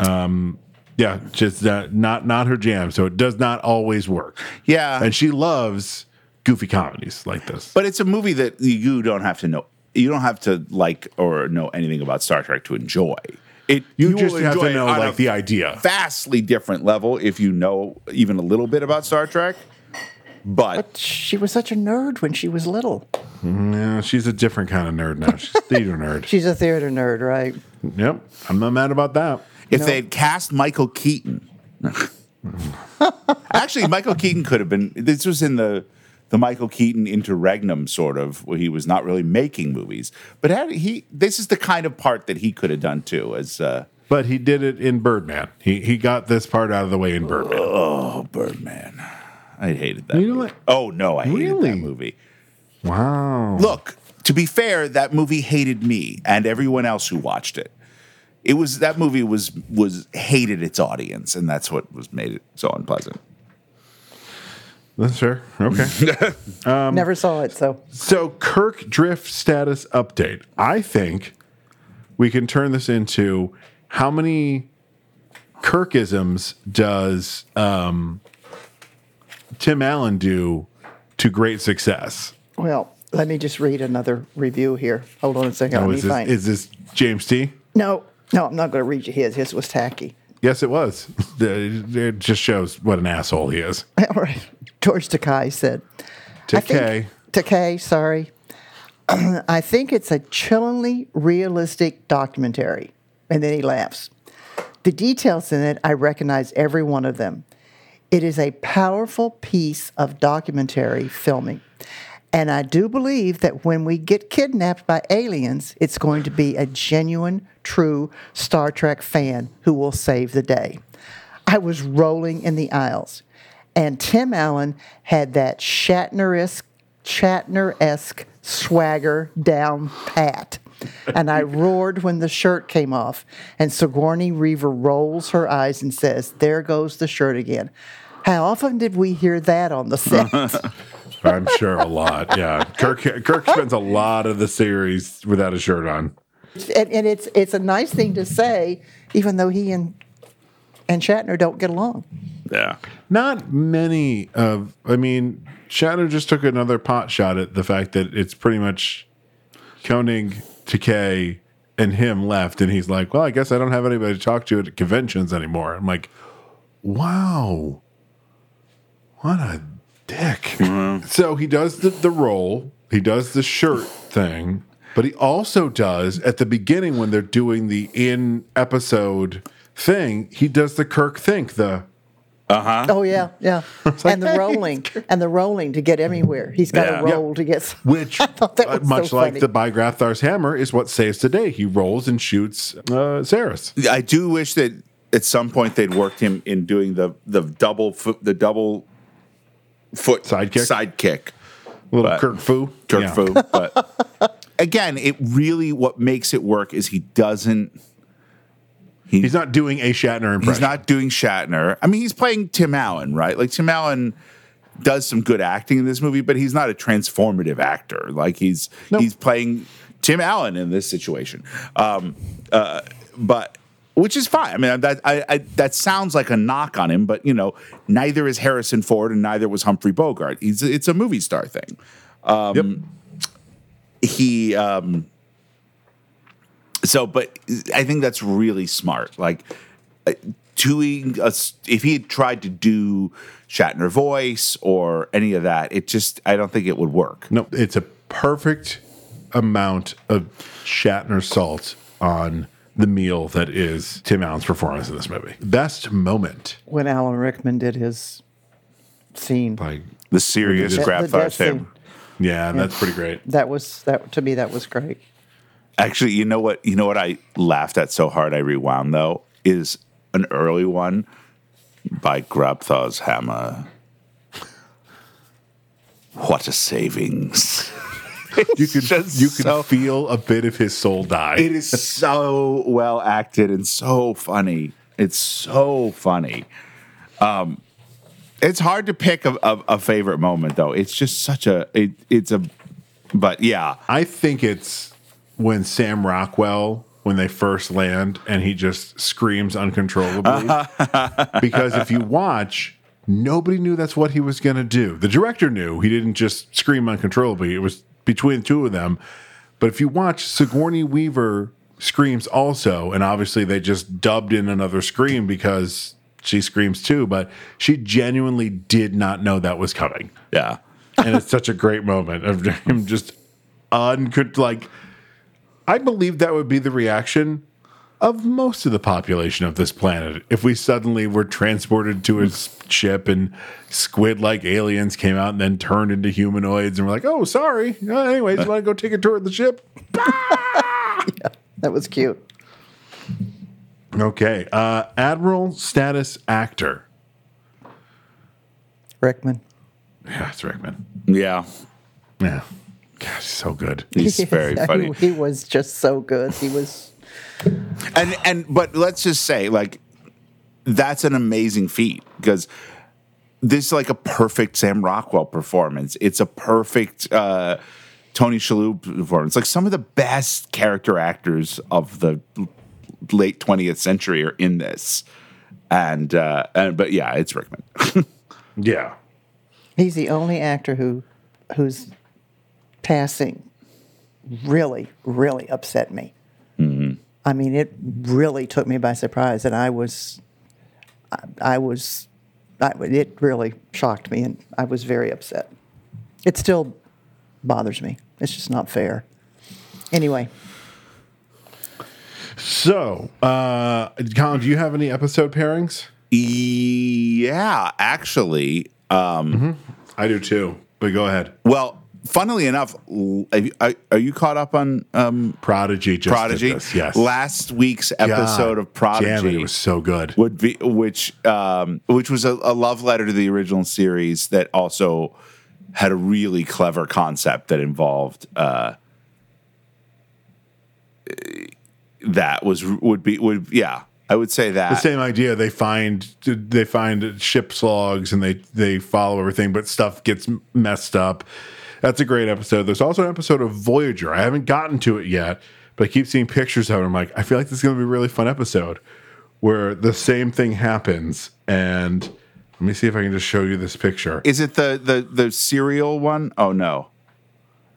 [SPEAKER 1] Um, yeah, just uh, not not her jam, so it does not always work.
[SPEAKER 2] Yeah,
[SPEAKER 1] and she loves goofy comedies like this.
[SPEAKER 2] But it's a movie that you don't have to know. You don't have to like or know anything about Star Trek to enjoy it.
[SPEAKER 1] You,
[SPEAKER 2] will
[SPEAKER 1] just have
[SPEAKER 2] enjoy
[SPEAKER 1] to
[SPEAKER 2] it
[SPEAKER 1] know
[SPEAKER 2] on a
[SPEAKER 1] like the idea.
[SPEAKER 2] vastly different level if you know even a little bit about Star Trek. But
[SPEAKER 3] She was such a nerd when she was little.
[SPEAKER 1] No, she's a different kind of nerd now. She's a theater nerd.
[SPEAKER 3] She's a theater nerd, right?
[SPEAKER 1] Yep, I'm not mad about that.
[SPEAKER 2] if they had cast Michael Keaton, actually, Michael Keaton could have been. This was in the the Michael Keaton interregnum, sort of, where he was not really making movies, but had he. This is the kind of part that he could have done too, as. Uh,
[SPEAKER 1] But he did it in Birdman. He he got this part out of the way in Birdman.
[SPEAKER 2] Oh, Birdman. I hated that. movie. Oh no, I hated that movie.
[SPEAKER 1] Wow.
[SPEAKER 2] Look, to be fair, that movie hated me and everyone else who watched it. It was that movie was was hated its audience, and that's what was made it so unpleasant.
[SPEAKER 1] That's fair. Okay. um,
[SPEAKER 3] Never saw it, so
[SPEAKER 1] So, Kirk Drift status update. I think we can turn this into how many Kirkisms does um, Tim Allen do to great success?
[SPEAKER 3] well, let me just read another review here. Hold on a second.
[SPEAKER 1] Now,
[SPEAKER 3] let me
[SPEAKER 1] is, this,
[SPEAKER 3] find.
[SPEAKER 1] is this James T?
[SPEAKER 3] no, no, I'm not going to read you his. His was tacky.
[SPEAKER 1] Yes, it was. It it just shows what an asshole he is.
[SPEAKER 3] All right. George Takei said. I think-
[SPEAKER 1] Takei.
[SPEAKER 3] Takei, sorry. I think it's a chillingly realistic documentary. And then he laughs. The details in it, I recognize every one of them. It is a powerful piece of documentary filming. And I do believe that when we get kidnapped by aliens, it's going to be a genuine, true Star Trek fan who will save the day. I was rolling in the aisles, and Tim Allen had that Shatner esque Shatner esque swagger down pat. And I roared when the shirt came off, and Sigourney Reaver rolls her eyes and says, There goes the shirt again. How often did we hear that on the set?
[SPEAKER 1] I'm sure a lot. Yeah. Kirk Kirk spends a lot of the series without a shirt on.
[SPEAKER 3] and, and it's it's a nice thing to say, even though he and and Shatner don't get along.
[SPEAKER 2] Yeah.
[SPEAKER 1] Not many of I mean, Shatner just took another pot shot at the fact that it's pretty much Koenig, Takei, and him left, and he's like, Well, I guess I don't have anybody to talk to at conventions anymore. I'm like, Wow. What a dick. So he does the, the roll, he does the shirt thing, but he also does at the beginning when they're doing the in episode thing, he does the Kirk think, the
[SPEAKER 2] uh-huh.
[SPEAKER 3] Oh yeah, yeah. and the rolling and the rolling to get anywhere. He's got
[SPEAKER 1] Yeah.
[SPEAKER 3] to roll to get.
[SPEAKER 1] Which,
[SPEAKER 3] I thought that
[SPEAKER 1] Uh,
[SPEAKER 3] was
[SPEAKER 1] much
[SPEAKER 3] so
[SPEAKER 1] like
[SPEAKER 3] funny.
[SPEAKER 1] the by Grathar's hammer is what saves the day. He rolls and shoots uh, Saris.
[SPEAKER 2] I do wish that at some point they'd worked him in doing the the double foot the double foot sidekick sidekick
[SPEAKER 1] little Kirk Fu
[SPEAKER 2] Kirk
[SPEAKER 1] Yeah.
[SPEAKER 2] Fu. But again, it really what makes it work is he doesn't.
[SPEAKER 1] he's not doing a Shatner impression.
[SPEAKER 2] He's not doing Shatner. I mean, he's playing Tim Allen, right? Like Tim Allen does some good acting in this movie, but he's not a transformative actor. Like he's he's playing Tim Allen in this situation. Um, uh, but which is fine. I mean, that I, I, that sounds like a knock on him, but you know, neither is Harrison Ford and neither was Humphrey Bogart. He's it's a movie star thing. Um, He. Um, so, but I think that's really smart. Like uh, doing a, s- if he had tried to do Shatner voice or any of that, it just I don't think it would work.
[SPEAKER 1] No, it's a perfect amount of Shatner salt on the meal that is Tim Allen's performance in this movie. Best moment.
[SPEAKER 3] when Alan Rickman did his scene,
[SPEAKER 1] like
[SPEAKER 2] the serious
[SPEAKER 3] The- the
[SPEAKER 2] grab
[SPEAKER 3] death
[SPEAKER 2] fires him.
[SPEAKER 3] scene.
[SPEAKER 1] Yeah,
[SPEAKER 3] Yeah.
[SPEAKER 1] that's pretty great.
[SPEAKER 3] that was that to me that was great.
[SPEAKER 2] Actually, you know what? You know what I laughed at so hard I rewound though is an early one by Grabthaw's hammer. What a savings!
[SPEAKER 1] You could you could feel a bit of his soul die.
[SPEAKER 2] It is so well acted and so funny. It's so funny. Um, it's hard to pick a, a, a favorite moment though. It's just such a it, it's a but yeah.
[SPEAKER 1] I think it's when Sam Rockwell when they first land and he just screams uncontrollably because if you watch nobody knew that's what he was going to do. The director knew he didn't just scream uncontrollably. It was between the two of them. But if you watch Sigourney Weaver screams also and obviously they just dubbed in another scream because she screams too, but she genuinely did not know that was coming.
[SPEAKER 2] Yeah.
[SPEAKER 1] and it's such a great moment of him just uncould like I believe that would be the reaction of most of the population of this planet if we suddenly were transported to a s- ship and squid like aliens came out and then turned into humanoids and were like, oh, sorry. Uh, anyways, want to go take a tour of the ship?
[SPEAKER 3] That was cute.
[SPEAKER 1] Okay. Uh, Admiral status actor.
[SPEAKER 3] Rickman.
[SPEAKER 1] Yeah, it's Rickman.
[SPEAKER 2] Yeah.
[SPEAKER 1] Yeah. Gosh, so good.
[SPEAKER 2] He's very
[SPEAKER 3] He-
[SPEAKER 2] funny.
[SPEAKER 3] He was just so good. He was
[SPEAKER 2] and and but let's just say like that's an amazing feat because this is like a perfect Sam Rockwell performance. It's a perfect uh, Tony Shalhoub performance. Like some of the best character actors of the l- late twentieth century are in this. And, uh, and but yeah, it's Rickman.
[SPEAKER 1] yeah,
[SPEAKER 3] he's the only actor who whose passing really really upset me. I mean, it really took me by surprise, and I was I, I was I, it really shocked me, and I was very upset. It still bothers me. It's just not fair. Anyway,
[SPEAKER 1] So, uh, Colin, do you have any episode pairings?
[SPEAKER 2] Yeah, actually, um,
[SPEAKER 1] I do too. But go ahead.
[SPEAKER 2] Well, funnily enough, l- have you- are are you caught up on um,
[SPEAKER 1] Prodigy? just did
[SPEAKER 2] Prodigy,
[SPEAKER 1] this, yes.
[SPEAKER 2] Last week's episode
[SPEAKER 1] God
[SPEAKER 2] of Prodigy
[SPEAKER 1] damn it, it was so good.
[SPEAKER 2] Would be which um, which was a, a love letter to the original series that also had a really clever concept that involved uh, that was would be would yeah I would say that
[SPEAKER 1] the same idea. They find they find ship's logs and they they follow everything, but stuff gets m- messed up. That's a great episode. There's also an episode of Voyager. I haven't gotten to it yet, but I keep seeing pictures of it. I'm like, I feel like this is going to be a really fun episode where the same thing happens. And let me see if I can just show you this picture.
[SPEAKER 2] Is it the the the serial one? Oh no,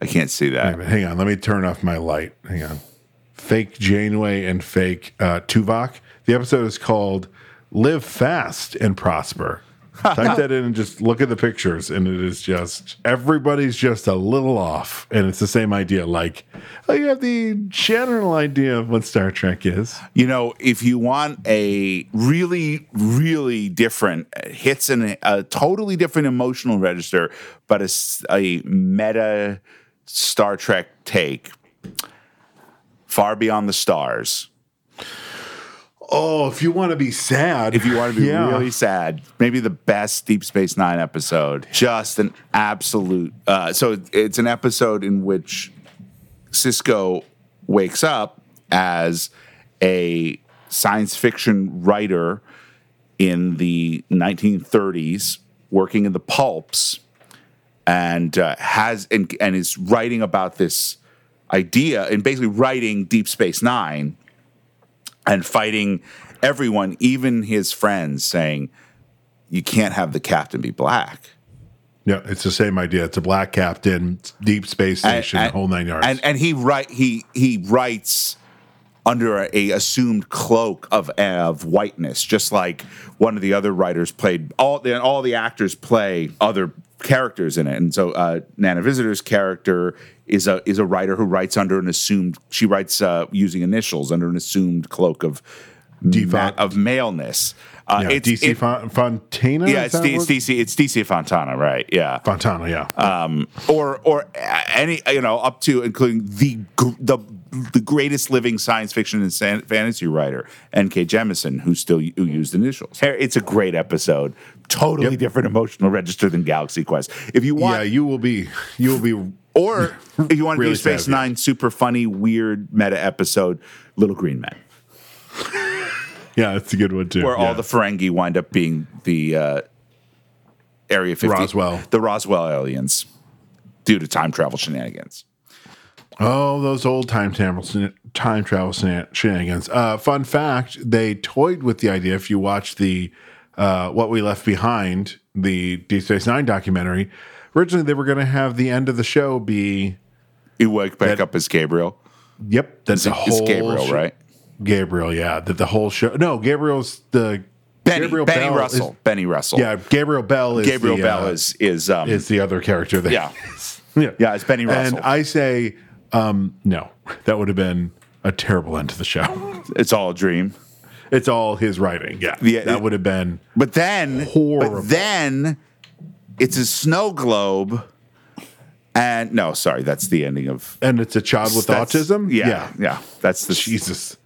[SPEAKER 2] I can't see that.
[SPEAKER 1] Hang on, let me turn off my light. Hang on. Fake Janeway and fake uh, Tuvok. The episode is called "Live Fast and Prosper." Type that in and just look at the pictures, and it is just everybody's just a little off, and it's the same idea. Like, oh, you have the general idea of what Star Trek is.
[SPEAKER 2] You know, if you want a really, really different it hits in a totally different emotional register, but a, s- a meta Star Trek take, far beyond the stars.
[SPEAKER 1] Oh, if you want to be sad,
[SPEAKER 2] If you want to be
[SPEAKER 1] Yeah.
[SPEAKER 2] really sad, maybe the best Deep Space Nine episode. Just an absolute. Uh, so it- it's an episode in which Cisco wakes up as a science fiction writer in the 1930s, working in the pulps, and uh, has and, and is writing about this idea and basically writing Deep Space Nine and fighting everyone, even his friends, saying, "You can't have the captain be black."
[SPEAKER 1] Yeah, it's the same idea. It's a black captain, deep space station,
[SPEAKER 2] and,
[SPEAKER 1] whole nine yards.
[SPEAKER 2] And and he write he he writes under a, a assumed cloak of of whiteness, just like one of the other writers played. All the all the actors play other characters in it, and so uh, Nana Visitor's character is a is a writer who writes under an assumed she writes uh, using initials under an assumed cloak of ma- of maleness. Uh,
[SPEAKER 1] yeah,
[SPEAKER 2] it's-
[SPEAKER 1] DC
[SPEAKER 2] it-
[SPEAKER 1] Fon- Fontana.
[SPEAKER 2] yeah,
[SPEAKER 1] is
[SPEAKER 2] it's,
[SPEAKER 1] that
[SPEAKER 2] D,
[SPEAKER 1] what-
[SPEAKER 2] it's DC. It's DC Fontana, right? Yeah,
[SPEAKER 1] Fontana. Yeah,
[SPEAKER 2] um, or or any you know up to including the gr- the the greatest living science fiction and san- fantasy writer N.K. Jemisin, who still who used initials. It's a great episode. Totally different emotional register than Galaxy Quest. If you want,
[SPEAKER 1] yeah, you will be you will be
[SPEAKER 2] or if you want to
[SPEAKER 1] Really
[SPEAKER 2] do Space
[SPEAKER 1] sad, yeah.
[SPEAKER 2] Nine, super funny, weird meta episode, Little Green Men,
[SPEAKER 1] Yeah, it's a good one too.
[SPEAKER 2] where all
[SPEAKER 1] Yeah.
[SPEAKER 2] the Ferengi wind up being the uh, Area 50,
[SPEAKER 1] Roswell.
[SPEAKER 2] the Roswell aliens, due to time travel shenanigans.
[SPEAKER 1] oh those old time travel shen- time travel shen- shenanigans. Uh, fun fact: they toyed with the idea. If you watch the uh, what we left behind, the Deep Space Nine documentary, originally they were going to have the end of the show be
[SPEAKER 2] He wake back up as Gabriel.
[SPEAKER 1] yep, that's a
[SPEAKER 2] It's- it's
[SPEAKER 1] whole
[SPEAKER 2] Gabriel,
[SPEAKER 1] sh-
[SPEAKER 2] right?
[SPEAKER 1] Gabriel, yeah, that the whole show. No, Gabriel's the
[SPEAKER 2] Benny,
[SPEAKER 1] Gabriel
[SPEAKER 2] Benny
[SPEAKER 1] Bell is-
[SPEAKER 2] Russell. Benny Russell.
[SPEAKER 1] yeah, Gabriel Bell is
[SPEAKER 2] Gabriel
[SPEAKER 1] the,
[SPEAKER 2] Bell
[SPEAKER 1] uh,
[SPEAKER 2] is is um
[SPEAKER 1] is the other character. That
[SPEAKER 2] yeah.
[SPEAKER 1] yeah,
[SPEAKER 2] yeah, it's Benny Russell.
[SPEAKER 1] And I say, um, no, that would have been a terrible end to the show.
[SPEAKER 2] it's all a dream.
[SPEAKER 1] It's all his writing. Yeah.
[SPEAKER 2] Yeah,
[SPEAKER 1] that
[SPEAKER 2] it-
[SPEAKER 1] would have been
[SPEAKER 2] But then
[SPEAKER 1] Horrible.
[SPEAKER 2] but then it's a snow globe and no, sorry, that's the ending of
[SPEAKER 1] and it's a child with
[SPEAKER 2] that's-
[SPEAKER 1] autism.
[SPEAKER 2] Yeah, yeah. That's the
[SPEAKER 1] Jesus.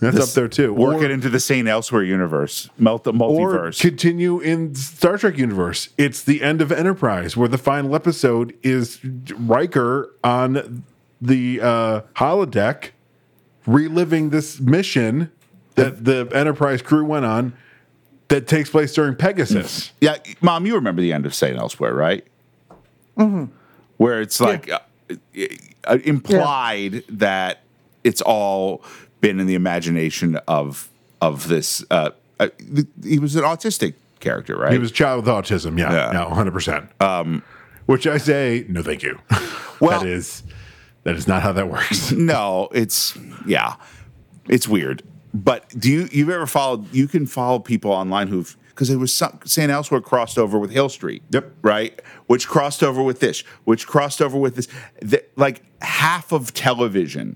[SPEAKER 1] That's up there too.
[SPEAKER 2] Work
[SPEAKER 1] Or-
[SPEAKER 2] it into the St. Elsewhere universe, melt the
[SPEAKER 1] Or
[SPEAKER 2] multiverse.
[SPEAKER 1] continue in Star Trek universe. It's the end of Enterprise, where the final episode is Riker on the uh, holodeck, reliving this mission that the Enterprise crew went on, that takes place during Pegasus.
[SPEAKER 2] yeah, mom, you remember the end of St. Elsewhere, right?
[SPEAKER 1] Mm-hmm.
[SPEAKER 2] Where it's like uh, uh, implied that it's all been in the imagination of of this. Uh, uh, th- he was an autistic character, right?
[SPEAKER 1] He was a child with autism. Yeah,
[SPEAKER 2] Yeah.
[SPEAKER 1] no, hundred percent. Um, which I say, no, thank you.
[SPEAKER 2] Well-
[SPEAKER 1] that is that is not how that works.
[SPEAKER 2] no, it's yeah, it's weird. But do you you've ever followed? You can follow people online who've because there was some St. Elsewhere crossed over with Hill Street. Yep. Right, which crossed over with this, which crossed over with this. The, like half of television,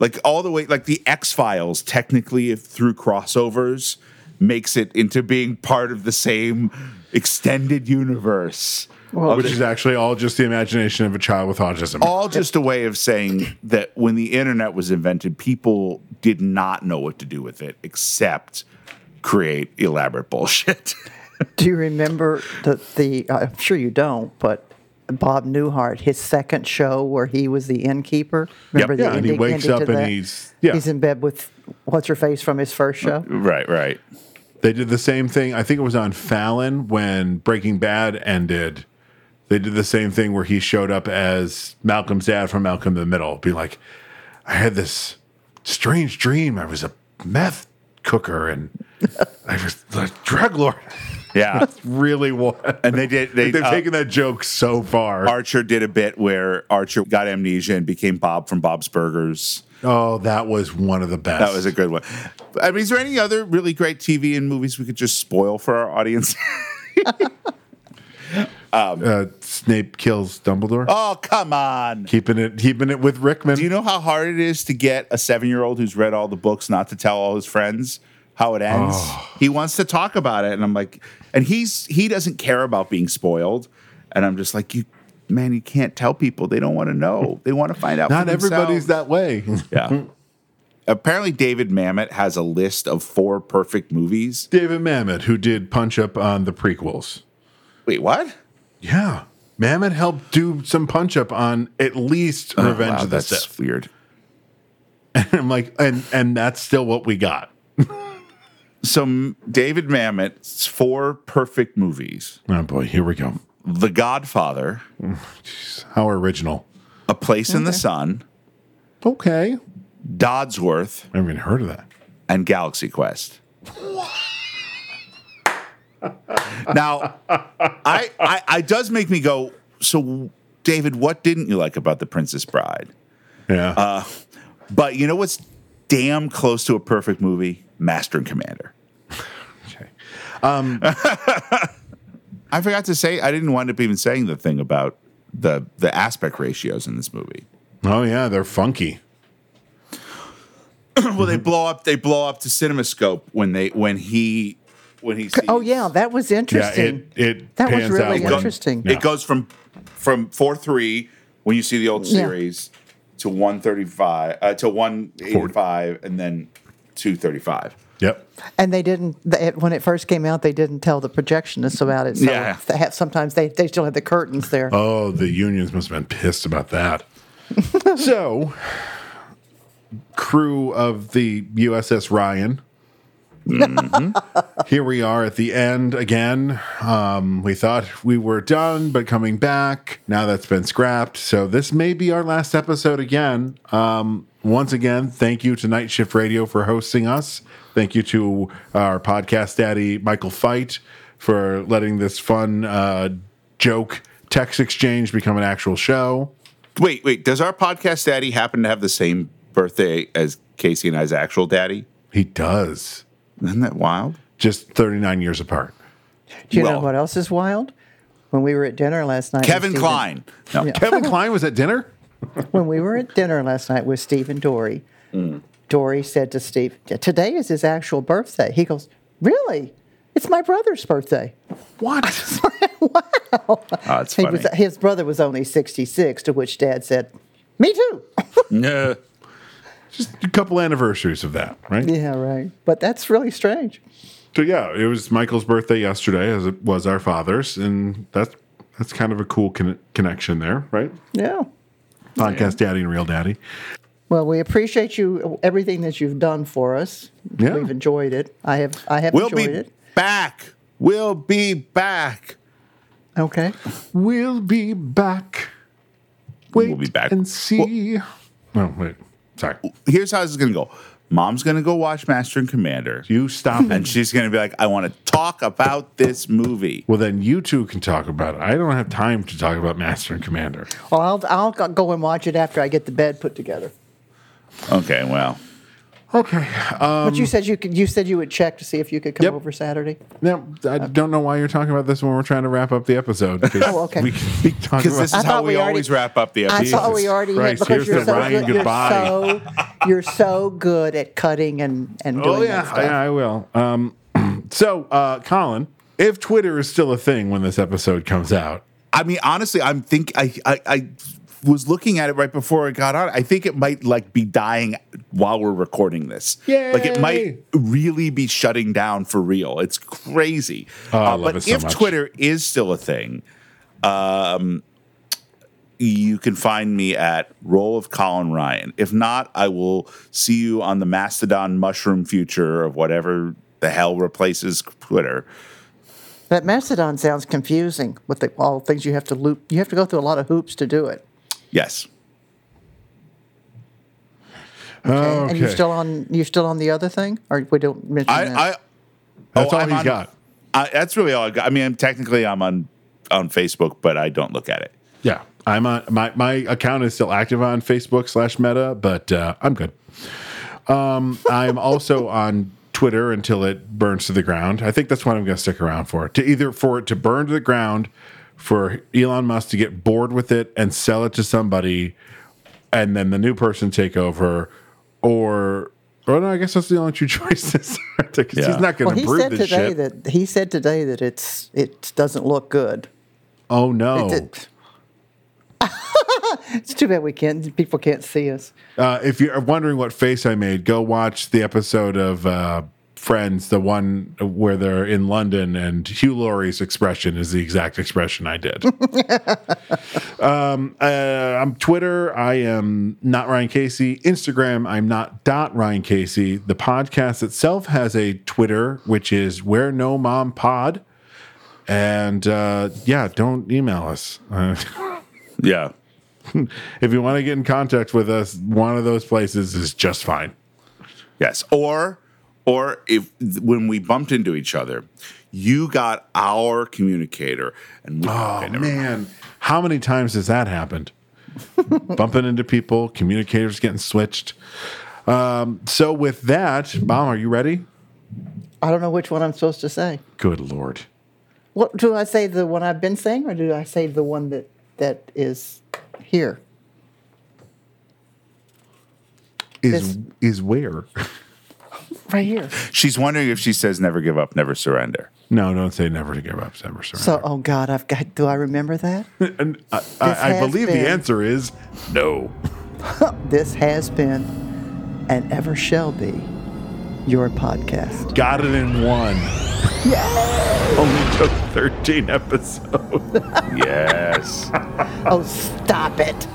[SPEAKER 2] like all the way, like the X Files, technically if through crossovers, makes it into being part of the same extended universe.
[SPEAKER 1] which is actually all just the imagination of a child with autism.
[SPEAKER 2] All just a way of saying that when the internet was invented, people did not know what to do with it except create elaborate bullshit.
[SPEAKER 3] Do you remember the, the uh, I'm sure you don't, but Bob Newhart, his second show where he was the innkeeper? Remember the
[SPEAKER 1] Yeah, and he
[SPEAKER 3] ending-
[SPEAKER 1] wakes
[SPEAKER 3] ending
[SPEAKER 1] up
[SPEAKER 3] to
[SPEAKER 1] and
[SPEAKER 3] that?
[SPEAKER 1] he's- yeah. Uh,
[SPEAKER 3] He's in bed with what's her face from his first show?
[SPEAKER 2] right, right.
[SPEAKER 1] They did the same thing. I think it was on Fallon when Breaking Bad ended. They did the same thing where he showed up as Malcolm's dad from Malcolm in the Middle, be like, I had this strange dream. I was a meth cooker and I was a drug lord.
[SPEAKER 2] Yeah.
[SPEAKER 1] That's really what.
[SPEAKER 2] And they did. They,
[SPEAKER 1] They've
[SPEAKER 2] uh,
[SPEAKER 1] taken that joke so far.
[SPEAKER 2] Archer did a bit where Archer got amnesia and became Bob from Bob's Burgers.
[SPEAKER 1] Oh, that was one of the best.
[SPEAKER 2] That was a good one. I mean, is there any other really great TV and movies we could just spoil for our audience?
[SPEAKER 1] uh, Snape kills Dumbledore.
[SPEAKER 2] oh, come on.
[SPEAKER 1] Keeping it, keeping it with Rickman.
[SPEAKER 2] Do you know how hard it is to get a seven year old who's read all the books not to tell all his friends how it ends?
[SPEAKER 1] Oh.
[SPEAKER 2] He wants to talk about it. And I'm like, and he's he doesn't care about being spoiled. And I'm just like, you man, you can't tell people. They don't want to know. They want to find out.
[SPEAKER 1] Not
[SPEAKER 2] for
[SPEAKER 1] everybody's that way.
[SPEAKER 2] themselves. Yeah. Apparently, David Mamet has a list of four perfect movies.
[SPEAKER 1] David Mamet, who did punch up on the prequels.
[SPEAKER 2] Wait, what?
[SPEAKER 1] Yeah. Mamet helped do some punch up on at least Revenge
[SPEAKER 2] Oh, wow,
[SPEAKER 1] of the
[SPEAKER 2] that's
[SPEAKER 1] Sith.
[SPEAKER 2] weird.
[SPEAKER 1] And I'm like, and and that's still what we got.
[SPEAKER 2] So M- David Mamet's four perfect movies:
[SPEAKER 1] Oh boy, here we go.
[SPEAKER 2] The Godfather,
[SPEAKER 1] How original.
[SPEAKER 2] A Place in the Sun,
[SPEAKER 1] Okay.
[SPEAKER 2] Dodsworth,
[SPEAKER 1] I haven't even heard of that.
[SPEAKER 2] and Galaxy Quest. now, I, I, I does make me go. So, David, what didn't you like about the Princess Bride?
[SPEAKER 1] Yeah.
[SPEAKER 2] Uh, but you know what's damn close to a perfect movie? Master and Commander.
[SPEAKER 1] Um,
[SPEAKER 2] I forgot to say I didn't wind up even saying the thing about the the aspect ratios in this movie.
[SPEAKER 1] oh yeah, they're funky.
[SPEAKER 2] well, they blow up. They blow up to CinemaScope when they when he when he sees
[SPEAKER 3] Oh yeah, that was
[SPEAKER 1] Yeah,
[SPEAKER 3] interesting.
[SPEAKER 1] it it
[SPEAKER 3] That was
[SPEAKER 1] pans out
[SPEAKER 3] really
[SPEAKER 1] when-
[SPEAKER 3] interesting.
[SPEAKER 1] Yeah.
[SPEAKER 2] It goes from from four three when you see the old
[SPEAKER 3] Yeah.
[SPEAKER 2] series to one thirty five uh, to one eighty five, and then two thirty five.
[SPEAKER 1] Yep.
[SPEAKER 3] And they didn't they, when it first came out. They didn't tell the projectionists about it. So
[SPEAKER 2] Yeah.
[SPEAKER 3] they have, sometimes they, they still had the curtains there.
[SPEAKER 1] Oh, the unions must have been pissed about that. so, crew of the USS Ryan. Here we are at the end again. Um, we thought we were done, but coming back now that's been scrapped. So this may be our last episode again. Um, once again, thank you to Night Shift Radio for hosting us. Thank you to our podcast daddy Michael Fight for letting this fun uh, joke text exchange become an actual show.
[SPEAKER 2] Wait, wait. Does our podcast daddy happen to have the same birthday as Casey and I's actual daddy?
[SPEAKER 1] He does
[SPEAKER 2] Isn't that wild?
[SPEAKER 1] just thirty nine years apart.
[SPEAKER 3] Do you know
[SPEAKER 2] well-
[SPEAKER 3] what else is wild? When we were at dinner last night, with
[SPEAKER 2] Kevin
[SPEAKER 3] Stephen-
[SPEAKER 2] Klein. No.
[SPEAKER 3] Yeah.
[SPEAKER 1] Kevin Klein was at dinner.
[SPEAKER 3] when we were at dinner last night with Steve and Dory, Dory said to Steve, "Today is his actual birthday." He goes, "Really? It's my brother's birthday."
[SPEAKER 1] What?
[SPEAKER 2] Oh, that's
[SPEAKER 3] He
[SPEAKER 2] funny.
[SPEAKER 3] was, his brother was only sixty-six, to which Dad said, "Me too."
[SPEAKER 2] Yeah.
[SPEAKER 1] just a couple anniversaries of that, right?
[SPEAKER 3] Yeah, right. But that's really strange.
[SPEAKER 1] So yeah, it was Michael's birthday yesterday, as it was our father's, and that's that's kind of a cool con- connection there, right?
[SPEAKER 3] Yeah.
[SPEAKER 1] Podcast Daddy and Real Daddy.
[SPEAKER 3] Well, we appreciate you everything that you've done for us.
[SPEAKER 1] Yeah.
[SPEAKER 3] We've enjoyed it. I have I have
[SPEAKER 2] We'll
[SPEAKER 3] enjoyed
[SPEAKER 2] be
[SPEAKER 3] it.
[SPEAKER 2] back. We'll be back.
[SPEAKER 3] Okay.
[SPEAKER 1] We'll be back.
[SPEAKER 2] Wait we'll be back and
[SPEAKER 1] see. oh wait, sorry.
[SPEAKER 2] Here's how this is gonna go. Mom's gonna go watch Master and Commander.
[SPEAKER 1] You stop
[SPEAKER 2] and she's gonna be like, "I want to talk about this movie."
[SPEAKER 1] Well, then you two can talk about it. I don't have time to talk about Master and Commander.
[SPEAKER 3] Well, I'll I'll go- go and watch it after I get the bed put together.
[SPEAKER 2] Okay, well,
[SPEAKER 1] Okay. Um,
[SPEAKER 3] but you said you could you said you would check to see if you could come over Saturday.
[SPEAKER 1] now I don't know why you're talking about this when we're trying to wrap up the episode. 'cause
[SPEAKER 3] Oh, okay.
[SPEAKER 1] We can be talking
[SPEAKER 2] because this
[SPEAKER 1] about-
[SPEAKER 2] is how we, always wrap up the
[SPEAKER 3] I
[SPEAKER 2] episode.
[SPEAKER 3] thought we already
[SPEAKER 1] Christ,
[SPEAKER 3] had
[SPEAKER 1] here's
[SPEAKER 3] because you're
[SPEAKER 1] the
[SPEAKER 3] so,
[SPEAKER 1] Ryan
[SPEAKER 3] good, you're
[SPEAKER 1] goodbye.
[SPEAKER 3] so you're so good at cutting and and doing
[SPEAKER 1] Oh
[SPEAKER 3] that
[SPEAKER 1] yeah,
[SPEAKER 3] stuff.
[SPEAKER 1] yeah, I will. Um, so, uh, Colin, if Twitter is still a thing when this episode comes out,
[SPEAKER 2] I mean, honestly, I'm think I, I I was looking at it right before I got on. I think it might like be dying while we're recording this. Like it
[SPEAKER 1] Yay!
[SPEAKER 2] might really be shutting down for real. It's crazy.
[SPEAKER 1] Oh, I
[SPEAKER 2] Uh,
[SPEAKER 1] love
[SPEAKER 2] but
[SPEAKER 1] it so
[SPEAKER 2] if
[SPEAKER 1] much.
[SPEAKER 2] Twitter is still a thing, um, you can find me at Roll of Colin Ryan. If not, I will see you on the Mastodon mushroom future of whatever the hell replaces Twitter.
[SPEAKER 3] That Mastodon sounds confusing with the, all the things you have to loop. You have to go through a lot of hoops to do it.
[SPEAKER 2] Yes.
[SPEAKER 1] okay.
[SPEAKER 3] And you're still on you're still on the other thing, or we don't mention that.
[SPEAKER 2] I, I
[SPEAKER 1] That's all
[SPEAKER 2] Oh, I'm
[SPEAKER 1] he's
[SPEAKER 2] on-
[SPEAKER 1] got.
[SPEAKER 2] I, that's really all I got. I mean, I'm, technically, I'm on on Facebook, but I don't look at it.
[SPEAKER 1] yeah, I'm on my my account is still active on Facebook slash Meta, but uh, I'm good. Um, I'm also on Twitter until it burns to the ground. I think that's what I'm going to stick around for. To either for it to burn to the ground, for Elon Musk to get bored with it and sell it to somebody, and then the new person take over, or or no, I guess that's the only two choices. 'Cause He's not going to
[SPEAKER 3] well, he
[SPEAKER 1] improve
[SPEAKER 3] said
[SPEAKER 1] this
[SPEAKER 3] today
[SPEAKER 1] shit.
[SPEAKER 3] that he said today that it's it doesn't look good.
[SPEAKER 1] oh no.
[SPEAKER 3] It's, it's too bad we can't people can't see us.
[SPEAKER 1] Uh, if you're wondering what face I made, go watch the episode of uh, Friends, the one where they're in London, and Hugh Laurie's expression is the exact expression I did. um, uh, I'm Twitter. I am not Ryan Casey. Instagram. I'm not dot Ryan Casey. The podcast itself has a Twitter, which is where no mom pod. And uh, yeah, don't email us. Uh,
[SPEAKER 2] Yeah.
[SPEAKER 1] if you want to get in contact with us, one of those places is just fine.
[SPEAKER 2] Yes. Or or if when we bumped into each other, you got our communicator, and we,
[SPEAKER 1] Oh man, how many times has that happened? Bumping into people, communicators getting switched. Um, so with that, mom, are you ready?
[SPEAKER 3] I don't know which one I'm supposed to say.
[SPEAKER 1] Good lord.
[SPEAKER 3] What do I say? The one I've been saying, or do I say the one that that is here?
[SPEAKER 1] Is is where?
[SPEAKER 3] Right here.
[SPEAKER 2] she's wondering if she says "Never give up, never surrender."
[SPEAKER 1] No, don't say never to give up, never surrender.
[SPEAKER 3] So, oh God, I've got. Do I remember that?
[SPEAKER 1] and I, I, I
[SPEAKER 3] has
[SPEAKER 1] believe
[SPEAKER 3] been-
[SPEAKER 1] the answer is no.
[SPEAKER 3] this has been, and ever shall be, your podcast.
[SPEAKER 1] Got it in one. Only took 13 episodes.
[SPEAKER 2] yes.
[SPEAKER 3] Oh, stop it.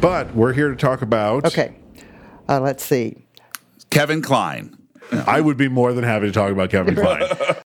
[SPEAKER 1] But we're here to talk about.
[SPEAKER 3] Okay. Uh, let's see.
[SPEAKER 2] Kevin Klein.
[SPEAKER 1] I would be more than happy to talk about Kevin Klein.